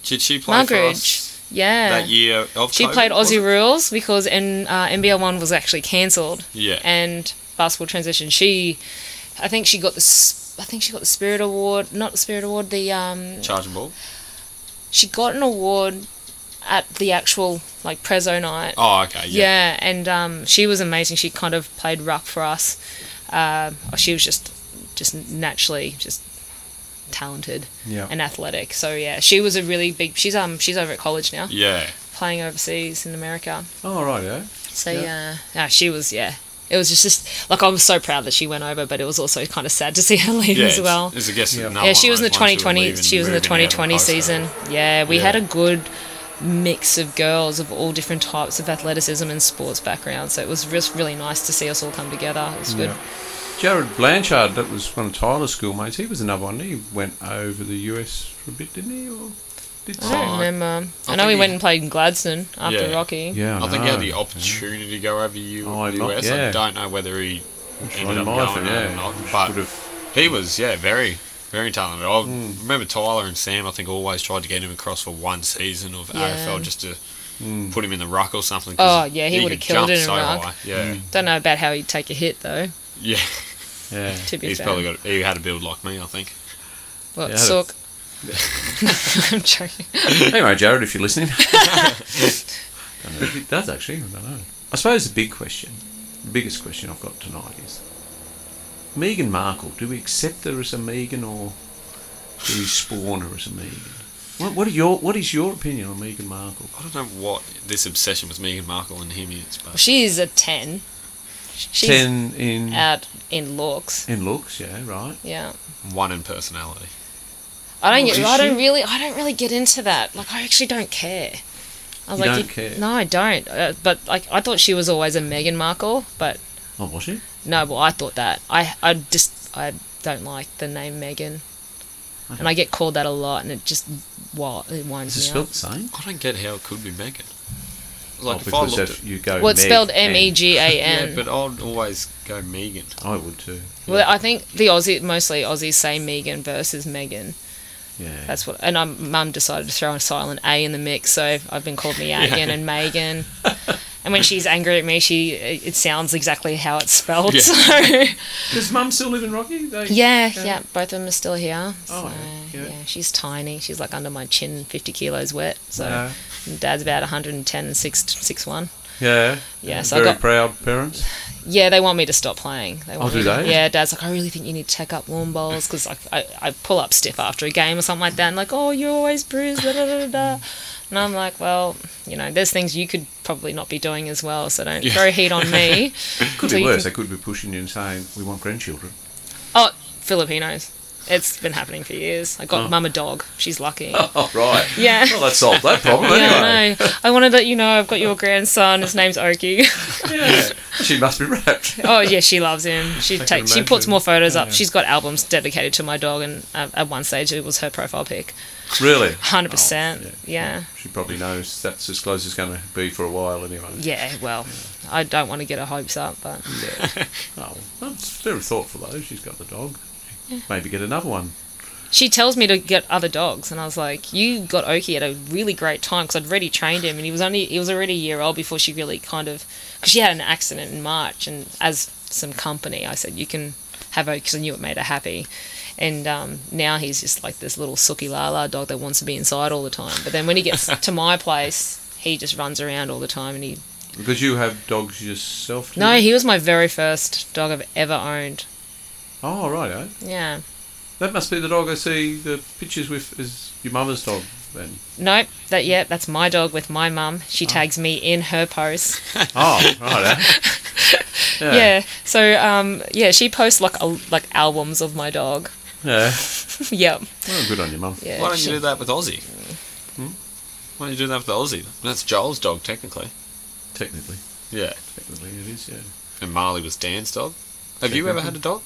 Speaker 3: Did she play for
Speaker 4: Mugridge,
Speaker 3: us
Speaker 4: yeah.
Speaker 3: that year? Of
Speaker 4: She
Speaker 3: COVID,
Speaker 4: played
Speaker 3: was
Speaker 4: Aussie
Speaker 3: it?
Speaker 4: Rules because N, uh, NBL one was actually cancelled.
Speaker 3: Yeah.
Speaker 4: and basketball transition. She, I think she got the, s- I think she got the Spirit Award, not the Spirit Award. The um,
Speaker 3: Charging ball.
Speaker 4: she got an award at the actual like Prezzo night.
Speaker 3: Oh, okay. Yeah.
Speaker 4: yeah. and um, she was amazing. She kind of played ruck for us. Uh, she was just, just naturally just talented
Speaker 2: Yeah.
Speaker 4: and athletic. So yeah, she was a really big. She's um, she's over at college now,
Speaker 3: Yeah.
Speaker 4: playing overseas in America.
Speaker 2: Oh right, yeah.
Speaker 4: So
Speaker 2: Yeah.
Speaker 4: yeah, yeah, she was yeah. It was just, just like I'm so proud that she went over, but it was also kind of sad to see her <laughs> leave
Speaker 3: Yeah.
Speaker 4: as well.
Speaker 3: It's, it's, I guess
Speaker 2: Yeah.
Speaker 3: another
Speaker 4: Yeah, she
Speaker 3: one
Speaker 4: was in
Speaker 3: of
Speaker 4: the
Speaker 3: those ones who
Speaker 4: 2020.
Speaker 3: leave and
Speaker 4: She was in the
Speaker 3: move and have a
Speaker 4: 2020
Speaker 3: post over.
Speaker 4: season. Yeah, we had a
Speaker 3: Yeah.
Speaker 4: good mix of girls of all different types of athleticism and sports backgrounds. So it was just really nice to see us all come together. It was good.
Speaker 2: Yeah. Jared Blanchard, that was one of Tyler's schoolmates. He was another one. He went over the US for a bit, didn't he? Or did
Speaker 4: I
Speaker 3: Oh,
Speaker 4: don't
Speaker 3: I-
Speaker 4: remember. I,
Speaker 3: I
Speaker 4: know we
Speaker 3: think
Speaker 4: went
Speaker 3: he-
Speaker 4: and played in Gladstone after
Speaker 3: Yeah.
Speaker 4: Rocky.
Speaker 2: Yeah,
Speaker 3: I think he had the opportunity to go over to U-
Speaker 2: Oh, I lo-
Speaker 3: US.
Speaker 2: yeah.
Speaker 3: I don't know whether he ended up
Speaker 2: my
Speaker 3: going
Speaker 2: thing,
Speaker 3: there
Speaker 2: yeah.
Speaker 3: or not,
Speaker 2: Which
Speaker 3: but
Speaker 2: would've-
Speaker 3: he was, yeah, very, very talented. I
Speaker 2: Hmm.
Speaker 3: remember Tyler and Sam. I think always tried to get him across for one season of
Speaker 4: Yeah.
Speaker 3: AFL just to
Speaker 2: Hmm.
Speaker 3: put him in the ruck or something.
Speaker 4: Oh,
Speaker 3: 'cause
Speaker 4: yeah, he would've
Speaker 3: could
Speaker 4: killed
Speaker 3: jump
Speaker 4: it in a
Speaker 3: so
Speaker 4: ruck.
Speaker 3: high. Yeah,
Speaker 2: Hmm.
Speaker 4: Don't know about how he'd take a hit though.
Speaker 3: yeah.
Speaker 2: Yeah.
Speaker 4: To be
Speaker 3: He's
Speaker 4: fair,
Speaker 3: probably got. He had a build like me, I think.
Speaker 4: well,
Speaker 2: Yeah, I had a-
Speaker 4: sook. <laughs>
Speaker 3: <laughs>
Speaker 4: I'm joking.
Speaker 2: anyway, Jared, if you're listening, Don't know if it does actually. I don't know. I suppose the big question, the biggest question I've got tonight is Megan Markle. Do we accept her as a Megan or do we spawn her as a Megan? What, what are your What is your opinion on Megan Markle?
Speaker 3: I don't know what this obsession with Meghan Markle and him is, but
Speaker 4: She is a ten. She's uh,
Speaker 2: Ten in
Speaker 4: out in looks.
Speaker 2: in looks, yeah, right.
Speaker 4: Yeah.
Speaker 3: one in personality.
Speaker 4: I don't. Get,
Speaker 1: Is
Speaker 4: I don't
Speaker 1: she?
Speaker 4: really. I don't really get into that. Like, I actually don't care. I was
Speaker 2: You
Speaker 4: like,
Speaker 2: don't care?
Speaker 4: no, I don't. Uh, but like, I thought she was always a Meghan Markle, but
Speaker 2: Oh, was she?
Speaker 4: no. Well, I thought that. I, I just, I don't like the name Meghan, and I get called that a lot, and it just, wow, it winds
Speaker 2: Is it
Speaker 4: me
Speaker 2: spelled
Speaker 4: up.
Speaker 2: the same?
Speaker 3: I don't get how it could be Megan.
Speaker 2: Oh,
Speaker 3: Like if I
Speaker 2: because
Speaker 3: looked
Speaker 2: if
Speaker 3: at,
Speaker 2: you go.
Speaker 4: Well, it's
Speaker 2: Meg
Speaker 4: spelled M E
Speaker 2: and-
Speaker 4: G
Speaker 2: <laughs>
Speaker 4: A
Speaker 3: yeah,
Speaker 4: N.
Speaker 3: but I'd always go Megan.
Speaker 2: I Oh, would too.
Speaker 4: Well, I think the Aussie, mostly Aussies, say Megan versus Megan.
Speaker 2: Yeah.
Speaker 4: That's what, and um, Mum decided to throw a silent A in the mix, so I've been called Megan and Megan. And when she's angry at me, she it it sounds exactly how it's spelled.
Speaker 3: Yeah.
Speaker 4: So <laughs>
Speaker 2: Does Mum still live in Rocky? They,
Speaker 4: yeah, yeah, both of them are still here. So,
Speaker 2: Oh, yeah.
Speaker 4: yeah. she's tiny. She's like under my chin, fifty kilos wet. So
Speaker 2: Yeah.
Speaker 4: and Dad's about one hundred and ten and six six one.
Speaker 2: Yeah.
Speaker 4: Yeah, so I
Speaker 2: Very
Speaker 4: got-
Speaker 2: proud parents.
Speaker 4: Yeah, they want me to stop playing. They want
Speaker 2: Oh, do
Speaker 4: me to-
Speaker 2: they?
Speaker 4: Yeah, Dad's like, I really think you need to take up warm bowls because I, I, I pull up stiff after a game or something like that. And like, oh, you're always bruised, da da da da, da. And I'm like, well, you know, there's things you could probably not be doing as well, so don't throw heat on me.
Speaker 2: <laughs> Could
Speaker 4: So
Speaker 2: be
Speaker 4: you
Speaker 2: worse.
Speaker 4: can-
Speaker 2: They could be pushing you and saying, "We want grandchildren."
Speaker 4: oh, Filipinos. It's been happening for years. I got mum a dog. She's lucky.
Speaker 2: Oh, right.
Speaker 4: Yeah.
Speaker 2: Well, that solved that problem anyway.
Speaker 4: Yeah, I know. I wanted to let you know I've got your grandson. His name's Oki. <laughs>
Speaker 2: Yeah. She must be wrapped.
Speaker 4: Oh yeah, she loves him. She
Speaker 2: can
Speaker 4: takes. She puts
Speaker 2: imagine.
Speaker 4: more photos up.
Speaker 2: Yeah.
Speaker 4: She's got albums dedicated to my dog, and uh, at one stage it was her profile pic.
Speaker 2: Really.
Speaker 4: Hundred
Speaker 2: Oh,
Speaker 4: percent. Yeah.
Speaker 2: She probably knows that's as close as going to be for a while anyway.
Speaker 4: Yeah. Well, I don't want to get her hopes up, but
Speaker 2: Yeah. oh, well, that's very thoughtful though. She's got the dog. Maybe get another one.
Speaker 4: she tells me to get other dogs, and I was like, "You got Oki at a really great time because I'd already trained him, and he was only he was already a year old before she really kind of because she had an accident in March, and as some company, I said you can have Oki because I knew it made her happy." And um, now he's just like this little sooky lala dog that wants to be inside all the time. But then when he gets to my place, he just runs around all the time, and he
Speaker 2: Because you have dogs yourself. do
Speaker 4: no,
Speaker 2: you?
Speaker 4: he was my very first dog I've ever owned.
Speaker 2: Oh right, eh?
Speaker 4: Yeah.
Speaker 2: That must be the dog I see the pictures with. Is your mother's dog then?
Speaker 4: Nope, that yeah, that's my dog with my mum. She tags me in her post.
Speaker 2: Oh right, eh?
Speaker 4: <laughs> Yeah. So um yeah, she posts like al- like albums of my dog. <laughs>
Speaker 2: Yeah.
Speaker 4: yep.
Speaker 2: Well, good on your mum.
Speaker 4: Yeah.
Speaker 3: Why don't
Speaker 4: she-
Speaker 3: you do that with Aussie? Why don't you do that with Aussie? That's Joel's dog technically.
Speaker 2: Technically,
Speaker 3: Yeah.
Speaker 2: technically it is. Yeah.
Speaker 3: And Marley was Dan's dog. Have you ever had a dog?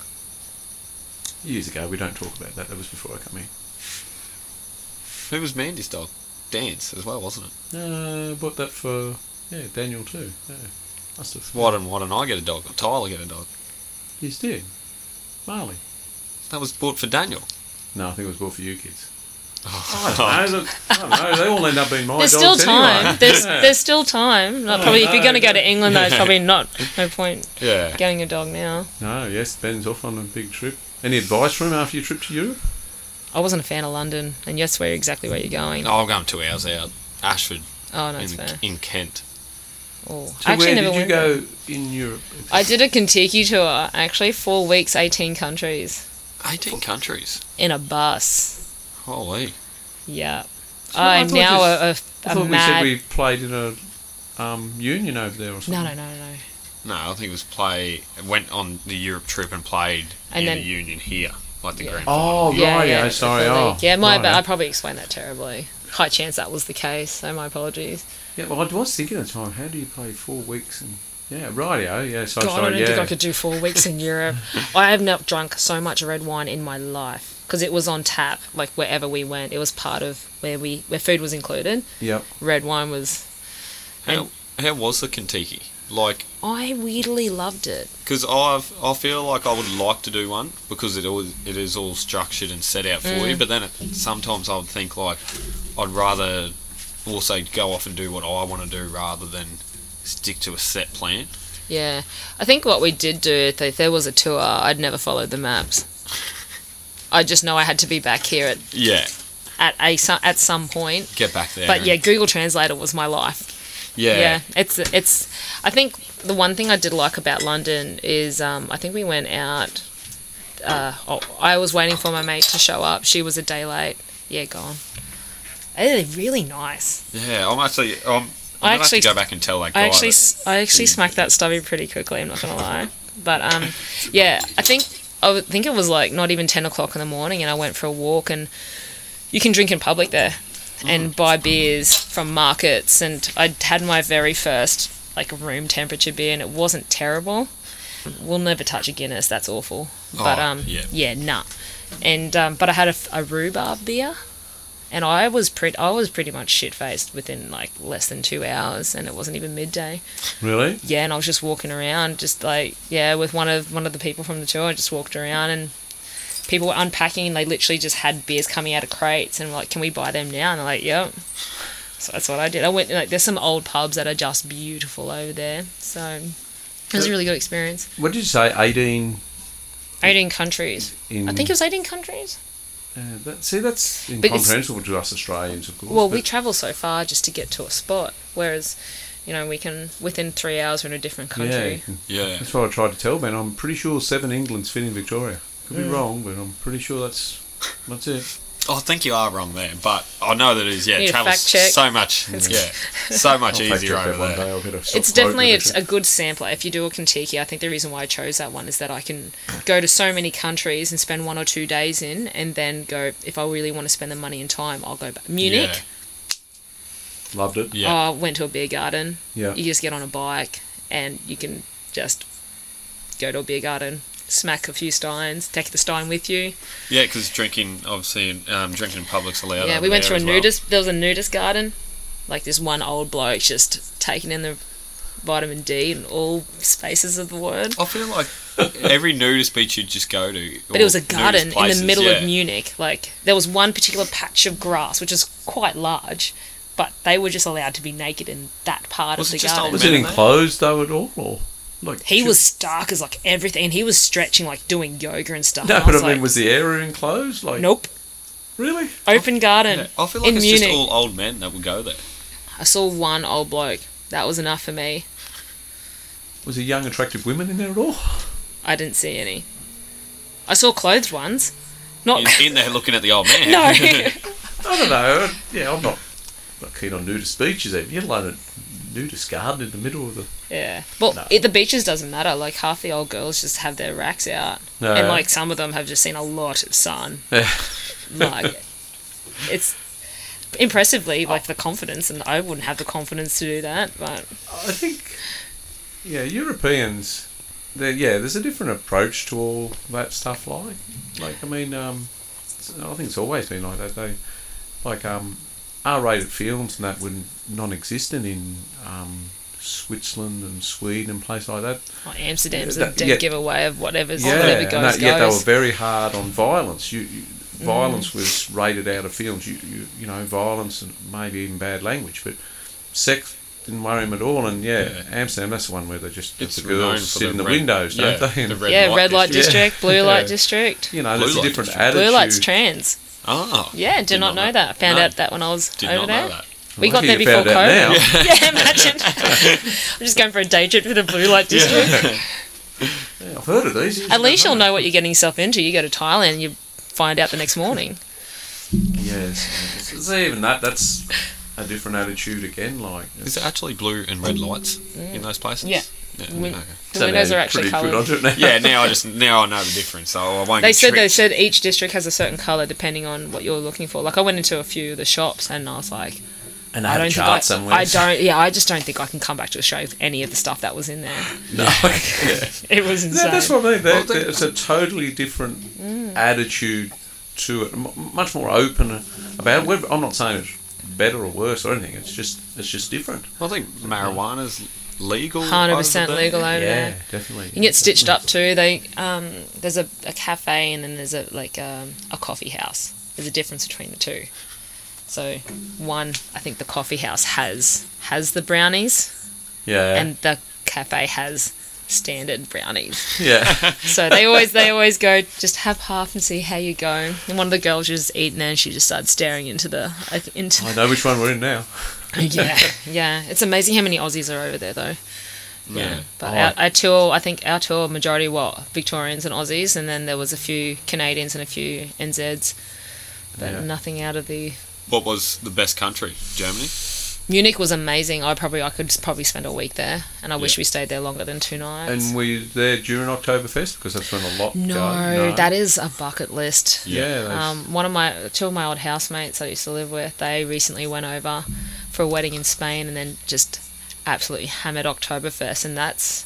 Speaker 2: Years ago, we don't talk about that. That was before I come here.
Speaker 3: Who was Mandy's dog? Dan's as well, wasn't it?
Speaker 2: Uh, bought that for yeah Daniel too. Yeah. Must have.
Speaker 3: Why didn't Why didn't I get a dog? Or Tyler get a dog?
Speaker 2: Yes, did. Marley.
Speaker 3: That was bought for Daniel.
Speaker 2: No, I think it was bought for you kids. <laughs> I don't know. look, I don't know. They all end up being my
Speaker 4: Oh. There's still
Speaker 2: dogs
Speaker 4: time.
Speaker 2: anyway.
Speaker 4: <laughs> There's
Speaker 2: Yeah.
Speaker 4: there's still time. Not
Speaker 2: Oh,
Speaker 4: probably if
Speaker 2: no,
Speaker 4: you're gonna go
Speaker 2: no.
Speaker 4: to England though,
Speaker 2: <laughs>
Speaker 4: it's probably not no point
Speaker 3: <laughs> Yeah.
Speaker 4: getting a dog now.
Speaker 2: No, yes, Ben's off on a big trip. Any advice from him after your trip to Europe?
Speaker 4: I wasn't a fan of London and yes where exactly where you're going.
Speaker 3: Oh, I'm going two hours out. Ashford
Speaker 4: Oh no, it's
Speaker 3: in,
Speaker 4: fair.
Speaker 3: in Kent.
Speaker 4: Oh.
Speaker 2: To where did you
Speaker 4: went there.
Speaker 2: go in Europe?
Speaker 4: I did a Kentucky tour, actually, four weeks, eighteen countries.
Speaker 3: 18 countries.
Speaker 4: In a bus.
Speaker 3: Holy.
Speaker 4: Yeah.
Speaker 2: I
Speaker 4: I'm
Speaker 2: thought
Speaker 4: now a, a,
Speaker 2: this- I
Speaker 4: a
Speaker 2: thought we
Speaker 4: mad.
Speaker 2: said we played in a um, union over there or something.
Speaker 4: No, no, no, no.
Speaker 3: No, I think it was play. Went on the Europe trip and played
Speaker 4: And
Speaker 3: in
Speaker 4: then-
Speaker 3: the Union here, like the
Speaker 4: Yeah.
Speaker 3: grand final.
Speaker 2: Oh, right, yeah, sorry.
Speaker 4: definitely.
Speaker 2: Oh,
Speaker 4: yeah, my
Speaker 2: right,
Speaker 4: bad.
Speaker 2: eh.
Speaker 4: I probably explained that terribly. High chance that was the case, so my apologies.
Speaker 2: Yeah, well, I was thinking at the time, how do you play four weeks? and Yeah, rightio. Yeah, so
Speaker 4: God, I
Speaker 2: Oh, sorry.
Speaker 4: don't
Speaker 2: yeah.
Speaker 4: think I could do four weeks
Speaker 2: <laughs>
Speaker 4: in Europe. I have not drunk so much red wine in my life because it was on tap, like wherever we went. It was part of where we where food was included.
Speaker 2: Yep.
Speaker 4: Red wine was.
Speaker 3: How, how was the Kentucky? Like,
Speaker 4: I weirdly loved it.
Speaker 3: because I've I feel like I would like to do one because it all it is all structured and set out for
Speaker 4: Mm.
Speaker 3: you. But then it, sometimes I would think like I'd rather also go off and do what I want to do rather than stick to a set plan.
Speaker 4: Yeah, I think what we did do if there- there was a tour, I'd never followed the maps. I just know I had to be back here at
Speaker 3: Yeah,
Speaker 4: at a so- at some point.
Speaker 3: get back there.
Speaker 4: But yeah,
Speaker 3: and-
Speaker 4: Google Translator was my life.
Speaker 3: yeah,
Speaker 4: Yeah. it's it's. I think the one thing I did like about London is um, I think we went out. Uh, oh, I was waiting for my mate to show up. She was a day late. Yeah, gone. They're really nice.
Speaker 3: yeah. I'm actually I'm.
Speaker 4: I
Speaker 3: I'm I
Speaker 4: actually-
Speaker 3: actually have to Mm. go back and tell that guy.
Speaker 4: I actually
Speaker 3: that-
Speaker 4: s- I actually
Speaker 3: Yeah.
Speaker 4: smacked that stubby pretty quickly. I'm not gonna lie, but um, yeah, I think I would think it was like not even ten o'clock in the morning, and I went for a walk and. you can drink in public there
Speaker 3: Mm-hmm.
Speaker 4: and buy beers from markets. And I had my very first like room temperature beer, and it wasn't terrible. We'll never touch a Guinness. That's awful. But
Speaker 3: Oh,
Speaker 4: um,
Speaker 3: yeah.
Speaker 4: yeah, nah. And um, but I had a, f- a rhubarb beer, and I was pretty I was pretty much shit faced within like less than two hours, and it wasn't even midday
Speaker 2: Really?
Speaker 4: yeah, and I was just walking around, just like yeah, with one of one of the people from the tour. I just walked around and people were unpacking. and They literally just had beers coming out of crates and were like, "Can we buy them now?" And they're like, "Yep." So that's what I did. I went like there's some old pubs that are just beautiful over there. So it was a really good experience.
Speaker 2: What did you say? 18
Speaker 4: Eighteen countries.
Speaker 2: in.
Speaker 4: I think it was eighteen countries.
Speaker 2: Uh, that, see, that's
Speaker 4: But it's-
Speaker 2: incomprehensible to us Australians, of course.
Speaker 4: Well,
Speaker 2: but-
Speaker 4: we travel so far just to get to a spot, whereas you know we can within three hours we're in a different
Speaker 2: yeah,
Speaker 4: country.
Speaker 2: you can-
Speaker 3: Yeah.
Speaker 2: that's what I tried to tell Ben. I'm pretty sure seven Englands fit in Victoria. Could be wrong, but I'm pretty sure that's that's it.
Speaker 3: Oh, I think you are wrong there, but I know that it is. Yeah,
Speaker 4: Need a
Speaker 3: travel's
Speaker 4: fact check.
Speaker 3: so
Speaker 4: <laughs>
Speaker 3: much. Yeah, so much
Speaker 2: I'll fact
Speaker 3: easier
Speaker 2: check that
Speaker 3: over
Speaker 2: one
Speaker 3: there.
Speaker 2: day. I'll get a soft
Speaker 4: it's
Speaker 2: quote
Speaker 4: definitely
Speaker 2: with
Speaker 4: it's
Speaker 2: it.
Speaker 4: a good sampler. If you do a Kentucky, I think the reason why I chose that one is that I can go to so many countries and spend one or two days in, and then go if I really want to spend the money and time, I'll go back. Munich.
Speaker 2: Loved it.
Speaker 3: Yeah.
Speaker 4: Oh, went to a beer garden. <laughs>
Speaker 2: Yeah.
Speaker 4: You just get on a bike and you can just go to a beer garden, smack a few steins, take the stein with you.
Speaker 3: Yeah, because drinking, obviously, um, drinking in public's allowed.
Speaker 4: yeah,
Speaker 3: over
Speaker 4: we went
Speaker 3: there
Speaker 4: to a
Speaker 3: as well.
Speaker 4: nudist. There was a nudist garden. Like this one old bloke just taking in the vitamin D in all spaces of the word.
Speaker 3: I feel like every nudist beach you just go to,
Speaker 4: But
Speaker 3: or
Speaker 4: it was a
Speaker 3: nudist
Speaker 4: garden in
Speaker 3: places,
Speaker 4: the middle
Speaker 3: yeah.
Speaker 4: of Munich. Like there was one particular patch of grass, which is quite large, but they were just allowed to be naked in that part
Speaker 3: Was
Speaker 4: of
Speaker 3: it
Speaker 4: the
Speaker 3: just
Speaker 4: garden.
Speaker 3: old
Speaker 2: Was it
Speaker 3: Men in
Speaker 2: enclosed though at all, or like
Speaker 4: he
Speaker 2: should-
Speaker 4: was stark as like everything, and he was stretching like doing yoga and
Speaker 2: <laughs>
Speaker 4: stuff.
Speaker 2: No,
Speaker 4: and
Speaker 2: but I
Speaker 4: was
Speaker 2: mean,
Speaker 4: like,
Speaker 2: was the area enclosed? Like
Speaker 4: nope,
Speaker 2: really?
Speaker 4: open garden
Speaker 3: Yeah, I feel like
Speaker 4: in
Speaker 3: it's
Speaker 4: Munich.
Speaker 3: just all old men that would go there.
Speaker 4: I saw one old bloke. That was enough for me.
Speaker 2: Was there young, attractive women in there at all?
Speaker 4: I didn't see any. I saw clothed ones, not
Speaker 3: In, in there looking at the old man.
Speaker 4: Oh. <laughs> no.
Speaker 3: <laughs>
Speaker 2: I don't know. Yeah, I'm not not keen on nudist beaches, even let alone a nudist garden in the middle of the.
Speaker 4: Yeah. Well,
Speaker 2: No.
Speaker 4: it, the beaches doesn't matter. Like half the old girls just have their racks out,
Speaker 2: No.
Speaker 4: and like some of them have just seen a lot of sun.
Speaker 2: Yeah.
Speaker 4: like it's
Speaker 2: Oh.
Speaker 4: impressively like the confidence, and I wouldn't have the confidence to do that. But
Speaker 2: I think, yeah, Europeans, they yeah, there's a different approach to all that stuff. Like, like I mean, um, it's- I think it's always been like that. They, like, um, R-rated films and that were non-existent in um, Switzerland and Sweden and places like that.
Speaker 4: well, Amsterdam's
Speaker 2: Yeah,
Speaker 4: a
Speaker 2: that-
Speaker 4: dead
Speaker 2: yeah.
Speaker 4: giveaway of whatever's
Speaker 2: yeah,
Speaker 4: whatever
Speaker 2: and
Speaker 4: goes Mm.
Speaker 2: that- yet they were
Speaker 4: goes.
Speaker 2: very hard on violence. You, you violence was rated out of films. You, you, you know, violence and maybe even bad language, but sex didn't worry them at all. And yeah,
Speaker 3: Yeah.
Speaker 2: Amsterdam, that's the one where they just
Speaker 3: It's
Speaker 2: the
Speaker 3: renowned
Speaker 2: girls sit
Speaker 3: for the
Speaker 2: in the
Speaker 3: red-
Speaker 2: windows,
Speaker 3: yeah,
Speaker 2: don't they?
Speaker 3: the
Speaker 2: And,
Speaker 3: red
Speaker 4: yeah,
Speaker 3: light
Speaker 4: red light
Speaker 3: district.
Speaker 4: district,
Speaker 2: <laughs>
Speaker 4: blue
Speaker 2: Yeah.
Speaker 4: light district.
Speaker 2: you know,
Speaker 3: Blue
Speaker 2: there's a
Speaker 3: light
Speaker 2: different
Speaker 3: district.
Speaker 2: attitude.
Speaker 4: Blue light's trans.
Speaker 3: Oh.
Speaker 4: Yeah, did,
Speaker 3: Did
Speaker 4: not,
Speaker 3: not
Speaker 4: know
Speaker 3: know-
Speaker 4: that. Found
Speaker 3: no.
Speaker 4: out that when I was
Speaker 3: Did
Speaker 4: over
Speaker 3: not
Speaker 4: there.
Speaker 3: know that.
Speaker 4: We
Speaker 2: Well,
Speaker 4: got
Speaker 2: if
Speaker 4: there
Speaker 2: you
Speaker 4: before
Speaker 2: found out
Speaker 4: COVID.
Speaker 2: now-
Speaker 4: <laughs> Yeah. imagine. I'm just going for a day trip to the
Speaker 2: <laughs>
Speaker 4: blue light district.
Speaker 2: Yeah, I've heard of these.
Speaker 4: At least you'll know what you're getting yourself into. You go to Thailand, you find out the next morning.
Speaker 2: Yes, it's even that. That's a different attitude again. Like,
Speaker 3: Is it actually blue and red lights in those places?
Speaker 4: Mm. Yeah.
Speaker 3: Yeah.
Speaker 4: Win-
Speaker 3: okay.
Speaker 4: The windows are actually
Speaker 2: pretty good
Speaker 4: coloured.
Speaker 2: on it now.
Speaker 3: Yeah, now I just now I know the difference, so I won't.
Speaker 4: They
Speaker 3: get
Speaker 4: said they
Speaker 3: tricked.
Speaker 4: said each district has a certain colour depending on what you're looking for. Like I went into a few of the shops and I was like,
Speaker 2: and they
Speaker 4: I
Speaker 2: have
Speaker 4: don't
Speaker 2: a
Speaker 4: think
Speaker 2: chart
Speaker 4: I,
Speaker 2: somewhere.
Speaker 4: I don't. Yeah, I just don't think I can come back to Australia with any of the stuff that was in there.
Speaker 2: <laughs>
Speaker 4: <laughs>
Speaker 2: No. Yeah.
Speaker 4: It was
Speaker 2: No,
Speaker 4: insane. Mm.
Speaker 2: that's what I mean. There,
Speaker 3: Well, they-
Speaker 2: there's a totally different attitude to it, M- much more open about. It. I'm not saying it's better or worse or anything. It's just it's just different.
Speaker 3: I think marijuana's legal.
Speaker 4: Hundred
Speaker 3: over
Speaker 4: percent
Speaker 3: there.
Speaker 4: legal over there.
Speaker 2: definitely.
Speaker 4: You can get stitched up too. They um, there's a, a cafe and then there's a like um, a coffee house. There's a difference between the two. So one, I think the coffee house has has the brownies,
Speaker 2: Yeah,
Speaker 4: and the cafe has standard
Speaker 2: <laughs>
Speaker 4: brownies. <laughs>
Speaker 2: yeah.
Speaker 4: So they always they always go just have half and see how you go. And one of the girls was just eating there and she just started staring into the like, into
Speaker 2: I know which one we're in now.
Speaker 4: yeah yeah. It's amazing how many Aussies are over there though.
Speaker 3: Yeah.
Speaker 4: But
Speaker 2: Oh,
Speaker 4: our,
Speaker 2: I-
Speaker 4: our tour, I think our tour majority were Victorians and Aussies, and then there was a few Canadians and a few NZs, but
Speaker 2: Yeah.
Speaker 4: nothing out of the.
Speaker 3: What was the best country? Germany.
Speaker 4: Munich was amazing. I probably I could probably spend a week there, and I wish
Speaker 2: Yeah.
Speaker 4: we stayed there longer than two nights.
Speaker 2: And were you there during Oktoberfest? Because that's when a lot
Speaker 4: no,
Speaker 2: go.
Speaker 4: that is a bucket list.
Speaker 2: Yeah, that's-
Speaker 4: Um, one of my two of my old housemates I used to live with, they recently went over for a wedding in Spain, and then just absolutely hammered Oktoberfest, and that's,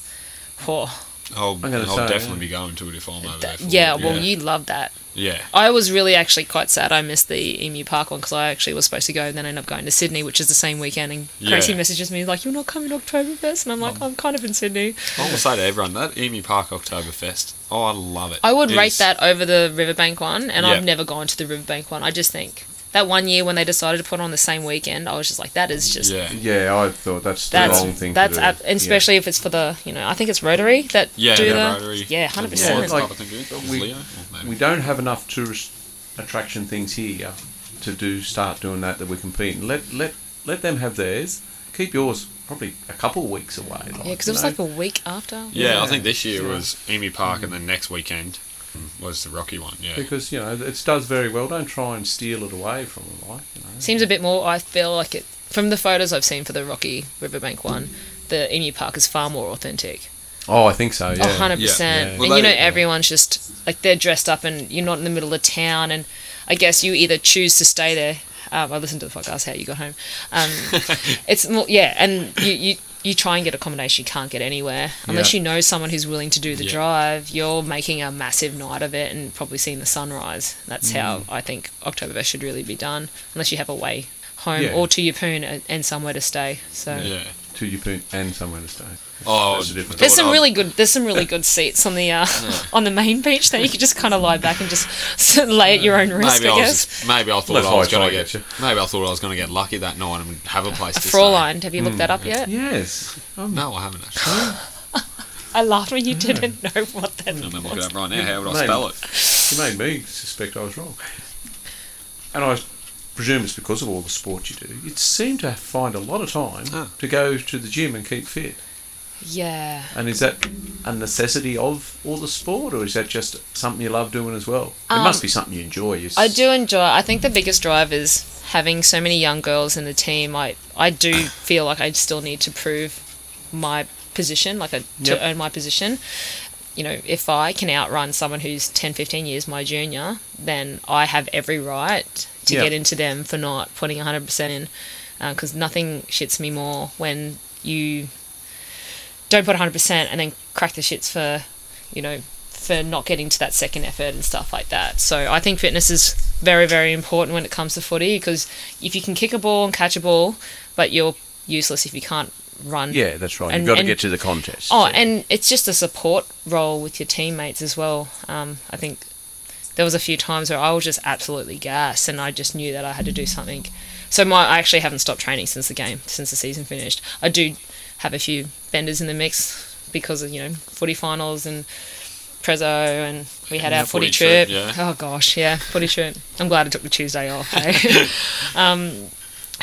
Speaker 4: whoa,
Speaker 3: I'll,
Speaker 2: I'm gonna
Speaker 3: I'll
Speaker 2: say,
Speaker 3: definitely
Speaker 2: yeah.
Speaker 3: be going to it if I'm over there.
Speaker 4: that,
Speaker 3: for
Speaker 4: yeah.
Speaker 3: it,
Speaker 4: Well, you love that.
Speaker 3: yeah,
Speaker 4: I was really actually quite sad I missed the Emu Park one because I actually was supposed to go and then end up going to Sydney, which is the same weekend. And Gracie
Speaker 3: Yeah.
Speaker 4: messages me like, "You're not coming to Oktoberfest," and I'm like, "I'm kind of in Sydney."
Speaker 3: I will say to everyone that Emu Park Oktoberfest. Oh, I love it.
Speaker 4: I would
Speaker 3: It
Speaker 4: rate
Speaker 3: is-
Speaker 4: that over the Riverbank one, and
Speaker 3: Yeah.
Speaker 4: I've never gone to the Riverbank one. I just think that one year when they decided to put it on the same weekend, I was just like, "That is just."
Speaker 3: Yeah,
Speaker 2: Yeah, I thought that's the
Speaker 4: That's
Speaker 2: wrong thing
Speaker 4: that's
Speaker 2: to do.
Speaker 4: ab- and especially if it's for the you know I think it's Rotary that
Speaker 3: yeah,
Speaker 4: do
Speaker 3: the
Speaker 4: the
Speaker 3: Rotary.
Speaker 4: yeah hundred
Speaker 3: Yeah,
Speaker 4: percent
Speaker 3: it's
Speaker 2: like-
Speaker 3: I think it is. It's
Speaker 2: we-
Speaker 3: Leo, or
Speaker 2: Yeah.
Speaker 3: maybe.
Speaker 2: We don't have enough tourist attraction things here to do start doing that that we compete. Let let let them have theirs. Keep yours probably a couple of weeks away. Like,
Speaker 4: yeah because
Speaker 2: you
Speaker 4: it was
Speaker 2: know.
Speaker 4: like a week after
Speaker 3: Yeah,
Speaker 2: Yeah.
Speaker 3: I think this year
Speaker 2: Yeah.
Speaker 3: was Emu Park, and then next weekend was the Rocky one. Yeah,
Speaker 2: because you know it does very well. Don't try and steal it away from them. Like you know.
Speaker 4: Seems a bit more. I feel like it from the photos I've seen for the Rocky Riverbank one. The Emu Park is far more authentic.
Speaker 2: Oh, I think so.
Speaker 4: A
Speaker 2: Yeah.
Speaker 4: hundred
Speaker 3: yeah.
Speaker 4: percent. And
Speaker 3: Well,
Speaker 4: you know,
Speaker 3: they-
Speaker 4: everyone's just like they're dressed up, and you're not in the middle of town. And I guess you either choose to stay there. Um, I listened to the podcast how you got home.
Speaker 3: <laughs>
Speaker 4: Um, it's more yeah, and you. you you try and get accommodation you can't get anywhere unless
Speaker 2: Yeah.
Speaker 4: you know someone who's willing to do the
Speaker 3: Yeah.
Speaker 4: drive you're making a massive night of it and probably seeing the sunrise that's
Speaker 3: Mm.
Speaker 4: how i think oktoberfest should really be done unless you have a way home
Speaker 2: Yeah.
Speaker 4: or to Yeppoon and- and somewhere to stay so
Speaker 3: yeah.
Speaker 2: To your point and somewhere to stay.
Speaker 3: Oh,
Speaker 2: That's the difference.
Speaker 4: There's some
Speaker 3: I'd-
Speaker 4: really good. There's some really good seats on the uh, <laughs> on the main beach that you could just kind of lie back and just <laughs> s- lay at your own risk.
Speaker 3: Maybe I,
Speaker 4: I
Speaker 3: was
Speaker 4: guess.
Speaker 3: just, maybe I thought
Speaker 2: Left
Speaker 3: I was
Speaker 2: eye
Speaker 3: going
Speaker 2: try
Speaker 3: to
Speaker 2: get
Speaker 3: get.
Speaker 2: you.
Speaker 3: Maybe I thought I was going to get lucky that night and have a place
Speaker 4: A
Speaker 3: to
Speaker 4: Fraulein, have you looked
Speaker 3: Mm.
Speaker 4: that up yet?
Speaker 2: Yes. Um,
Speaker 3: stay. No, I haven't actually.
Speaker 2: <gasps>
Speaker 4: I laughed when you
Speaker 3: Mm.
Speaker 4: didn't <laughs> know what that.
Speaker 3: I'm going to look
Speaker 4: was.
Speaker 3: it up right now. How would I
Speaker 2: Maybe.
Speaker 3: spell it?
Speaker 2: You made me suspect I was wrong. And I presume it's because of all the sport you do. You seem to find a lot of time
Speaker 3: Ah.
Speaker 2: to go to the gym and keep fit.
Speaker 4: Yeah.
Speaker 2: And is that a necessity of all the sport, or is that just something you love doing as well? it
Speaker 4: Um,
Speaker 2: must be something you enjoy. You s-
Speaker 4: I do enjoy. I think the biggest drive is having so many young girls in the team. I
Speaker 2: <coughs>
Speaker 4: I do feel like I still need to prove my position, like I,
Speaker 2: Yep.
Speaker 4: to earn my position. You know, if I can outrun someone who's 10, 15 years my junior, then I have every right to
Speaker 2: Yeah.
Speaker 4: get into them for not putting 100% in. Because nothing shits me more when you don't put 100% and then crack the shits for, you know, for not getting to that second effort and stuff like that. So I think fitness is very, very important when it comes to footy because if you can kick a ball and catch a ball, but you're useless if you can't run.
Speaker 2: Yeah, that's right.
Speaker 4: And-
Speaker 2: You've got
Speaker 4: and-
Speaker 2: to get to the contest.
Speaker 4: Oh,
Speaker 2: So-
Speaker 4: and it's just a support role with your teammates as well. Um, I think there was a few times where I was just absolutely gas, and I just knew that I had to do something. So my I actually haven't stopped training since the game, since the season finished. I do have a few benders in the mix because of you know footy finals and prezzo, and we had
Speaker 3: And
Speaker 4: our
Speaker 3: the
Speaker 4: footy,
Speaker 3: footy
Speaker 4: trip.
Speaker 3: trip, yeah.
Speaker 4: Oh gosh, yeah, footy trip. I'm glad I took the Tuesday
Speaker 3: <laughs>
Speaker 4: off. eh? um,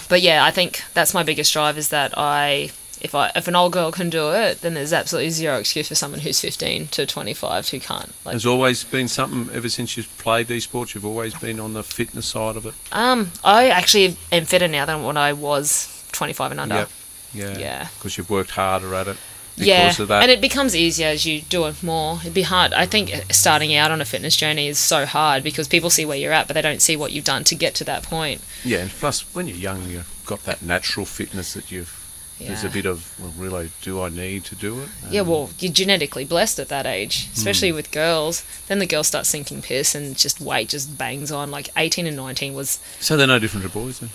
Speaker 4: but yeah, I think that's my biggest drive is that I if I if an old girl can do it, then there's absolutely zero excuse for someone who's 15 to 25 who can't. Like,
Speaker 2: There's always been something ever since you've played these sports. You've always been on the fitness side of it.
Speaker 4: um, I actually am fitter now than when I was 25 and under.
Speaker 2: Yep. Yeah.
Speaker 4: Yeah.
Speaker 2: Because you've worked harder at it. Because
Speaker 4: yeah,
Speaker 2: of that.
Speaker 4: and it becomes easier as you do it more. It'd be hard. I think starting out on a fitness journey is so hard because people see where you're at, but they don't see what you've done to get to that point.
Speaker 2: Yeah, and plus when you're young, you've got that natural fitness that you've. There's a
Speaker 4: Yeah.
Speaker 2: bit of well, really, do I need to do it? Um,
Speaker 4: Yeah, well, you're genetically blessed at that age, especially
Speaker 3: Hmm.
Speaker 4: with girls. Then the girls start sinking piss and just weight just bangs on. Like 18 and 19 was, oh,
Speaker 2: So they're no different to boys. Then.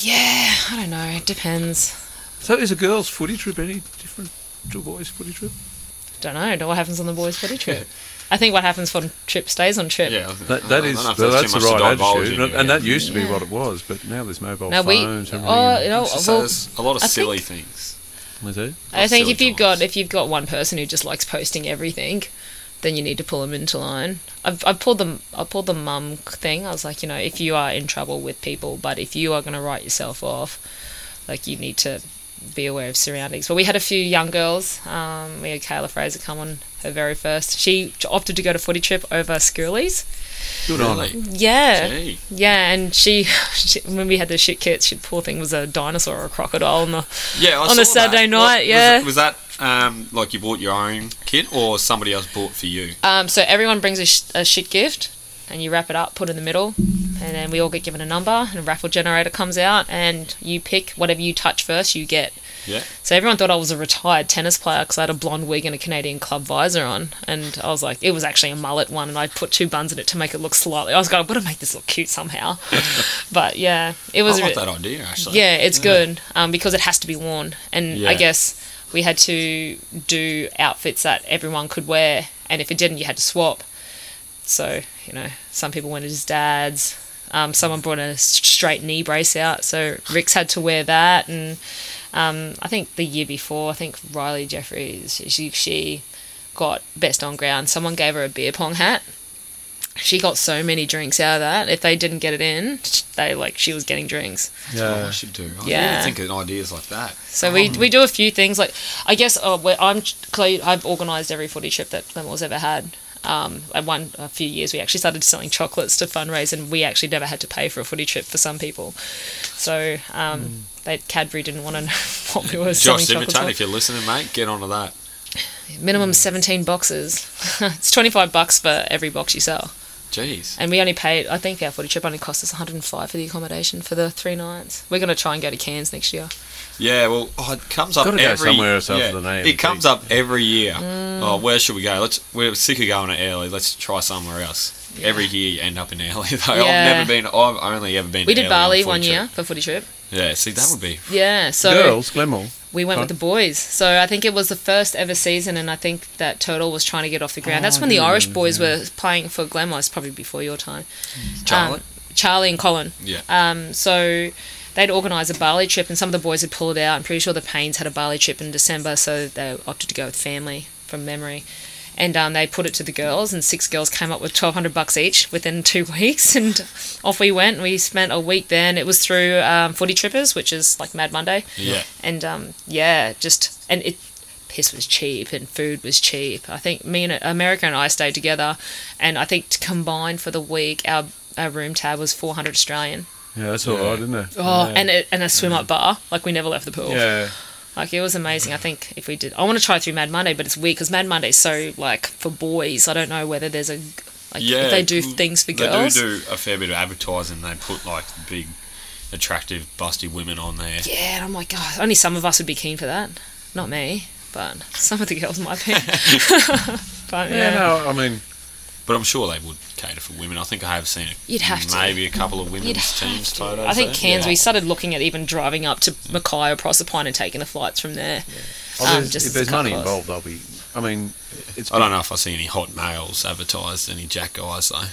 Speaker 4: yeah, I don't know, it depends.
Speaker 2: So is a girls' footy trip any different to a boys' footy trip?
Speaker 4: Don't know, know what happens on the boys' footy
Speaker 3: <laughs>
Speaker 4: trip. I think what happens on trip stays on trip.
Speaker 3: Yeah, I think-
Speaker 2: That,
Speaker 3: Oh, I
Speaker 2: that
Speaker 3: don't
Speaker 2: is
Speaker 3: know if
Speaker 2: well,
Speaker 3: too
Speaker 2: that's the
Speaker 3: much to
Speaker 2: right
Speaker 3: divulge
Speaker 2: attitude, and,
Speaker 3: into,
Speaker 2: and
Speaker 3: yeah.
Speaker 2: that used to be
Speaker 4: Yeah.
Speaker 2: what it was, but now there's mobile
Speaker 4: Now we,
Speaker 2: phones.
Speaker 4: oh,
Speaker 2: everything.
Speaker 4: no,
Speaker 3: It's just
Speaker 4: well,
Speaker 3: there's a lot of
Speaker 4: I think-
Speaker 3: silly things.
Speaker 2: Is it?
Speaker 4: I think
Speaker 3: silly
Speaker 4: if you've
Speaker 3: times.
Speaker 4: got if you've got one person who just likes posting everything, then you need to pull them into line. I've, I pulled them. I pulled the mum thing. I was like, you know, if you are in trouble with people, but if you are going to write yourself off, like you need to be aware of surroundings. But we had a few young girls. Um, we had Kayla Fraser come on her very first. She opted to go to footy trip over schoolies.
Speaker 1: Good on her.
Speaker 3: Really?
Speaker 4: Yeah.
Speaker 3: Gee.
Speaker 4: Yeah, and she, <laughs> she when we had the shit kits, she poor thing was a dinosaur or a crocodile and the
Speaker 3: Yeah, I
Speaker 4: On a
Speaker 3: saw that.
Speaker 4: Saturday
Speaker 3: What-
Speaker 4: night,
Speaker 3: was
Speaker 4: yeah.
Speaker 3: it- Was, that um, like you bought your own kit or somebody else bought for you?
Speaker 4: Um, so everyone brings a, sh- a shit gift, and you wrap it up, put it in the middle, and then we all get given a number, and a raffle generator comes out, and you pick whatever you touch first, you get.
Speaker 3: Yeah.
Speaker 4: So everyone thought I was a retired tennis player because I had a blonde wig and a Canadian club visor on, and I was like, it was actually a mullet one, and I put two buns in it to make it look slightly. I was going, I've got to make this look cute
Speaker 3: <laughs>
Speaker 4: somehow, but yeah, it was.
Speaker 3: I
Speaker 4: a
Speaker 3: like
Speaker 4: bit-
Speaker 3: that idea actually.
Speaker 4: yeah, it's good um, because it has to be worn. And I
Speaker 3: Yeah.
Speaker 4: guess we had to do outfits that everyone could wear, and if it didn't, you had to swap. So you know, some people went as his dad's. Um, someone brought a s- straight knee brace out, so Rick's had to wear that. And um, I think the year before, I think Riley Jeffries, she, she got best on ground. Someone gave her a beer pong hat. She got so many drinks out of that. If they didn't get it in, they like she was getting drinks.
Speaker 3: That's what I should do. I yeah.
Speaker 4: Yeah.
Speaker 3: really think of ideas like that.
Speaker 4: So we, we do a few things like I guess uh, where I'm Chloe, I've organised every footy trip that Glenmore's ever had. Um, at one a few years we actually started selling chocolates to fundraise, and we actually never had to pay for a footy trip for some people. So um, they, Cadbury didn't want to know <laughs> what we were selling
Speaker 3: Hmm. Josh
Speaker 4: chocolates
Speaker 3: Simmerton,
Speaker 4: for.
Speaker 3: if Hmm. you're listening, mate, get onto that.
Speaker 4: Minimum seventeen boxes. <laughs> it's twenty five bucks for every box you sell,
Speaker 3: Jeez.
Speaker 4: and we only paid. I think our footy trip only cost us one hundred and five for the accommodation for the three nights. We're going to try and go to Cairns next year.
Speaker 3: Yeah, well, oh, it comes up
Speaker 1: Gotta go
Speaker 3: every
Speaker 1: somewhere else other
Speaker 3: yeah,
Speaker 1: than AMP.
Speaker 3: It comes up every year.
Speaker 4: Mm.
Speaker 3: Oh, where should we go? Let's. We're sick of going to Airlie. Let's try somewhere else. Every year you end up in Airlie. Though
Speaker 4: Yeah.
Speaker 3: <laughs> I've never been. I've only ever been.
Speaker 4: We
Speaker 3: to
Speaker 4: did Bali
Speaker 3: Airlie on a footy
Speaker 4: one
Speaker 3: trip.
Speaker 4: year for footy trip.
Speaker 3: Yeah. See, that would be.
Speaker 4: Yeah, so
Speaker 1: Girls, Glenmore.
Speaker 4: we went with the boys. So I think it was the first ever season, and I think that Turtle was trying to get off the ground. That's when the Irish boys were playing for Glenmore. It's probably before your time.
Speaker 3: Charlotte?
Speaker 4: Um, Charlie and Colin.
Speaker 3: Yeah.
Speaker 4: Um, so they'd organise a Bali trip, and some of the boys had pulled out. I'm pretty sure the Paynes had a Bali trip in December, so they opted to go with family from memory. And um, they put it to the girls, and six girls came up with twelve hundred bucks each within <laughs> two weeks, and off we went. We spent a week there, and it was through um, Footy Trippers, which is like Mad Monday.
Speaker 3: Yeah.
Speaker 4: And um, yeah, just and it piss was cheap and food was cheap. I think me and America and I stayed together, and I think combined for the week our our room tab was four hundred Australian.
Speaker 1: Yeah, that's all right, isn't it?
Speaker 4: Oh, and a, and a swim up bar. Like we never left the pool.
Speaker 1: Yeah.
Speaker 4: Like it was amazing. I think if we did, I want to try through Mad Monday, but it's weird because Mad Monday's so like for boys. I don't know whether there's a like
Speaker 3: Yeah. mm,
Speaker 4: if they do things for girls.
Speaker 3: They do do a fair bit of advertising. They put like big, attractive, busty women on there.
Speaker 4: Yeah, and I'm like, God, only some of us would be keen for that. Not me, but some of the girls might be. <laughs> but
Speaker 1: Yeah,
Speaker 4: yeah,
Speaker 1: no, I mean,
Speaker 4: Ah,
Speaker 3: But I'm sure they would cater for women. I think I have seen it.
Speaker 4: You'd have to.
Speaker 3: maybe a couple of women's
Speaker 4: You'd have
Speaker 3: teams
Speaker 4: to.
Speaker 3: photos.
Speaker 4: I think
Speaker 3: there.
Speaker 4: Cairns.
Speaker 3: Yeah. Mm.
Speaker 4: We started looking at even driving up to Mackay or Proserpine and taking the flights from there.
Speaker 1: oh,
Speaker 4: Um,
Speaker 1: there's-
Speaker 4: just
Speaker 1: if
Speaker 4: as a
Speaker 1: there's money
Speaker 4: cost.
Speaker 1: involved, I'll be. I mean, it's.
Speaker 3: I don't know if I see any hot males advertised, any jack guys though.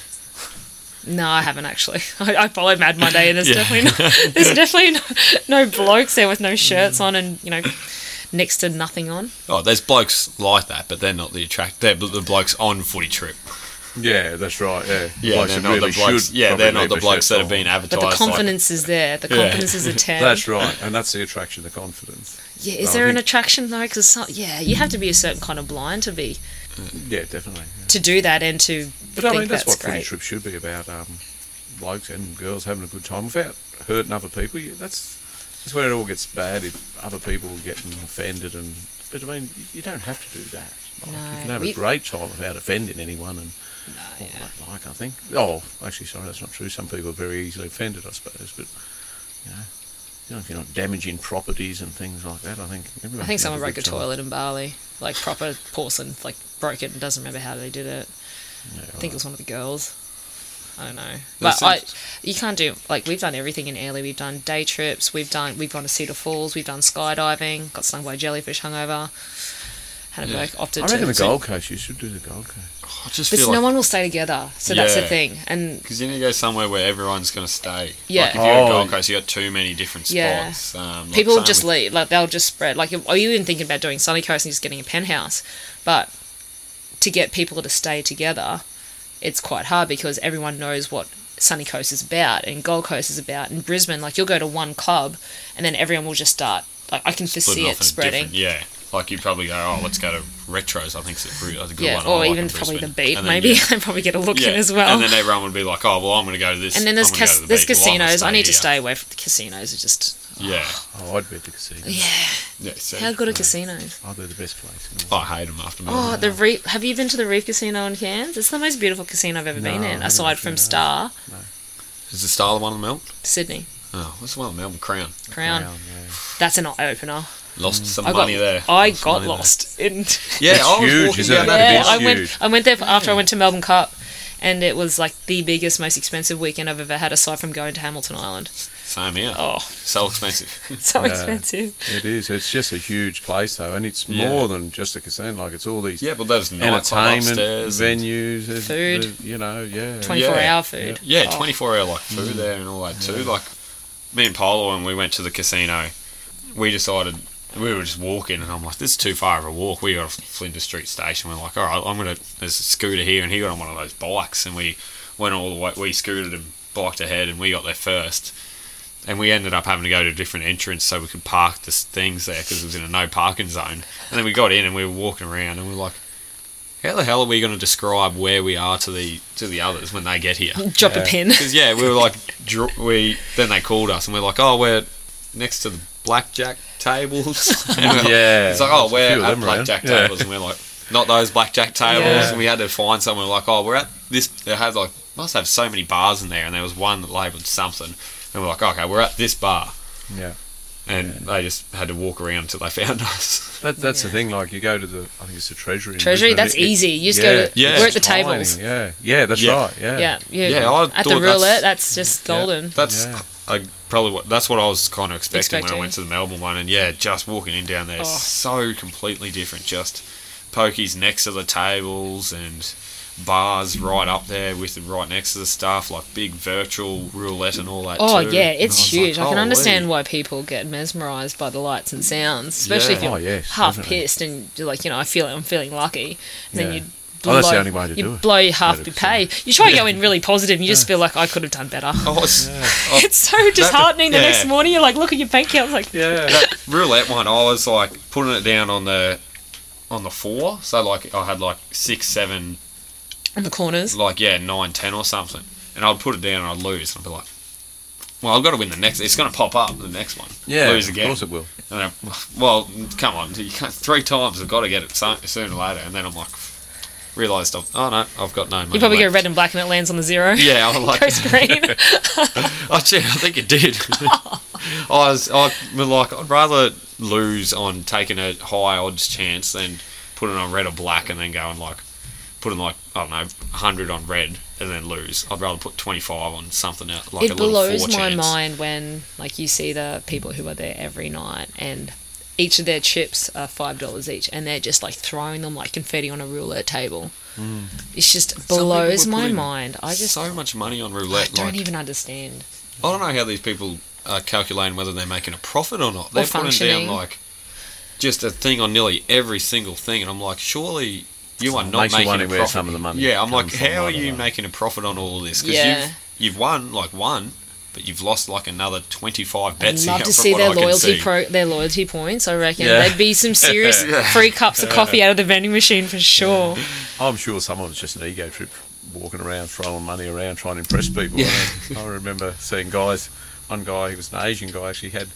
Speaker 4: No, I haven't actually. <laughs> I, I followed Mad Monday, and there's
Speaker 3: Yeah.
Speaker 4: definitely
Speaker 3: <laughs>
Speaker 4: no, there's definitely no, no blokes there with no shirts on and you know next to nothing on.
Speaker 3: Oh, there's blokes like that, but they're not the attract. They're the blokes on footy trip.
Speaker 1: Yeah, that's right. Yeah.
Speaker 3: Yeah,
Speaker 1: Blokes
Speaker 3: they're
Speaker 1: that
Speaker 3: not
Speaker 1: really
Speaker 3: the blokes.
Speaker 1: should
Speaker 3: Yeah,
Speaker 1: probably
Speaker 3: they're not
Speaker 1: leave
Speaker 3: the
Speaker 1: their
Speaker 3: blokes
Speaker 1: shirts
Speaker 3: that have
Speaker 1: on.
Speaker 3: been
Speaker 4: But
Speaker 3: advertised.
Speaker 4: the confidence is there. The
Speaker 3: Yeah.
Speaker 4: confidence
Speaker 3: <laughs>
Speaker 4: is a ten.
Speaker 1: That's right,
Speaker 4: <laughs>
Speaker 1: and that's the attraction, the confidence.
Speaker 4: yeah, is
Speaker 1: I
Speaker 4: there an
Speaker 1: think-
Speaker 4: attraction though? Because yeah, you have to be a certain kind of blind to be
Speaker 1: Yeah, definitely.
Speaker 4: to do that and to
Speaker 1: But
Speaker 4: think
Speaker 1: I mean, that's,
Speaker 4: that's,
Speaker 1: what footy
Speaker 4: great.
Speaker 1: trips should be about. Um, blokes and girls having a good time without hurting other people. Yeah, that's that's where it all gets bad. If other people are getting offended, and but I mean, you- you don't have to do that. Like,
Speaker 4: No,
Speaker 1: you can have
Speaker 4: we-
Speaker 1: a great time without offending anyone, and all that. Like I think. Oh, actually, sorry, that's not true. Some people are very easily offended, I suppose. But you know, you know if you're not damaging properties and things like that, I think everyone.
Speaker 4: I
Speaker 1: can
Speaker 4: think someone
Speaker 1: have
Speaker 4: broke a
Speaker 1: good time.
Speaker 4: toilet in Bali, like proper porcelain, like broke it and doesn't remember how they did it.
Speaker 1: Yeah,
Speaker 4: I think it was one of the girls. I don't know, but
Speaker 3: That
Speaker 4: I
Speaker 3: seems-
Speaker 4: you can't do like we've done everything in Airlie. We've done day trips. We've done we've gone to Cedar Falls. We've done skydiving. Got stung by a jellyfish hungover. Had a
Speaker 3: Yeah.
Speaker 4: bloke opted
Speaker 1: I
Speaker 4: to.
Speaker 1: reckon the Gold Coast. You should do the Gold Coast.
Speaker 3: I just
Speaker 4: But
Speaker 3: feel
Speaker 4: no
Speaker 3: like
Speaker 4: one will stay together, so that's the
Speaker 3: Yeah.
Speaker 4: thing. And
Speaker 3: because you need to go somewhere where everyone's going to stay.
Speaker 4: Yeah.
Speaker 3: Like if you're
Speaker 1: Oh.
Speaker 3: at Gold Coast, you got too many different
Speaker 4: Yeah.
Speaker 3: spots. Um, like
Speaker 4: people
Speaker 3: same
Speaker 4: just
Speaker 3: with-
Speaker 4: leave. Like they'll just spread. Like are you even thinking about doing Sunny Coast and just getting a penthouse? But to get people to stay together, it's quite hard because everyone knows what Sunny Coast is about and Gold Coast is about. And Brisbane, like you'll go to one club and then everyone will just start. Like I can just
Speaker 3: splitting
Speaker 4: see
Speaker 3: off
Speaker 4: it
Speaker 3: in
Speaker 4: spreading.
Speaker 3: different- Yeah, like you probably go, oh, let's go to retros, I think is a, real, is a good
Speaker 4: yeah,
Speaker 3: one. I
Speaker 4: or
Speaker 3: like
Speaker 4: even
Speaker 3: in
Speaker 4: probably the
Speaker 3: Brisbane.
Speaker 4: beat.
Speaker 3: And then,
Speaker 4: <laughs> Maybe
Speaker 3: yeah.
Speaker 4: I probably get a look in
Speaker 3: Yeah,
Speaker 4: as well.
Speaker 3: And then everyone would be like, "Oh, well, I'm going to go to this."
Speaker 4: And then there's
Speaker 3: I'm gonna
Speaker 4: cas-
Speaker 3: go to the
Speaker 4: there's
Speaker 3: beach. Well, I'm gonna
Speaker 4: casinos. I need to
Speaker 3: here."
Speaker 4: stay away from the casinos. Are just
Speaker 3: Yeah,
Speaker 1: Oh, I'd be at the casino.
Speaker 4: yeah.
Speaker 3: yeah. So,
Speaker 4: How good are casinos?
Speaker 1: I'd be the best place. in all.
Speaker 3: I hate them after
Speaker 4: Oh,
Speaker 3: Melbourne.
Speaker 4: the reef. Have you been to the Reef Casino in Cairns? It's the most beautiful casino I've ever
Speaker 1: No,
Speaker 4: been
Speaker 1: I
Speaker 4: in,
Speaker 1: haven't
Speaker 4: aside
Speaker 1: actually,
Speaker 4: from
Speaker 1: no.
Speaker 4: Star
Speaker 3: Is the style the one in Melbourne?
Speaker 4: Sydney
Speaker 3: Oh, what's the one in Melbourne? Crown.
Speaker 4: Crown.
Speaker 1: Crown, yeah.
Speaker 4: That's an eye opener.
Speaker 3: Lost some
Speaker 4: Mm. I got
Speaker 3: money there.
Speaker 4: I
Speaker 3: Lost
Speaker 4: got
Speaker 3: money there.
Speaker 4: lost in. <laughs>
Speaker 3: Yeah,
Speaker 2: It's
Speaker 3: I was
Speaker 2: huge,
Speaker 3: walking
Speaker 2: isn't
Speaker 3: down
Speaker 2: it?
Speaker 3: that
Speaker 2: Yeah.
Speaker 3: beach.
Speaker 4: I
Speaker 2: huge.
Speaker 4: went. I went there for- after I went to Melbourne Cup, and it was like the biggest, most expensive weekend I've ever had, aside from going to Hamilton Island.
Speaker 3: Same here.
Speaker 4: Oh, <laughs>
Speaker 3: So expensive.
Speaker 4: so
Speaker 2: Yeah.
Speaker 4: expensive.
Speaker 2: It is. It's just a huge place, though, and it's
Speaker 3: Yeah.
Speaker 2: more than just a casino. Like it's all these
Speaker 3: yeah, but those nightclub
Speaker 2: entertainment
Speaker 3: upstairs. and-
Speaker 2: venues, there's
Speaker 4: Food.
Speaker 2: the- you know, yeah,
Speaker 4: Twenty-four
Speaker 3: Yeah.
Speaker 4: hour food.
Speaker 3: Yeah,
Speaker 4: Oh.
Speaker 3: 24 hour like food there and all that too. Like me and Paolo when we went to the casino, we decided we were just walking and I'm like, this is too far of a walk. We got off Flinders Street Station. We're like, all right, I'm gonna. There's a scooter here, and he got on one of those bikes, and we went all the way. We scooted and biked ahead, and we got there first. And we ended up having to go to a different entrance so we could park the s- things there because it was in a no parking zone. And then we got in and we were walking around and we were like, "How the hell are we going to describe where we are to the to the others when they get here?"
Speaker 4: Drop a pin. <laughs>
Speaker 3: Because yeah, we were like, dr- we then they called us and we're like, oh, we're next to the blackjack tables. <laughs> And we're-
Speaker 2: Yeah.
Speaker 3: it's like, oh,
Speaker 2: There's a
Speaker 3: we're
Speaker 2: few of
Speaker 3: at
Speaker 2: them around.
Speaker 3: blackjack
Speaker 2: Yeah.
Speaker 3: tables, and we're like, not those blackjack tables.
Speaker 4: Yeah.
Speaker 3: And we had to find somewhere like, oh, we're at this. They had like must have so many bars in there, and there was one that labelled something, and we're like, okay, we're at this bar,
Speaker 2: yeah.
Speaker 3: and they just had to walk around until they found <laughs> us.
Speaker 2: That, that's
Speaker 4: Yeah.
Speaker 2: the thing. Like you go to the, I think it's the treasury. in
Speaker 4: Treasury.
Speaker 2: Brisbane,
Speaker 4: That's
Speaker 2: it- it-
Speaker 4: easy. You just go.
Speaker 2: yeah,
Speaker 4: To,
Speaker 3: yeah,
Speaker 4: we're at the
Speaker 3: it's
Speaker 2: tiny,
Speaker 4: tables.
Speaker 2: Yeah, yeah, that's
Speaker 3: Yeah.
Speaker 2: right. Yeah,
Speaker 4: Yeah, yeah.
Speaker 3: Yeah, I
Speaker 4: at the
Speaker 3: thought
Speaker 4: roulette, that's
Speaker 3: that's-
Speaker 4: just golden.
Speaker 3: That's
Speaker 2: Yeah.
Speaker 3: I probably what that's what I was kind of expecting, when
Speaker 4: Expecting.
Speaker 3: I went to the Melbourne one, and yeah, just walking in down there,
Speaker 4: Oh.
Speaker 3: so completely different. Just pokies next to the tables and bars right up there with the right next to the stuff, like big virtual roulette and all that.
Speaker 4: Oh
Speaker 3: too.
Speaker 4: yeah,
Speaker 3: And I
Speaker 4: it's
Speaker 3: was like,
Speaker 4: huge. I can
Speaker 3: "Holy."
Speaker 4: understand why people get mesmerised by the lights and sounds, especially if
Speaker 3: Yeah.
Speaker 4: you're
Speaker 2: Oh, yes,
Speaker 4: half
Speaker 2: definitely.
Speaker 4: pissed and you're like, you know, I feel I'm feeling lucky, and then
Speaker 2: Yeah.
Speaker 4: you.
Speaker 2: Oh,
Speaker 4: Blow,
Speaker 2: that's the only way to
Speaker 4: you
Speaker 2: do it.
Speaker 4: blow your half your
Speaker 2: 100%.
Speaker 4: pay. You try to go in really positive, and you just feel like I could have done better.
Speaker 3: I was-
Speaker 2: Oh,
Speaker 3: I-
Speaker 4: <laughs> It's so disheartening. The
Speaker 3: yeah.
Speaker 4: next morning, you're like, look at your bank account. It's like,
Speaker 3: that roulette one, I was like putting it down on the on the four, so like I had like six, seven
Speaker 4: on the corners.
Speaker 3: like yeah nine ten or something, and I'd put it down and I'd lose, and I'd be like, well I've got to win the next. It's going to pop up the next one.
Speaker 2: yeah.
Speaker 3: lose
Speaker 2: Of
Speaker 3: again.
Speaker 2: course it will.
Speaker 3: And I, well, come on, you can't, three times I've got to get it so, sooner or later, and then I'm like, realised I've oh no, I've got no money.
Speaker 4: You probably go <laughs>
Speaker 3: left.
Speaker 4: red and black, and it lands on the zero. <laughs>
Speaker 3: Yeah, I was like,
Speaker 4: goes
Speaker 2: <laughs>
Speaker 4: green.
Speaker 3: actually, <laughs> I think it did.
Speaker 4: <laughs>
Speaker 3: I was, I was like, I'd rather lose on taking a high odds chance than putting on red or black, and then going like, putting like I don't know, hundred on red and then lose. I'd rather put twenty five on something else, like a
Speaker 4: it
Speaker 3: little
Speaker 4: blows
Speaker 3: four
Speaker 4: my
Speaker 3: chance.
Speaker 4: mind when like you see the people who are there every night and each of their chips are five dollars each and they're just like throwing them like confetti on a roulette table it's just
Speaker 3: Hmm. people
Speaker 4: blows
Speaker 3: were
Speaker 4: my
Speaker 3: putting
Speaker 4: mind i just
Speaker 3: so much money on
Speaker 4: I
Speaker 3: roulette.
Speaker 4: don't
Speaker 3: like,
Speaker 4: even understand
Speaker 3: I don't know how these people are calculating whether they're making a profit or not. They're putting down
Speaker 4: functioning.
Speaker 3: like just a thing on nearly every single thing, and I'm like, surely you are not
Speaker 2: Makes you
Speaker 3: making
Speaker 2: wonder
Speaker 3: a
Speaker 2: where
Speaker 3: profit.
Speaker 2: some of the money
Speaker 3: yeah, I'm like,
Speaker 2: comes from, I
Speaker 3: how are
Speaker 2: don't
Speaker 3: you
Speaker 2: know.
Speaker 3: making a profit on all of this? Because
Speaker 4: Yeah.
Speaker 3: you've you've won like one, but you've lost like another 25 bets. <laughs>
Speaker 4: i'd love
Speaker 3: here,
Speaker 4: to
Speaker 3: from
Speaker 4: see
Speaker 3: what
Speaker 4: their
Speaker 3: I can
Speaker 4: loyalty
Speaker 3: see.
Speaker 4: pro- their loyalty points i reckon
Speaker 2: Yeah.
Speaker 4: they'd be some
Speaker 3: <laughs>
Speaker 4: serious free cups of coffee out of the vending machine for sure
Speaker 2: I'm sure some of it's just an ego trip, walking around throwing money around trying to impress people. I remember seeing guys. One guy, he was an Asian guy, actually had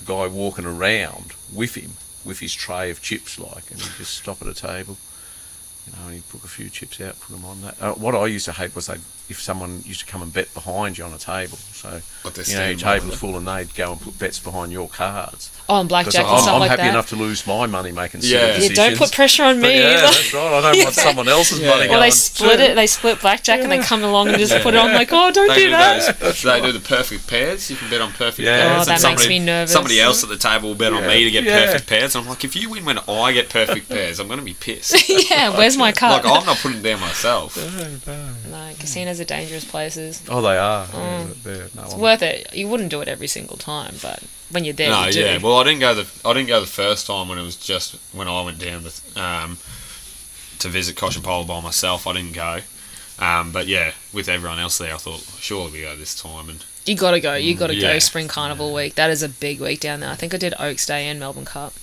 Speaker 2: a guy walking around with him with his tray of chips, like, and he'd just stop at a table. You know, and he'd pick a few chips out, put them on that. Uh, what I used to hate was they, if someone used to come and bet behind you on a table, so
Speaker 3: But they're
Speaker 2: you know your
Speaker 3: standing by
Speaker 2: table's full, and they'd go and put bets behind your cards.
Speaker 4: oh and
Speaker 2: Because
Speaker 4: blackjack
Speaker 2: I'm,
Speaker 4: and stuff
Speaker 2: I'm
Speaker 4: like
Speaker 2: happy
Speaker 4: that
Speaker 2: enough to lose my money making
Speaker 3: Yeah.
Speaker 2: silly
Speaker 3: Yeah,
Speaker 4: yeah,
Speaker 2: decisions.
Speaker 4: don't put pressure on
Speaker 2: But
Speaker 4: me
Speaker 2: yeah,
Speaker 4: either.
Speaker 2: that's right. I don't
Speaker 4: <laughs>
Speaker 2: want someone else's
Speaker 3: Yeah.
Speaker 2: money.
Speaker 3: Well,
Speaker 4: Or they
Speaker 2: going,
Speaker 4: split
Speaker 2: "Sue."
Speaker 4: it, they split blackjack, and they come along and just put it on. Like, oh, don't
Speaker 3: They
Speaker 4: do
Speaker 3: do,
Speaker 4: that.
Speaker 3: those, they do the perfect pairs. You can bet on perfect
Speaker 2: Yeah.
Speaker 3: pairs.
Speaker 2: Oh,
Speaker 3: and
Speaker 2: that makes
Speaker 3: somebody,
Speaker 4: me nervous.
Speaker 3: Somebody else at the table will bet on me to get
Speaker 2: Yeah.
Speaker 3: perfect pairs. And I'm like, if you win when I get
Speaker 2: <laughs>
Speaker 3: perfect pairs, I'm going to be
Speaker 4: <laughs>
Speaker 3: pissed.
Speaker 4: yeah, where's my card?
Speaker 3: like, I'm not putting it down myself.
Speaker 4: No, casinos are dangerous places.
Speaker 2: Oh, they are. Yeah, they're- no,
Speaker 4: Mm. It's
Speaker 2: I'm-
Speaker 4: worth it. You wouldn't do it every single time, but when you're there,
Speaker 3: No,
Speaker 4: you do.
Speaker 3: yeah. Well, I didn't go the I didn't go the first time when it was just when I went down the, um, to visit Kosh and Polo by myself. I didn't go, um, but yeah, with everyone else there, I thought surely we go this time. And
Speaker 4: you gotta go. You gotta
Speaker 3: mm, Yeah.
Speaker 4: go. Spring Carnival week. That is a big week down there. I think I did Oaks Day and Melbourne Cup.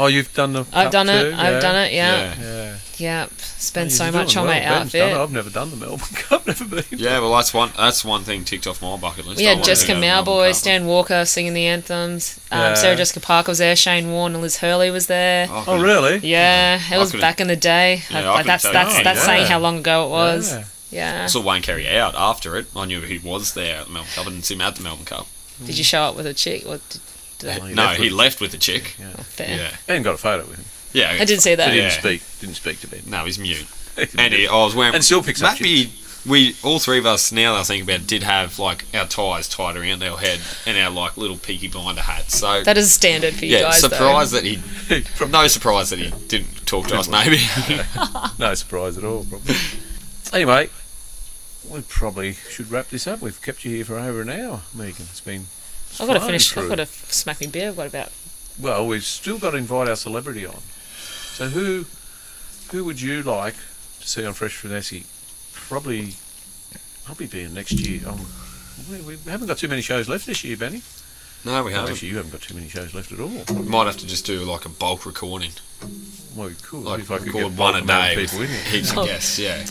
Speaker 5: Oh, you've done the.
Speaker 4: I've
Speaker 5: cup
Speaker 4: done it.
Speaker 5: too?
Speaker 4: I've done it. Yeah.
Speaker 3: Yeah.
Speaker 5: Yeah.
Speaker 4: Yep. Spend
Speaker 5: You're
Speaker 4: so
Speaker 5: doing
Speaker 4: much on
Speaker 5: well.
Speaker 4: my
Speaker 5: Ben's done it.
Speaker 4: outfit.
Speaker 5: I've never done the
Speaker 2: <laughs>
Speaker 5: Melbourne Cup. Never been.
Speaker 3: Yeah, well, that's one. That's one thing ticked off my bucket list. I
Speaker 4: Yeah,
Speaker 3: wanted to
Speaker 4: Jessica
Speaker 3: go to Melbourne
Speaker 4: Mowboy,
Speaker 3: Cup.
Speaker 4: Stan Walker singing the anthems. Um,
Speaker 5: Yeah.
Speaker 4: Sarah Jessica Parker was there. Shane Warne and Liz Hurley was there.
Speaker 3: I
Speaker 5: Oh,
Speaker 3: couldn't-
Speaker 5: really?
Speaker 4: Yeah, it
Speaker 3: I
Speaker 4: was
Speaker 3: couldn't-
Speaker 4: back in the day.
Speaker 3: Yeah, I
Speaker 4: like,
Speaker 3: couldn't
Speaker 4: that's
Speaker 3: tell you
Speaker 4: that's
Speaker 3: anything.
Speaker 4: that's
Speaker 5: Yeah.
Speaker 4: saying how long ago it was.
Speaker 5: Yeah.
Speaker 4: Yeah.
Speaker 3: I saw Wayne Carey out after it. I knew he was there at the Melbourne Cup. I didn't see him at the Melbourne Cup.
Speaker 4: Did you show up with a chick? Or did, did that
Speaker 2: Oh, he
Speaker 3: no,
Speaker 2: left
Speaker 3: he
Speaker 2: with-
Speaker 3: left with the chick.
Speaker 2: Yeah.
Speaker 4: fair?
Speaker 3: Yeah,
Speaker 2: Ben got a photo with him.
Speaker 3: yeah.
Speaker 4: I did see
Speaker 2: He
Speaker 4: that.
Speaker 2: didn't
Speaker 3: Yeah.
Speaker 2: speak. Didn't speak to <laughs> Ben.
Speaker 3: No, he's mute.
Speaker 2: <laughs>
Speaker 3: And he, I was wearing.
Speaker 2: And still picks up
Speaker 3: maybe we all three of us now that I think about it, did have like our ties tied around our head and our like little peaky blinder hats. So
Speaker 4: That is standard for you
Speaker 3: yeah,
Speaker 4: guys. though.
Speaker 3: surprised that he.
Speaker 2: Probably
Speaker 3: No surprise that he didn't talk to us. Maybe. <laughs>
Speaker 2: no surprise at all, probably. anyway, we probably should wrap this up. We've kept you here for over an hour, Megan. It's been.
Speaker 4: I've got to
Speaker 2: flying
Speaker 4: finish. I've
Speaker 2: through.
Speaker 4: got to smack me beer. I've got about.
Speaker 2: Well, we've still got to invite our celebrity on. So who, who would you like to see on Fresh Finesse? Probably, probably being next year. Um, we, we haven't got too many shows left this year, Benny.
Speaker 3: no, we
Speaker 2: No,
Speaker 3: haven't.
Speaker 2: actually, you haven't got too many shows left at all.
Speaker 3: Might have to just do like a bulk recording,
Speaker 2: Well, you could
Speaker 3: like
Speaker 2: if I could
Speaker 3: record
Speaker 2: get
Speaker 3: one
Speaker 2: bulk
Speaker 3: a
Speaker 2: amount
Speaker 3: day.
Speaker 2: of people in
Speaker 3: with
Speaker 2: here. <laughs>
Speaker 3: <laughs> Heaps
Speaker 4: Oh.
Speaker 3: of guests. Yeah.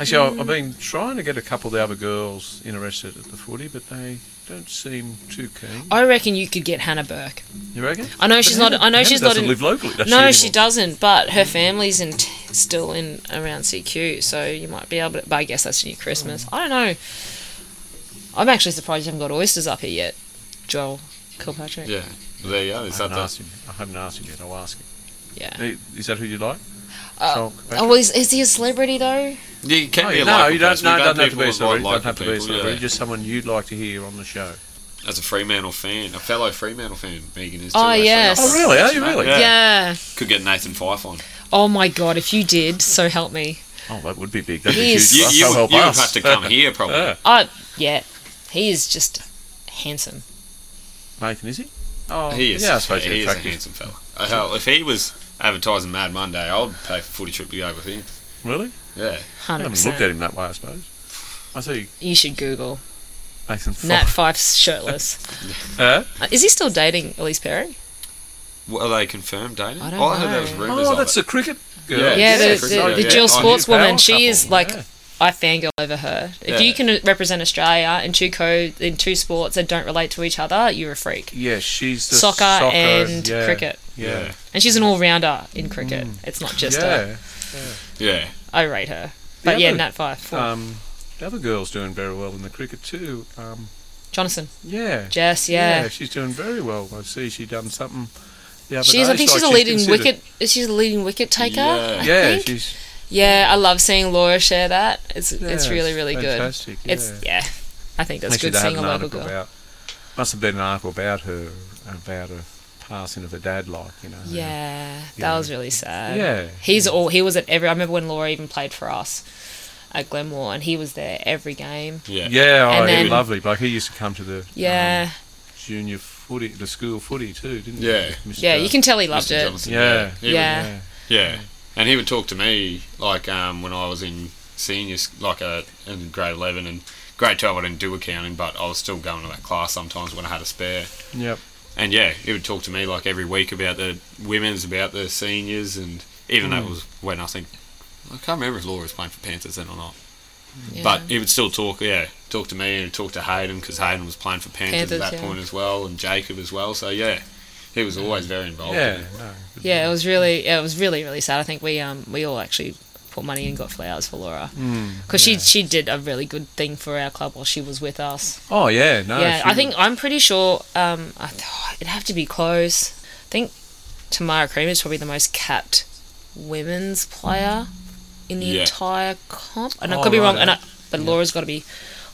Speaker 2: Actually, I- I've been trying to get a couple of the other girls interested at the footy, but they don't seem too keen.
Speaker 4: I reckon you could get Hannah Burke.
Speaker 2: You reckon?
Speaker 4: I know she's not. I know she's not
Speaker 2: doesn't
Speaker 4: in.
Speaker 2: live locally. Does
Speaker 4: No,
Speaker 2: she,
Speaker 4: she
Speaker 2: anymore?
Speaker 4: doesn't. But her family's in t- still in around CQ, so you might be able to. But I guess that's New Christmas. I don't know. I'm actually surprised you haven't got oysters up here yet, Joel Kilpatrick.
Speaker 3: Yeah. Well, there you go. Is
Speaker 2: I
Speaker 3: that
Speaker 2: haven't
Speaker 3: the?
Speaker 2: asked him. I haven't asked him yet. I'll ask him.
Speaker 4: Yeah.
Speaker 2: Hey, Is that who you like?
Speaker 4: Uh,
Speaker 2: Joel
Speaker 4: oh, well, is, is he a celebrity though?
Speaker 3: Yeah, you can
Speaker 2: Oh,
Speaker 3: be
Speaker 2: yeah,
Speaker 3: a
Speaker 2: no,
Speaker 3: local
Speaker 2: you don't.
Speaker 3: person.
Speaker 2: No,
Speaker 3: We've
Speaker 2: it
Speaker 3: had
Speaker 2: doesn't have to
Speaker 3: people
Speaker 2: be a
Speaker 3: that like
Speaker 2: celebrity. Doesn't have to
Speaker 3: local
Speaker 2: be a
Speaker 3: people,
Speaker 2: celebrity.
Speaker 3: yeah.
Speaker 2: Just someone you'd like to hear on the show.
Speaker 3: As a Fremantle fan, a fellow Fremantle fan, Megan is.
Speaker 4: Oh,
Speaker 3: too, actually.
Speaker 4: yes.
Speaker 2: Oh, really? Are you really?
Speaker 3: Yeah.
Speaker 4: yeah.
Speaker 3: Could get Nathan Fife on.
Speaker 4: Oh my god, if you did, so help me.
Speaker 2: Oh, that would be big. That'd
Speaker 4: He
Speaker 2: be
Speaker 4: is-
Speaker 2: huge. for
Speaker 3: You,
Speaker 2: us.
Speaker 3: you,
Speaker 2: That'll
Speaker 3: would,
Speaker 2: help
Speaker 3: you would
Speaker 2: us.
Speaker 3: have to come here
Speaker 2: <laughs>
Speaker 3: probably.
Speaker 2: Yeah.
Speaker 4: Uh, yeah. He is just handsome.
Speaker 2: Nathan, is he? Oh,
Speaker 3: He is.
Speaker 2: yeah, I suppose
Speaker 3: he
Speaker 2: he's
Speaker 3: is a
Speaker 2: attractive.
Speaker 3: handsome fella. Uh, hell, if he was advertising Mad Monday, I'd pay for footy trip to go with him.
Speaker 2: Really?
Speaker 3: Yeah.
Speaker 2: I
Speaker 4: 100%.
Speaker 2: haven't looked at him that way, I suppose. I see
Speaker 4: You should Google
Speaker 2: Nathan.
Speaker 4: Nat
Speaker 2: Fife.
Speaker 4: Fife's shirtless.
Speaker 2: Uh,
Speaker 4: Uh, Is he still dating Elise Perry?
Speaker 3: What, are they confirmed dating?
Speaker 4: I don't
Speaker 3: oh, I heard
Speaker 4: know.
Speaker 3: there was rumours
Speaker 2: oh,
Speaker 3: of
Speaker 2: that's
Speaker 3: it.
Speaker 2: a cricket girl.
Speaker 3: Yeah,
Speaker 4: Yeah, the,
Speaker 3: yeah,
Speaker 4: the, the
Speaker 3: yeah.
Speaker 4: dual
Speaker 3: Oh,
Speaker 4: sportswoman.
Speaker 2: he's a power
Speaker 4: She is
Speaker 2: couple,
Speaker 4: like
Speaker 2: yeah.
Speaker 4: I fangirl over her. If
Speaker 3: Yeah.
Speaker 4: you can represent Australia in two co in two sports that don't relate to each other, you're a freak.
Speaker 2: Yeah, she's the
Speaker 4: Soccer, and
Speaker 2: yeah,
Speaker 4: cricket,
Speaker 2: Yeah,
Speaker 4: and she's an all rounder in cricket. It's not just a.
Speaker 2: yeah.
Speaker 3: Yeah.
Speaker 4: I rate her, but yeah,
Speaker 2: other-
Speaker 4: Nat Five,
Speaker 2: Um, the other girl's doing very well in the cricket too. Um,
Speaker 4: Jonathan,
Speaker 2: yeah.
Speaker 4: Jess, yeah.
Speaker 2: she's doing very well. I see she done something. The other
Speaker 4: She's,
Speaker 2: day.
Speaker 4: I think she's a
Speaker 2: like
Speaker 4: leading
Speaker 2: considered-
Speaker 4: wicket. She's a leading wicket taker.
Speaker 3: Yeah.
Speaker 4: I
Speaker 2: Yeah,
Speaker 4: think.
Speaker 2: she's.
Speaker 4: Yeah, I love seeing Laura share that. It's
Speaker 2: Yeah,
Speaker 4: it's really really
Speaker 2: fantastic,
Speaker 4: good. It's yeah, I think that's
Speaker 2: Actually,
Speaker 4: good
Speaker 2: they had
Speaker 4: seeing a
Speaker 2: an
Speaker 4: local
Speaker 2: article
Speaker 4: girl.
Speaker 2: about. Must have been an article about her, about her passing of her dad, like you know.
Speaker 4: Yeah, that
Speaker 2: Yeah.
Speaker 4: was really sad.
Speaker 2: Yeah.
Speaker 4: he's all he was at every. I remember when Laura even played for us at Glenmore, and he was there every game.
Speaker 3: Yeah.
Speaker 2: Yeah, oh,
Speaker 4: And
Speaker 2: he
Speaker 4: then-
Speaker 2: was lovely. Like he used to come to the um,
Speaker 4: Yeah,
Speaker 2: junior footy, the school footy too, didn't
Speaker 3: Yeah.
Speaker 2: he? Mr.
Speaker 4: yeah, you can tell he loved
Speaker 3: Mr.
Speaker 4: it.
Speaker 3: Johnson,
Speaker 2: Yeah.
Speaker 3: He would-
Speaker 4: Yeah.
Speaker 3: Yeah, and he would talk to me like um, when I was in senior, s- like uh, in grade eleven and grade twelve. I didn't do accounting, but I was still going to that class sometimes when I had a spare.
Speaker 2: Yep.
Speaker 3: And yeah, he would talk to me like every week about the women's, about the seniors, and even
Speaker 4: Hmm.
Speaker 3: though it was when I think I can't remember if Laura was playing for Panthers then or not.
Speaker 4: Yeah.
Speaker 3: But he would still talk, yeah, talk to me and talk to Hayden because Hayden was playing for Panthers,
Speaker 4: Panthers,
Speaker 3: at
Speaker 4: yeah.
Speaker 3: that point as well, and Jacob as well. So yeah, he was always very involved.
Speaker 2: Yeah. no.
Speaker 4: yeah, it was really yeah, it was really really sad. I think we um we all actually put money and got flowers for Laura because she she did a really good thing for our club while she was with us.
Speaker 2: Oh yeah,
Speaker 3: Ah,
Speaker 2: no.
Speaker 4: yeah,
Speaker 2: she
Speaker 4: I
Speaker 2: was-
Speaker 4: think I'm pretty sure. Um, I th- it'd have to be close. I think Tamara Creamer is probably the most capped women's player in the
Speaker 3: Yeah.
Speaker 4: entire comp, and I
Speaker 2: Oh,
Speaker 4: could be
Speaker 2: right,
Speaker 4: wrong. And
Speaker 2: eh?
Speaker 4: I, but Laura's got to be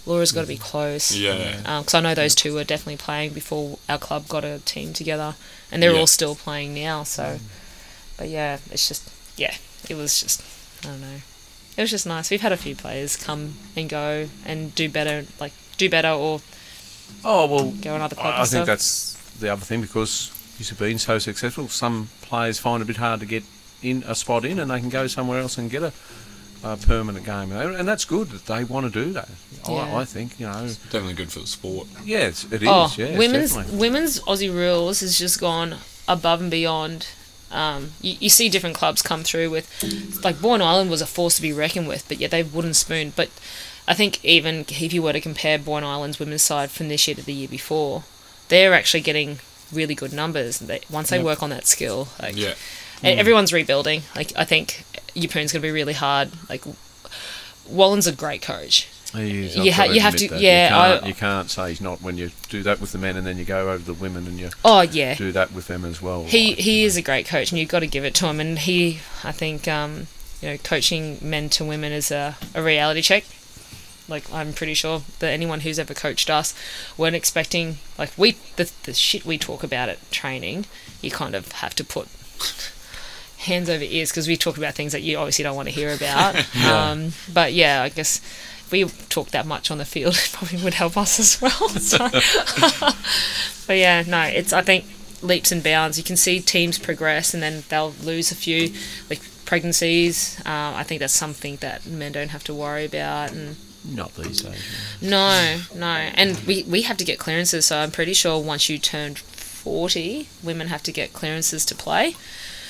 Speaker 4: Laura's got to be close.
Speaker 3: Mm. Yeah.
Speaker 4: Because I know those two were definitely playing before our club got a team together, and they're
Speaker 3: Yeah. Mm.
Speaker 4: all still playing now. So, but yeah, it's just yeah, it was just I don't know. It was just nice. We've had a few players come and go and do better, like do better or
Speaker 2: Oh well,
Speaker 4: go another club.
Speaker 2: I
Speaker 4: and
Speaker 2: I
Speaker 4: stuff.
Speaker 2: think that's the other thing because you've been so successful. Some players find it a bit hard to get in a spot in, and they can go somewhere else and get a, a permanent game, and and that's good that they want to do that.
Speaker 4: Yeah.
Speaker 2: I, I think you know,
Speaker 3: definitely good for the sport.
Speaker 2: yes, it is.
Speaker 4: Oh,
Speaker 2: yes,
Speaker 4: women's
Speaker 2: definitely.
Speaker 4: women's Aussie rules has just gone above and beyond. Um, you, you see different clubs come through with, like Bourne Island was a force to be reckoned with, but yeah, they wooden spoon. But I think even if you were to compare Bourne Island's women's side from this year to the year before, they're actually getting really good numbers. They, once they work on that skill, like,
Speaker 3: Yeah.
Speaker 4: and everyone's rebuilding. Like I think Yupoon's going to be really hard. Like Wallen's a great coach.
Speaker 2: He's,
Speaker 4: You ha- you have to- yeah,
Speaker 2: You can't,
Speaker 4: I-
Speaker 2: you can't say he's not when you do that with the men, and then you go over to the women and you
Speaker 4: Oh yeah,
Speaker 2: do that with them as well.
Speaker 4: he
Speaker 2: like,
Speaker 4: he is a great coach, and you've got to give it to him. And he, I think, um, you know, coaching men to women is a, a reality check. Like I'm pretty sure that anyone who's ever coached us weren't expecting like we the, the shit we talk about at training. You kind of have to put hands over ears because we talk about things that you obviously don't want to hear about. <laughs> Um, but yeah, I guess. If we talk that much on the field, <laughs> it probably would help us as well. <laughs> So. But yeah, no, it's I think leaps and bounds. You can see teams progress, and then they'll lose a few like pregnancies. Um, I think that's something that men don't have to worry about. And
Speaker 2: not these days.
Speaker 4: no, no, and we we have to get clearances. So I'm pretty sure once you turn. 40 women have to get clearances to play.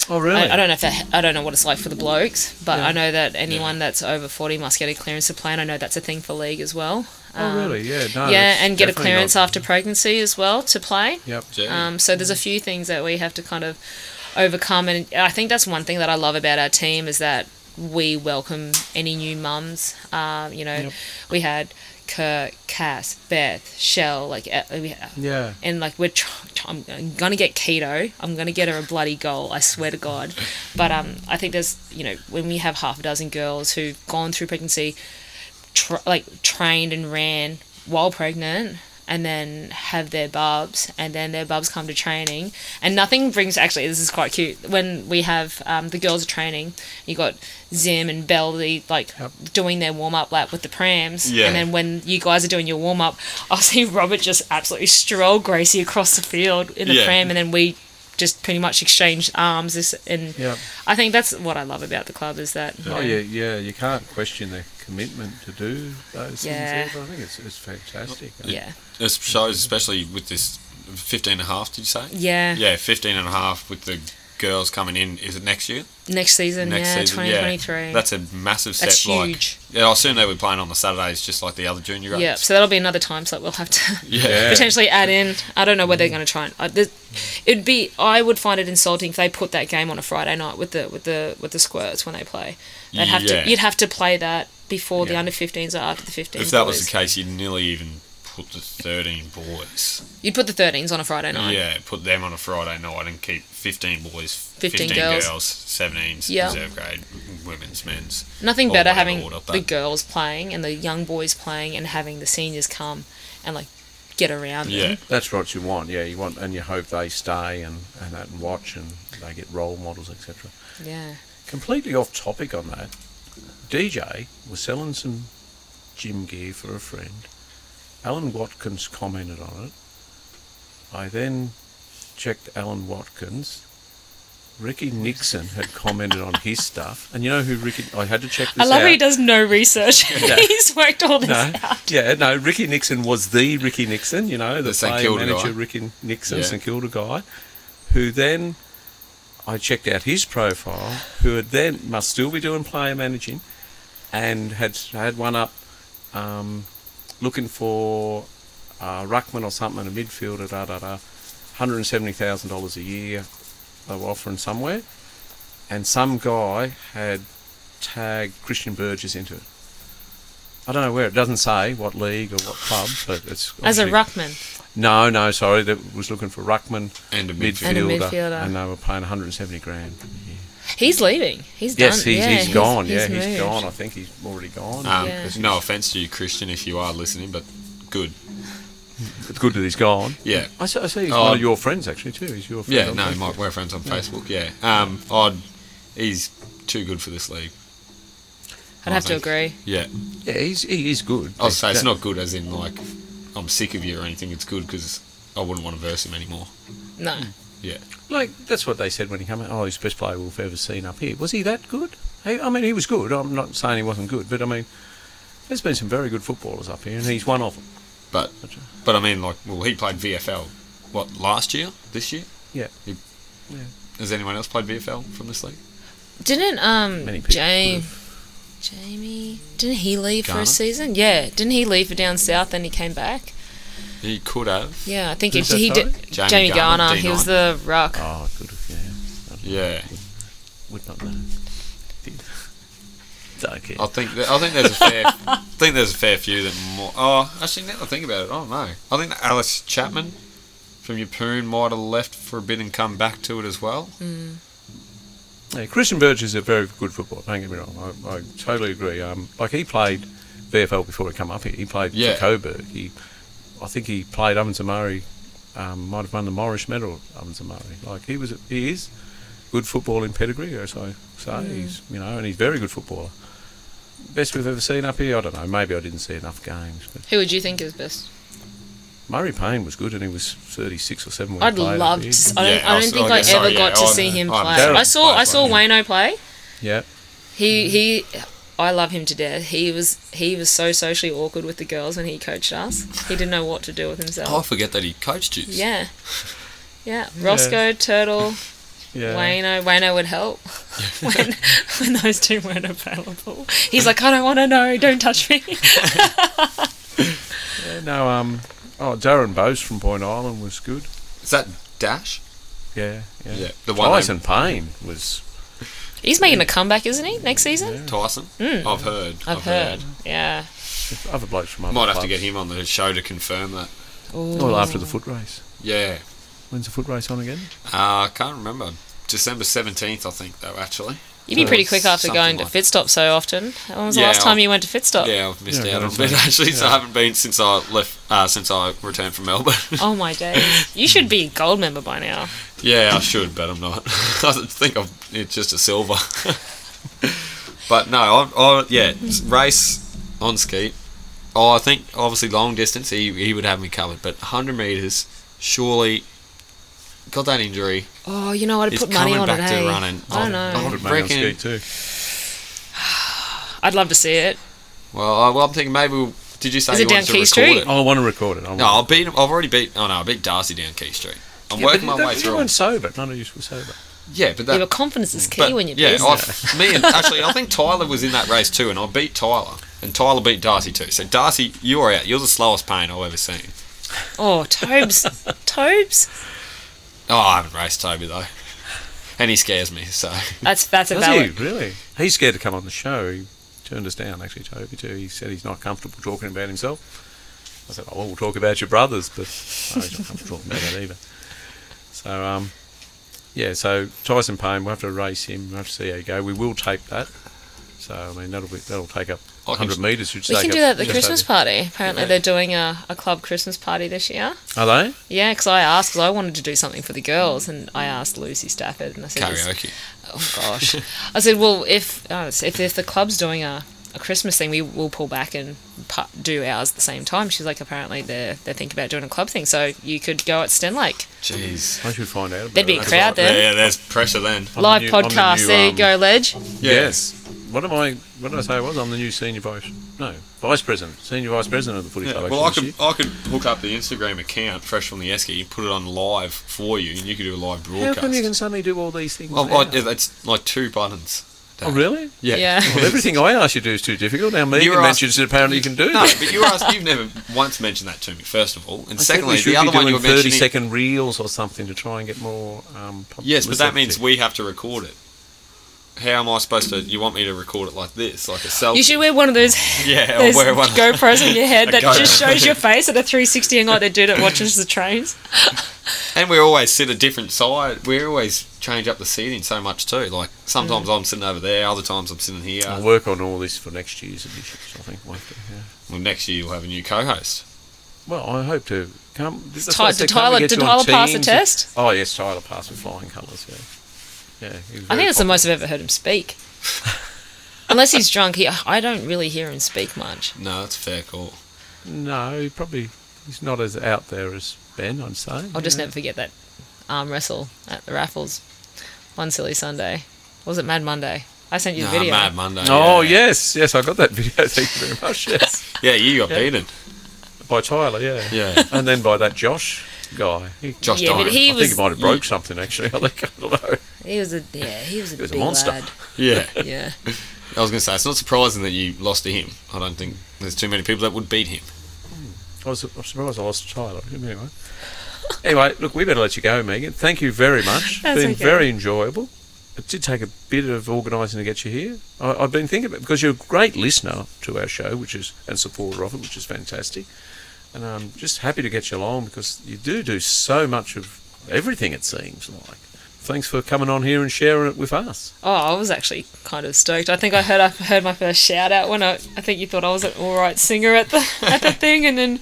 Speaker 2: Oh really?
Speaker 4: I, I don't know if that, I don't know what it's like for the blokes, but
Speaker 2: Yeah.
Speaker 4: I know that anyone that's over 40 must get a clearance to play, and I know that's a thing for league as well.
Speaker 2: oh really? Yeah. No.
Speaker 4: Um, yeah,
Speaker 2: it's
Speaker 4: and get a
Speaker 2: definitely
Speaker 4: clearance
Speaker 2: not-
Speaker 4: after pregnancy as well to play.
Speaker 2: Yep.
Speaker 3: Yeah.
Speaker 4: Um, so there's a few things that we have to kind of overcome, and I think that's one thing that I love about our team is that we welcome any new mums. Um, you know,
Speaker 2: Yep.
Speaker 4: we had Kirk, Cass, Beth, Shell, like uh, we,
Speaker 2: Yeah.
Speaker 4: and like we're tr- tr- I'm, I'm gonna get keto. I'm gonna get her a bloody goal. I swear to God. But um, I think there's you know when we have half a dozen girls who've gone through pregnancy, tr like trained and ran while pregnant. And then have their bubs, and then their bubs come to training, and nothing brings. Actually, this is quite cute. When we have um, the girls are training, you got Zim and Belly like doing their warm up lap with the prams,
Speaker 3: Yeah.
Speaker 4: and then when you guys are doing your warm up, I'll see Robert just absolutely stroll Gracie across the field in the
Speaker 3: Yeah.
Speaker 4: pram, and then we just pretty much exchange arms. This and
Speaker 2: Yep.
Speaker 4: I think that's what I love about the club is that. you
Speaker 2: Oh
Speaker 4: know,
Speaker 2: yeah, yeah. You can't question their commitment to do those
Speaker 4: Yeah.
Speaker 2: things. ever. I think it's, it's fantastic.
Speaker 4: yeah,
Speaker 3: It shows, especially with this 15 and a half, did you say?
Speaker 4: yeah,
Speaker 3: Yeah, 15 and a half with the girls coming in. Is it next year?
Speaker 4: Next season,
Speaker 3: next
Speaker 4: yeah,
Speaker 3: season?
Speaker 4: twenty twenty three.
Speaker 3: Yeah. That's a massive step.
Speaker 4: That's
Speaker 3: Like,
Speaker 4: huge.
Speaker 3: yeah, I assume they were playing on the Saturdays just like the other junior grades. <laughs>
Speaker 4: yeah, so that'll be another time slot we'll have to
Speaker 3: Yeah. Mm.
Speaker 4: potentially add in. I don't know where they're going to try and. Uh, the- it'd be. I would find it insulting if they put that game on a Friday night with the with the with the squirts when they play. They'd have
Speaker 3: Yeah.
Speaker 4: to. You'd have to play that before the
Speaker 2: Yeah.
Speaker 4: under 15s or after the 15s.
Speaker 3: If that was
Speaker 4: boys.
Speaker 3: the case, you'd nearly even put the 13 boys.
Speaker 4: you'd put the 13s on a Friday night.
Speaker 3: Yeah, put them on a Friday night and keep 15 boys,
Speaker 4: 15
Speaker 3: 15,
Speaker 4: girls.
Speaker 3: girls. 17s,
Speaker 4: Yeah.
Speaker 3: reserve grade, women's, men's.
Speaker 4: Nothing
Speaker 3: Or
Speaker 4: better
Speaker 3: whatever
Speaker 4: having
Speaker 3: order,
Speaker 4: the
Speaker 3: but-
Speaker 4: girls playing and the young boys playing and having the seniors come and like get around them.
Speaker 3: Yeah.
Speaker 2: That's what you want. Yeah, you want, and you hope they stay and and, that and watch and they get role models, etc.
Speaker 4: Yeah.
Speaker 2: Completely off topic on that. DJ was selling some gym gear for a friend. Alan Watkins commented on it. I then checked Alan Watkins. Ricky Nixon had commented on his stuff, and you know who Ricky? I had to check this
Speaker 4: I love
Speaker 2: out.
Speaker 4: how he does no research. <laughs> He's worked all this
Speaker 2: No,
Speaker 4: out.
Speaker 2: yeah, no. Ricky Nixon was the Ricky Nixon, you know, the,
Speaker 3: The St
Speaker 2: player
Speaker 3: Kilda
Speaker 2: manager,
Speaker 3: guy.
Speaker 2: Ricky Nixon,
Speaker 3: Yeah.
Speaker 2: St Kilda guy, who then I checked out his profile, who had then must still be doing player managing, and had had one up um, looking for uh, ruckman or something, a midfielder, da da da, hundred and seventy thousand dollars a year they were offering somewhere, and some guy had tagged Christian Burgess into it. I don't know where. It doesn't say what league or what club, but it's
Speaker 4: As a
Speaker 2: obviously-
Speaker 4: ruckman.
Speaker 2: No, no, sorry. That was looking for ruckman
Speaker 3: And a
Speaker 2: midfielder,
Speaker 3: midfielder.
Speaker 4: And
Speaker 2: and,
Speaker 4: a midfielder.
Speaker 2: they were paying 170 grand.
Speaker 4: He's leaving. He's
Speaker 2: Yes,
Speaker 4: done.
Speaker 2: he's,
Speaker 4: yeah,
Speaker 2: he's gone. yeah,
Speaker 4: he's
Speaker 2: he's
Speaker 4: moved.
Speaker 2: gone. I think he's already gone.
Speaker 3: Um,
Speaker 4: Yeah.
Speaker 3: No offense to you, Christian, if you are listening, but good.
Speaker 2: It's good that he's gone.
Speaker 3: Yeah.
Speaker 2: I see, I see he's
Speaker 3: Oh,
Speaker 2: one of
Speaker 3: I'm-
Speaker 2: your friends actually too. He's your friend.
Speaker 3: Yeah,
Speaker 2: on
Speaker 3: no,
Speaker 2: Facebook.
Speaker 3: my, we're friends on Facebook, yeah. Um, I'd, he's too good for this league.
Speaker 4: I'd have to agree.
Speaker 3: Yeah.
Speaker 2: yeah, he's he is good.
Speaker 3: I'll say Oh, it's
Speaker 2: Yeah.
Speaker 3: not good as in, like, I'm sick of you or anything. It's good because I wouldn't want to verse him anymore.
Speaker 4: No.
Speaker 3: Yeah.
Speaker 2: Like that's what they said when he came out. Oh, he's the best player we've ever seen up here. Was he that good? He, I mean, he was good. I'm not saying he wasn't good, but I mean, there's been some very good footballers up here, and he's one of them.
Speaker 3: But, but I mean, like, well, he played VFL, what, last year? This year?
Speaker 2: Yeah,
Speaker 3: Has anyone else played VFL from this league?
Speaker 4: Didn't um
Speaker 1: Many people
Speaker 4: Jamie Jamie didn't he leave for
Speaker 3: Garner?
Speaker 4: a season? Yeah, didn't he leave for down south? Then he came back.
Speaker 3: He could have.
Speaker 4: Yeah, I think it,
Speaker 2: Who's that
Speaker 4: he
Speaker 2: fella?
Speaker 4: did.
Speaker 3: Jamie
Speaker 4: Jamie,
Speaker 3: Garner,
Speaker 4: Garner, he was the rock.
Speaker 2: Ah,
Speaker 1: Oh, I could have, yeah. I don't know.
Speaker 3: Yeah.
Speaker 1: Would not know. Did-
Speaker 2: <laughs>
Speaker 1: Don't care.
Speaker 3: I think that, I think there's a fair I think there's a fair few that more. Oh, actually, now that I think about it, I don't know. I think that Alice Chapman from Yapoon might have left for a bit and come back to it as well.
Speaker 2: Yeah, Christian Birch is a very good footballer. Don't get me wrong. I, I totally agree. Um, like he played VFL before he come up here. He played
Speaker 3: Yeah.
Speaker 2: for Coburg. He, I think he played Oven Tamari, um, might have won the Morris Medal at Oven Tamari. Like he was, a- he is good football in pedigree, as I say. He's you know, and he's a very good footballer. Best we've ever seen up here. I don't know. Maybe I didn't see enough games, but
Speaker 4: Who would you think is best?
Speaker 2: Murray Payne was good, and he was thirty six or seven when
Speaker 4: I'd
Speaker 2: he played. up
Speaker 4: love
Speaker 2: here.
Speaker 4: to. s- I don't,
Speaker 3: Yeah, I
Speaker 4: I
Speaker 3: was-
Speaker 4: don't think
Speaker 3: oh,
Speaker 4: I
Speaker 3: yeah,
Speaker 4: ever
Speaker 3: sorry, yeah,
Speaker 4: got to
Speaker 3: I-
Speaker 4: see him
Speaker 3: I-
Speaker 4: play.
Speaker 3: Darren
Speaker 4: I saw I
Speaker 3: plays
Speaker 4: saw
Speaker 3: well,
Speaker 4: Wayno play.
Speaker 2: Yeah,
Speaker 4: He he. I love him to death. He was he was so socially awkward with the girls when he coached us. He didn't know what to do with himself.
Speaker 3: Oh, I forget that he coached you. <laughs>
Speaker 4: Yeah. Yeah. Roscoe, Turtle,
Speaker 2: yeah.
Speaker 4: Wayno. Wayno would help <laughs> when, when those two weren't available. He's like, I don't want to know. Don't touch me. <laughs>
Speaker 2: Yeah, no, um, oh, Darren Bose from Point Island was good.
Speaker 3: Is that Dash?
Speaker 2: Yeah, yeah.
Speaker 3: Yeah, the one
Speaker 2: Tyson Payne was.
Speaker 4: He's making a comeback, isn't he? Next season?
Speaker 3: Tyson? I've heard.
Speaker 4: Mm. I've heard. Yeah.
Speaker 2: Other blokes from other
Speaker 3: Might have to
Speaker 2: clubs.
Speaker 3: get him on the show to confirm that.
Speaker 2: Well, after the foot race.
Speaker 3: Yeah.
Speaker 2: When's the foot race on again?
Speaker 3: Uh, I can't remember. December 17th, I think, though, actually.
Speaker 4: You'd be pretty
Speaker 3: Or
Speaker 4: quick after
Speaker 3: something
Speaker 4: going to
Speaker 3: like-
Speaker 4: Fitstop so often. When was the
Speaker 3: Yeah,
Speaker 4: last time
Speaker 3: I'll-
Speaker 4: you went to Fitstop?
Speaker 3: Yeah, I've missed
Speaker 2: Yeah,
Speaker 3: out
Speaker 2: no,
Speaker 3: on
Speaker 2: no.
Speaker 3: it, actually, so I haven't been since I left, uh, since I returned from Melbourne. <laughs>
Speaker 4: Oh my days. You should be a gold member by now.
Speaker 3: Yeah, I should, but I'm not. <laughs> I think I'm, it's just a silver. <laughs> but no, I, I, yeah, it's race on ski. Oh, I think obviously long distance, he, he would have me covered. But 100 metres, surely, got that injury.
Speaker 4: Oh, you know, I'd
Speaker 3: He's
Speaker 4: put money
Speaker 3: coming
Speaker 4: on
Speaker 3: back
Speaker 4: it,
Speaker 3: to
Speaker 4: eh?
Speaker 3: running.
Speaker 4: I don't
Speaker 3: Oh,
Speaker 4: know.
Speaker 3: I
Speaker 2: Good
Speaker 3: would
Speaker 2: mate on
Speaker 3: reckon.
Speaker 2: ski too.
Speaker 4: I'd love to see it.
Speaker 3: Well, I, well, I'm thinking maybe. We'll, did you say
Speaker 4: Is
Speaker 3: you
Speaker 4: it down
Speaker 3: wanted to
Speaker 4: Quay
Speaker 3: record
Speaker 4: Street?
Speaker 3: it?
Speaker 2: Oh, I want to record it. I
Speaker 3: No, I'll beat him. I've already beat. Oh no, I beat Darcy down Key Street. I'm working my way
Speaker 2: You
Speaker 3: through.
Speaker 2: weren't
Speaker 3: it.
Speaker 2: sober. None of you were sober.
Speaker 3: Yeah, but
Speaker 4: yeah,
Speaker 3: that.
Speaker 4: but confidence is key
Speaker 3: but,
Speaker 4: when you're
Speaker 3: yeah,
Speaker 4: busy.
Speaker 3: I, me and actually, I think Tyler was in that race too, and I beat Tyler, and Tyler beat Darcy too. So Darcy, you're out. You're the slowest pain I've ever seen.
Speaker 4: Oh, Tobes. Tobes?
Speaker 3: Oh, I haven't raced Toby though, and he scares me. So
Speaker 4: That's that's a
Speaker 2: Was
Speaker 4: valid.
Speaker 2: he really? He's scared to come on the show. He turned us down actually, Toby too. He said he's not comfortable talking about himself. I said, "Oh, well, we'll talk about your brothers," but no, he's not comfortable talking about that either. So, um, yeah. So Tyson Payne, we'll have to race him. We'll have to see how you go. We will tape that. So I mean, that'll be that'll take up
Speaker 3: I can
Speaker 2: 100
Speaker 3: s-
Speaker 2: metres. which
Speaker 4: We
Speaker 2: take
Speaker 4: can
Speaker 2: up
Speaker 4: do that at the
Speaker 2: just
Speaker 4: Christmas
Speaker 2: over-
Speaker 4: party. Apparently, they're doing a, a club Christmas party this year.
Speaker 2: Are they?
Speaker 4: Yeah, because I asked, because I wanted to do something for the girls, and I asked Lucy Stafford, and I said, "Is-
Speaker 3: karaoke.
Speaker 4: Oh, gosh. I said, well, if, uh, if if the club's doing a, a Christmas thing, we will pull back and pu- do ours at the same time. She's like, apparently, they're, they're thinking about doing a club thing, so you could go at Stenlake.
Speaker 3: Jeez.
Speaker 2: I should find out. about
Speaker 4: There'd be a
Speaker 2: that.
Speaker 4: crowd
Speaker 3: Yeah,
Speaker 4: there.
Speaker 3: yeah, there's pressure then.
Speaker 2: I'm the
Speaker 4: Live
Speaker 2: new- I'm the
Speaker 4: podcast.
Speaker 2: new,
Speaker 4: there you
Speaker 2: um,
Speaker 4: go, Ledge.
Speaker 2: Yes. What am I? What did I say? I was I'm the new senior vice. No, vice president, senior vice president of the footy
Speaker 3: Yeah,
Speaker 2: club.
Speaker 3: well, I
Speaker 2: actually,
Speaker 3: could I could hook up the Instagram account fresh from the Esky, put it on live for you, and you could do a live
Speaker 2: this year.
Speaker 3: broadcast.
Speaker 2: How come you can suddenly do all these things?
Speaker 3: Oh,
Speaker 2: now?
Speaker 3: I, yeah, it's like two buttons.
Speaker 2: oh, really?
Speaker 3: Yeah.
Speaker 2: <laughs>
Speaker 4: Yeah.
Speaker 2: Well, everything I asked you to do is too difficult. Now me
Speaker 3: You
Speaker 2: and
Speaker 3: were
Speaker 2: mentions that apparently you can do.
Speaker 3: No,
Speaker 2: that.
Speaker 3: but you were asked, you've never once mentioned that to me, first of all. And
Speaker 2: I said
Speaker 3: secondly,
Speaker 2: we should
Speaker 3: the other
Speaker 2: be doing
Speaker 3: one you were mentioning.
Speaker 2: thirty-second reels or something to try and get more. Um, publicity.
Speaker 3: Yes, but that means we have to record it. How am I supposed to? You want me to record it like this, like a selfie?
Speaker 4: You should wear one of those
Speaker 3: <laughs> yeah, I'll
Speaker 4: There's
Speaker 3: wear one.
Speaker 4: GoPros on
Speaker 2: <laughs>
Speaker 4: your head
Speaker 3: A
Speaker 4: that just
Speaker 3: GoPro.
Speaker 4: shows your face at a 360 and like they do that watches the trains.
Speaker 3: And we always sit a different side. We always change up the seating so much too. Like sometimes
Speaker 4: Mm.
Speaker 3: I'm sitting over there, other times I'm sitting here.
Speaker 2: I'll
Speaker 3: Well,
Speaker 2: work on all this for next year's editions. I think. We'll, have to, yeah.
Speaker 3: next year you'll have a new co-host.
Speaker 2: well I hope to come. that's
Speaker 4: Ty-
Speaker 2: why I said,
Speaker 4: did
Speaker 2: can't we
Speaker 4: Tyler,
Speaker 2: get
Speaker 4: did
Speaker 2: you on
Speaker 4: Tyler pass the
Speaker 2: Teams?
Speaker 4: test?
Speaker 2: Oh yes, Tyler passed with flying colours. Yeah, yeah. he was
Speaker 4: I
Speaker 2: very
Speaker 4: think that's the
Speaker 2: popular.
Speaker 4: most I've ever heard
Speaker 2: <laughs>
Speaker 4: him speak. Unless he's drunk, he, I don't really hear him speak much.
Speaker 3: No, that's a fair call.
Speaker 2: No, he probably he's not as out there as Ben. I'd say.
Speaker 4: I'll just
Speaker 2: yeah.
Speaker 4: never forget that arm wrestle at the raffles one silly Sunday. Or Was it Mad Monday? I sent you the
Speaker 3: Nah,
Speaker 4: video.
Speaker 3: Mad Monday.
Speaker 2: Oh
Speaker 3: yeah,
Speaker 2: yes, yes, I got that video. Thank you <laughs> very much. Yes,
Speaker 3: yeah. You got beaten.
Speaker 2: by Tyler. Yeah.
Speaker 4: <laughs>
Speaker 3: Yeah.
Speaker 2: And then by that Josh. guy. He,
Speaker 3: Josh
Speaker 4: Yeah, but
Speaker 3: Dyer.
Speaker 2: I
Speaker 4: he
Speaker 2: think
Speaker 4: was
Speaker 2: he might have broke something actually. <laughs> I think I don't know.
Speaker 4: he was a yeah he was a,
Speaker 2: was a
Speaker 4: big
Speaker 2: monster.
Speaker 4: lad.
Speaker 3: Yeah.
Speaker 4: Yeah,
Speaker 3: I was going to say, it's not surprising that you lost to him. I don't think there's too many people that would beat him.
Speaker 2: I was, I was surprised I lost Tyler. Anyway. anyway, look, we better let you go, Megan. Thank you very much.
Speaker 4: That's
Speaker 2: been
Speaker 4: okay.
Speaker 2: very enjoyable. It did take a bit of organising to get you here. I, I've been thinking about because you're a great listener to our show, which is and supporter of it, which is fantastic. And I'm just happy to get you along because you do do so much of everything. It seems like. Thanks for coming on here and sharing it with us.
Speaker 4: oh, I was actually kind of stoked. I think I heard I heard my first shout out when I I think you thought I was an all right singer at the at
Speaker 3: <laughs>
Speaker 4: the thing, and then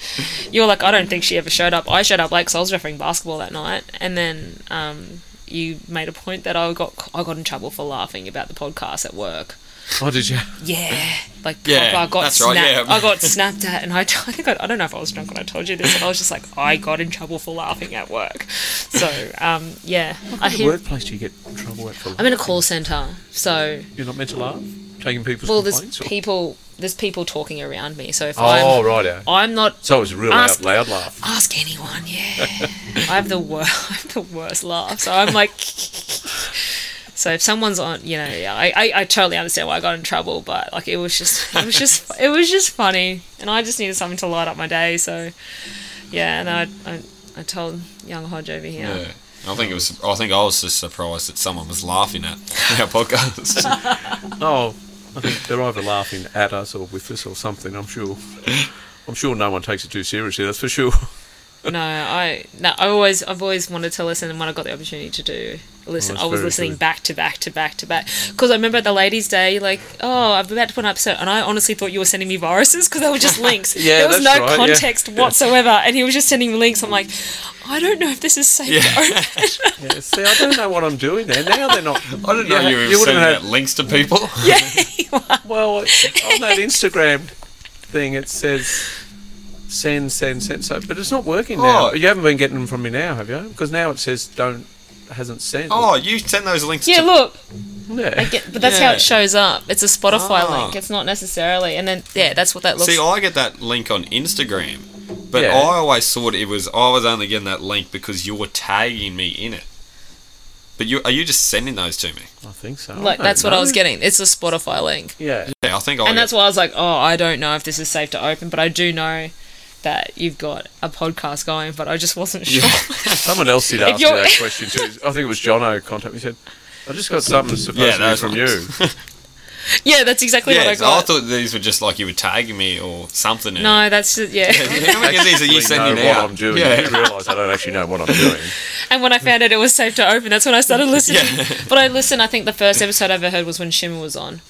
Speaker 4: you were like, I don't think she ever showed up. I showed up late because I was refereeing basketball that night, and then um, you made a point that I got I got in trouble for laughing about the podcast at work.
Speaker 2: Oh, did
Speaker 4: <laughs>
Speaker 2: you?
Speaker 4: Yeah, like
Speaker 3: Yeah,
Speaker 4: proper, I got
Speaker 3: that's right,
Speaker 4: snapped.
Speaker 3: yeah.
Speaker 4: I got snapped at, and I, <laughs> I think I, I don't know if I was drunk when I told you this, but I was just like, I got in trouble for laughing at work. So um, yeah, I
Speaker 2: What
Speaker 4: hear,
Speaker 2: workplace do you get in trouble at for?
Speaker 4: I'm in a call center, so
Speaker 2: You're not meant to laugh, taking people's
Speaker 4: well, there's
Speaker 2: complaints. or-
Speaker 4: people there's people talking around me. So if
Speaker 2: oh,
Speaker 4: I'm
Speaker 2: right. yeah.
Speaker 4: I'm not
Speaker 2: So it was a real
Speaker 4: Ask-
Speaker 2: out loud laugh.
Speaker 4: ask anyone. Yeah, <laughs> I have the worst I have the worst laugh. So I'm like. <laughs> So if someone's on, you know, yeah, I, I, I totally understand why I got in trouble, but like it was just it was just <laughs> it was just funny, and I just needed something to light up my day. So yeah, and I I, I told young Hodge over here.
Speaker 3: Yeah. I think it was. I think I was just surprised that someone was laughing at <laughs> our podcast.
Speaker 2: Oh, I think they're either laughing at us or with us or something. I'm sure. I'm sure no one takes it too seriously. That's for sure.
Speaker 4: No, I no, I always I've always wanted to listen, and when I got the opportunity to do listen,
Speaker 2: that's
Speaker 4: I was
Speaker 2: very
Speaker 4: listening
Speaker 2: good.
Speaker 4: back to back to back to back because I remember at the Ladies' Day, like, oh, I'm about to put an episode, and I honestly thought you were sending me viruses because they
Speaker 2: <laughs>
Speaker 4: were just links.
Speaker 2: Yeah,
Speaker 4: there was
Speaker 2: that's
Speaker 4: no
Speaker 2: right, yeah.
Speaker 4: context whatsoever, and he was just sending me links. I'm like, I don't know if this is safe. to
Speaker 2: <laughs>
Speaker 4: open.
Speaker 2: Yeah, see, I don't know what I'm doing there. Now they're not.
Speaker 3: I didn't know
Speaker 2: Yeah,
Speaker 3: you were
Speaker 2: you wouldn't
Speaker 3: sending
Speaker 2: have-
Speaker 3: out links to <laughs> people.
Speaker 2: Well, on that Instagram thing, it says send, send, send. So, but it's not working now.
Speaker 3: Oh.
Speaker 2: You haven't been getting them from me now, have you? Because now it says don't hasn't sent.
Speaker 3: Oh, you send those links.
Speaker 4: <laughs> yeah,
Speaker 3: to
Speaker 4: look,
Speaker 2: yeah.
Speaker 4: I get, but that's how
Speaker 3: Yeah.
Speaker 4: it shows up. It's a Spotify
Speaker 3: Ah.
Speaker 4: link. It's not necessarily, and then yeah, that's what that looks.
Speaker 3: See, I get that link on Instagram, but
Speaker 2: Yeah.
Speaker 3: I always thought it was I was only getting that link because you were tagging me in it. But you are you just sending those to me?
Speaker 2: I think so.
Speaker 4: like
Speaker 2: don't
Speaker 4: that's what I
Speaker 2: know.
Speaker 4: was getting. It's a Spotify link.
Speaker 2: Yeah.
Speaker 3: Yeah, I think I.
Speaker 4: and
Speaker 3: get-
Speaker 4: that's why I was like, oh, I don't know if this is safe to open, but I do know that you've got a podcast going, but I just wasn't sure. <laughs>
Speaker 2: Someone else did ask me
Speaker 4: you're-
Speaker 2: that
Speaker 4: <laughs>
Speaker 2: question too. I think it was John O. contacted me. He said, "I just got something supposed
Speaker 3: Yeah,
Speaker 2: to be
Speaker 3: those
Speaker 2: from
Speaker 3: <laughs>
Speaker 2: you."
Speaker 3: ones.
Speaker 4: yeah, that's exactly
Speaker 3: yeah,
Speaker 4: what I
Speaker 3: so I
Speaker 4: got.
Speaker 3: thought these were just like you were tagging me or something. and-
Speaker 4: no, that's just, yeah.
Speaker 3: How many of these are you
Speaker 2: actually know
Speaker 3: sending
Speaker 2: what
Speaker 3: out?
Speaker 2: I'm doing.
Speaker 3: Yeah.
Speaker 2: You realise I don't actually know what I'm doing.
Speaker 4: <laughs> and when I found out it was safe to open, that's when I started listening. But I listened. I think the first episode I ever heard was when Shimmer was on.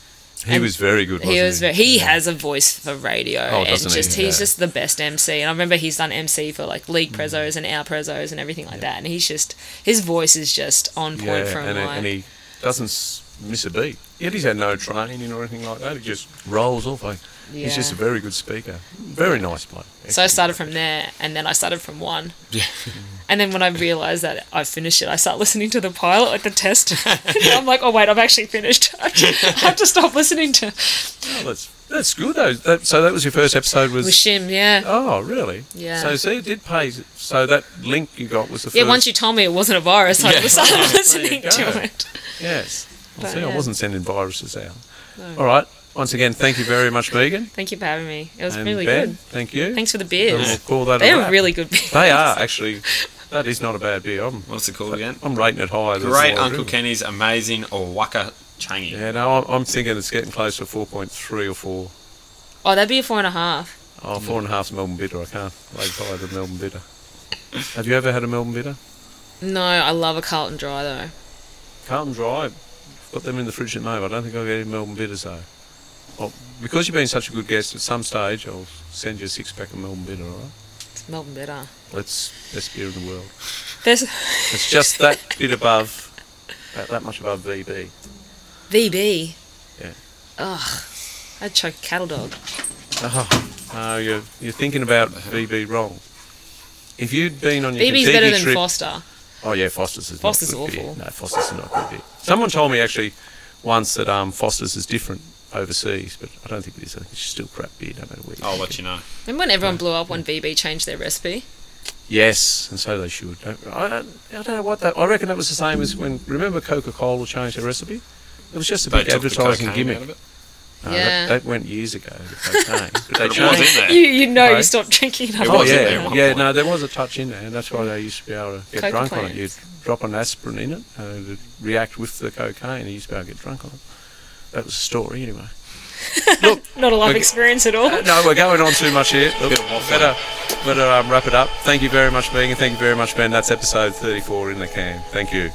Speaker 2: He was very good. Wasn't
Speaker 4: He was very, he has a voice for radio, and
Speaker 2: doesn't he?
Speaker 4: just he's
Speaker 2: Yeah.
Speaker 4: just the best MC. And I remember he's done MC for like league prezos and our prezos and everything like that. And he's just his voice is just on point
Speaker 2: yeah,
Speaker 4: for him.
Speaker 2: and,
Speaker 4: like,
Speaker 2: and he doesn't s- miss a beat. Yet he's had no training or anything like that. He just rolls off. Like, He's just a
Speaker 4: Yeah.
Speaker 2: very good speaker. Very nice bloke.
Speaker 4: So I started from there, and then I started from one. And then when I realised that I finished it, I start listening to the pilot, like the test. <laughs> And I'm like, oh wait, I'm actually finished. <laughs> I have to stop listening to
Speaker 2: Oh, that's that's good though. That, so that was your first episode. Was
Speaker 4: with Shim. Yeah,
Speaker 2: oh really?
Speaker 4: Yeah.
Speaker 2: So see, it did pay. So that link you got was the
Speaker 4: yeah.
Speaker 2: first.
Speaker 4: Once you told me it wasn't a virus, I
Speaker 3: Yeah.
Speaker 4: started listening
Speaker 2: go.
Speaker 4: to it.
Speaker 2: Yes. Well,
Speaker 4: But,
Speaker 2: see, I
Speaker 4: yeah.
Speaker 2: wasn't sending viruses out. All right. Once again, thank you very much, Megan.
Speaker 4: Thank you for having me. It was
Speaker 2: and
Speaker 4: really
Speaker 2: ben,
Speaker 4: good.
Speaker 2: Thank you.
Speaker 4: Thanks for the
Speaker 2: And we'll
Speaker 4: beers.
Speaker 2: call that a
Speaker 4: They were
Speaker 2: wrap.
Speaker 4: really good beers.
Speaker 2: They are actually. That is not a bad beer. I'm,
Speaker 3: <laughs> What's it called
Speaker 2: <laughs>
Speaker 3: again?
Speaker 2: I'm rating it high. That's
Speaker 3: Great
Speaker 2: all I
Speaker 3: Uncle
Speaker 2: do.
Speaker 3: Kenny's amazing or Waka Changi.
Speaker 2: Yeah, no, I'm, I'm thinking it's getting close to 4.3 or 4.
Speaker 4: Oh, that'd be a four and a half.
Speaker 2: Oh, four and a half's Melbourne bitter. I can't rate higher than Melbourne bitter.
Speaker 3: <laughs>
Speaker 2: Have you ever had a Melbourne bitter?
Speaker 4: No, I love a Carlton Dry though.
Speaker 2: Carlton Dry. I've got them in the fridge at the moment. I don't think I'll get any Melbourne bitters though. Well, because you've been such a good guest, at some stage I'll send you a six pack of Melbourne bitter. All right.
Speaker 4: It's Melbourne bitter.
Speaker 2: That's best beer in the world.
Speaker 4: There's <laughs>
Speaker 2: It's just that bit above, that, that much above VB.
Speaker 4: VB.
Speaker 2: Yeah.
Speaker 4: Ugh, I'd choke a cattle dog.
Speaker 2: Oh, no, you're, you're thinking about VB wrong. If you'd been on your
Speaker 4: BB's
Speaker 2: Kentucky
Speaker 4: better than
Speaker 2: trip,
Speaker 4: Foster.
Speaker 2: Oh yeah, Foster's is
Speaker 4: Foster's
Speaker 2: not good
Speaker 4: awful.
Speaker 2: Beer. No, Foster's is not good beer. Someone told me actually once that um, Foster's is different overseas, but I don't think it is. I think it's still crap beer, no matter where. you
Speaker 3: I'll
Speaker 2: drink
Speaker 3: let
Speaker 2: it.
Speaker 3: you know.
Speaker 4: Remember when everyone blew up when VB changed their recipe?
Speaker 2: Yes, and so they should. I, I don't know what that. I reckon that was the same as when. Remember, Coca Cola changed their recipe. It was just a
Speaker 3: They
Speaker 2: big
Speaker 3: took the
Speaker 2: advertising
Speaker 3: cocaine
Speaker 2: gimmick.
Speaker 3: out of it.
Speaker 2: No,
Speaker 4: Yeah.
Speaker 2: that, that went years ago. The
Speaker 3: <laughs>
Speaker 2: cocaine. But they
Speaker 4: <laughs>
Speaker 3: But it was
Speaker 2: changed.
Speaker 3: in there.
Speaker 4: You, you know
Speaker 2: Right.
Speaker 4: you stopped drinking it.
Speaker 3: It
Speaker 2: Oh
Speaker 3: was in
Speaker 2: yeah,
Speaker 3: there at one
Speaker 2: yeah.
Speaker 3: point.
Speaker 2: No, there was a touch in there, and that's why they used to be able to get
Speaker 4: Coca
Speaker 2: drunk on it.
Speaker 4: plants.
Speaker 2: You'd drop an aspirin in it, and it'd react with the cocaine, and you used to be able to get drunk on it. That was the story, anyway.
Speaker 4: Not a life
Speaker 2: Okay.
Speaker 4: experience at all.
Speaker 2: No, we're going on too much here. Look,
Speaker 3: Bit of waffle.
Speaker 2: better, better um, wrap it up. Thank you very much, Megan. Thank you very much, Ben. That's episode 34 in the can. Thank you.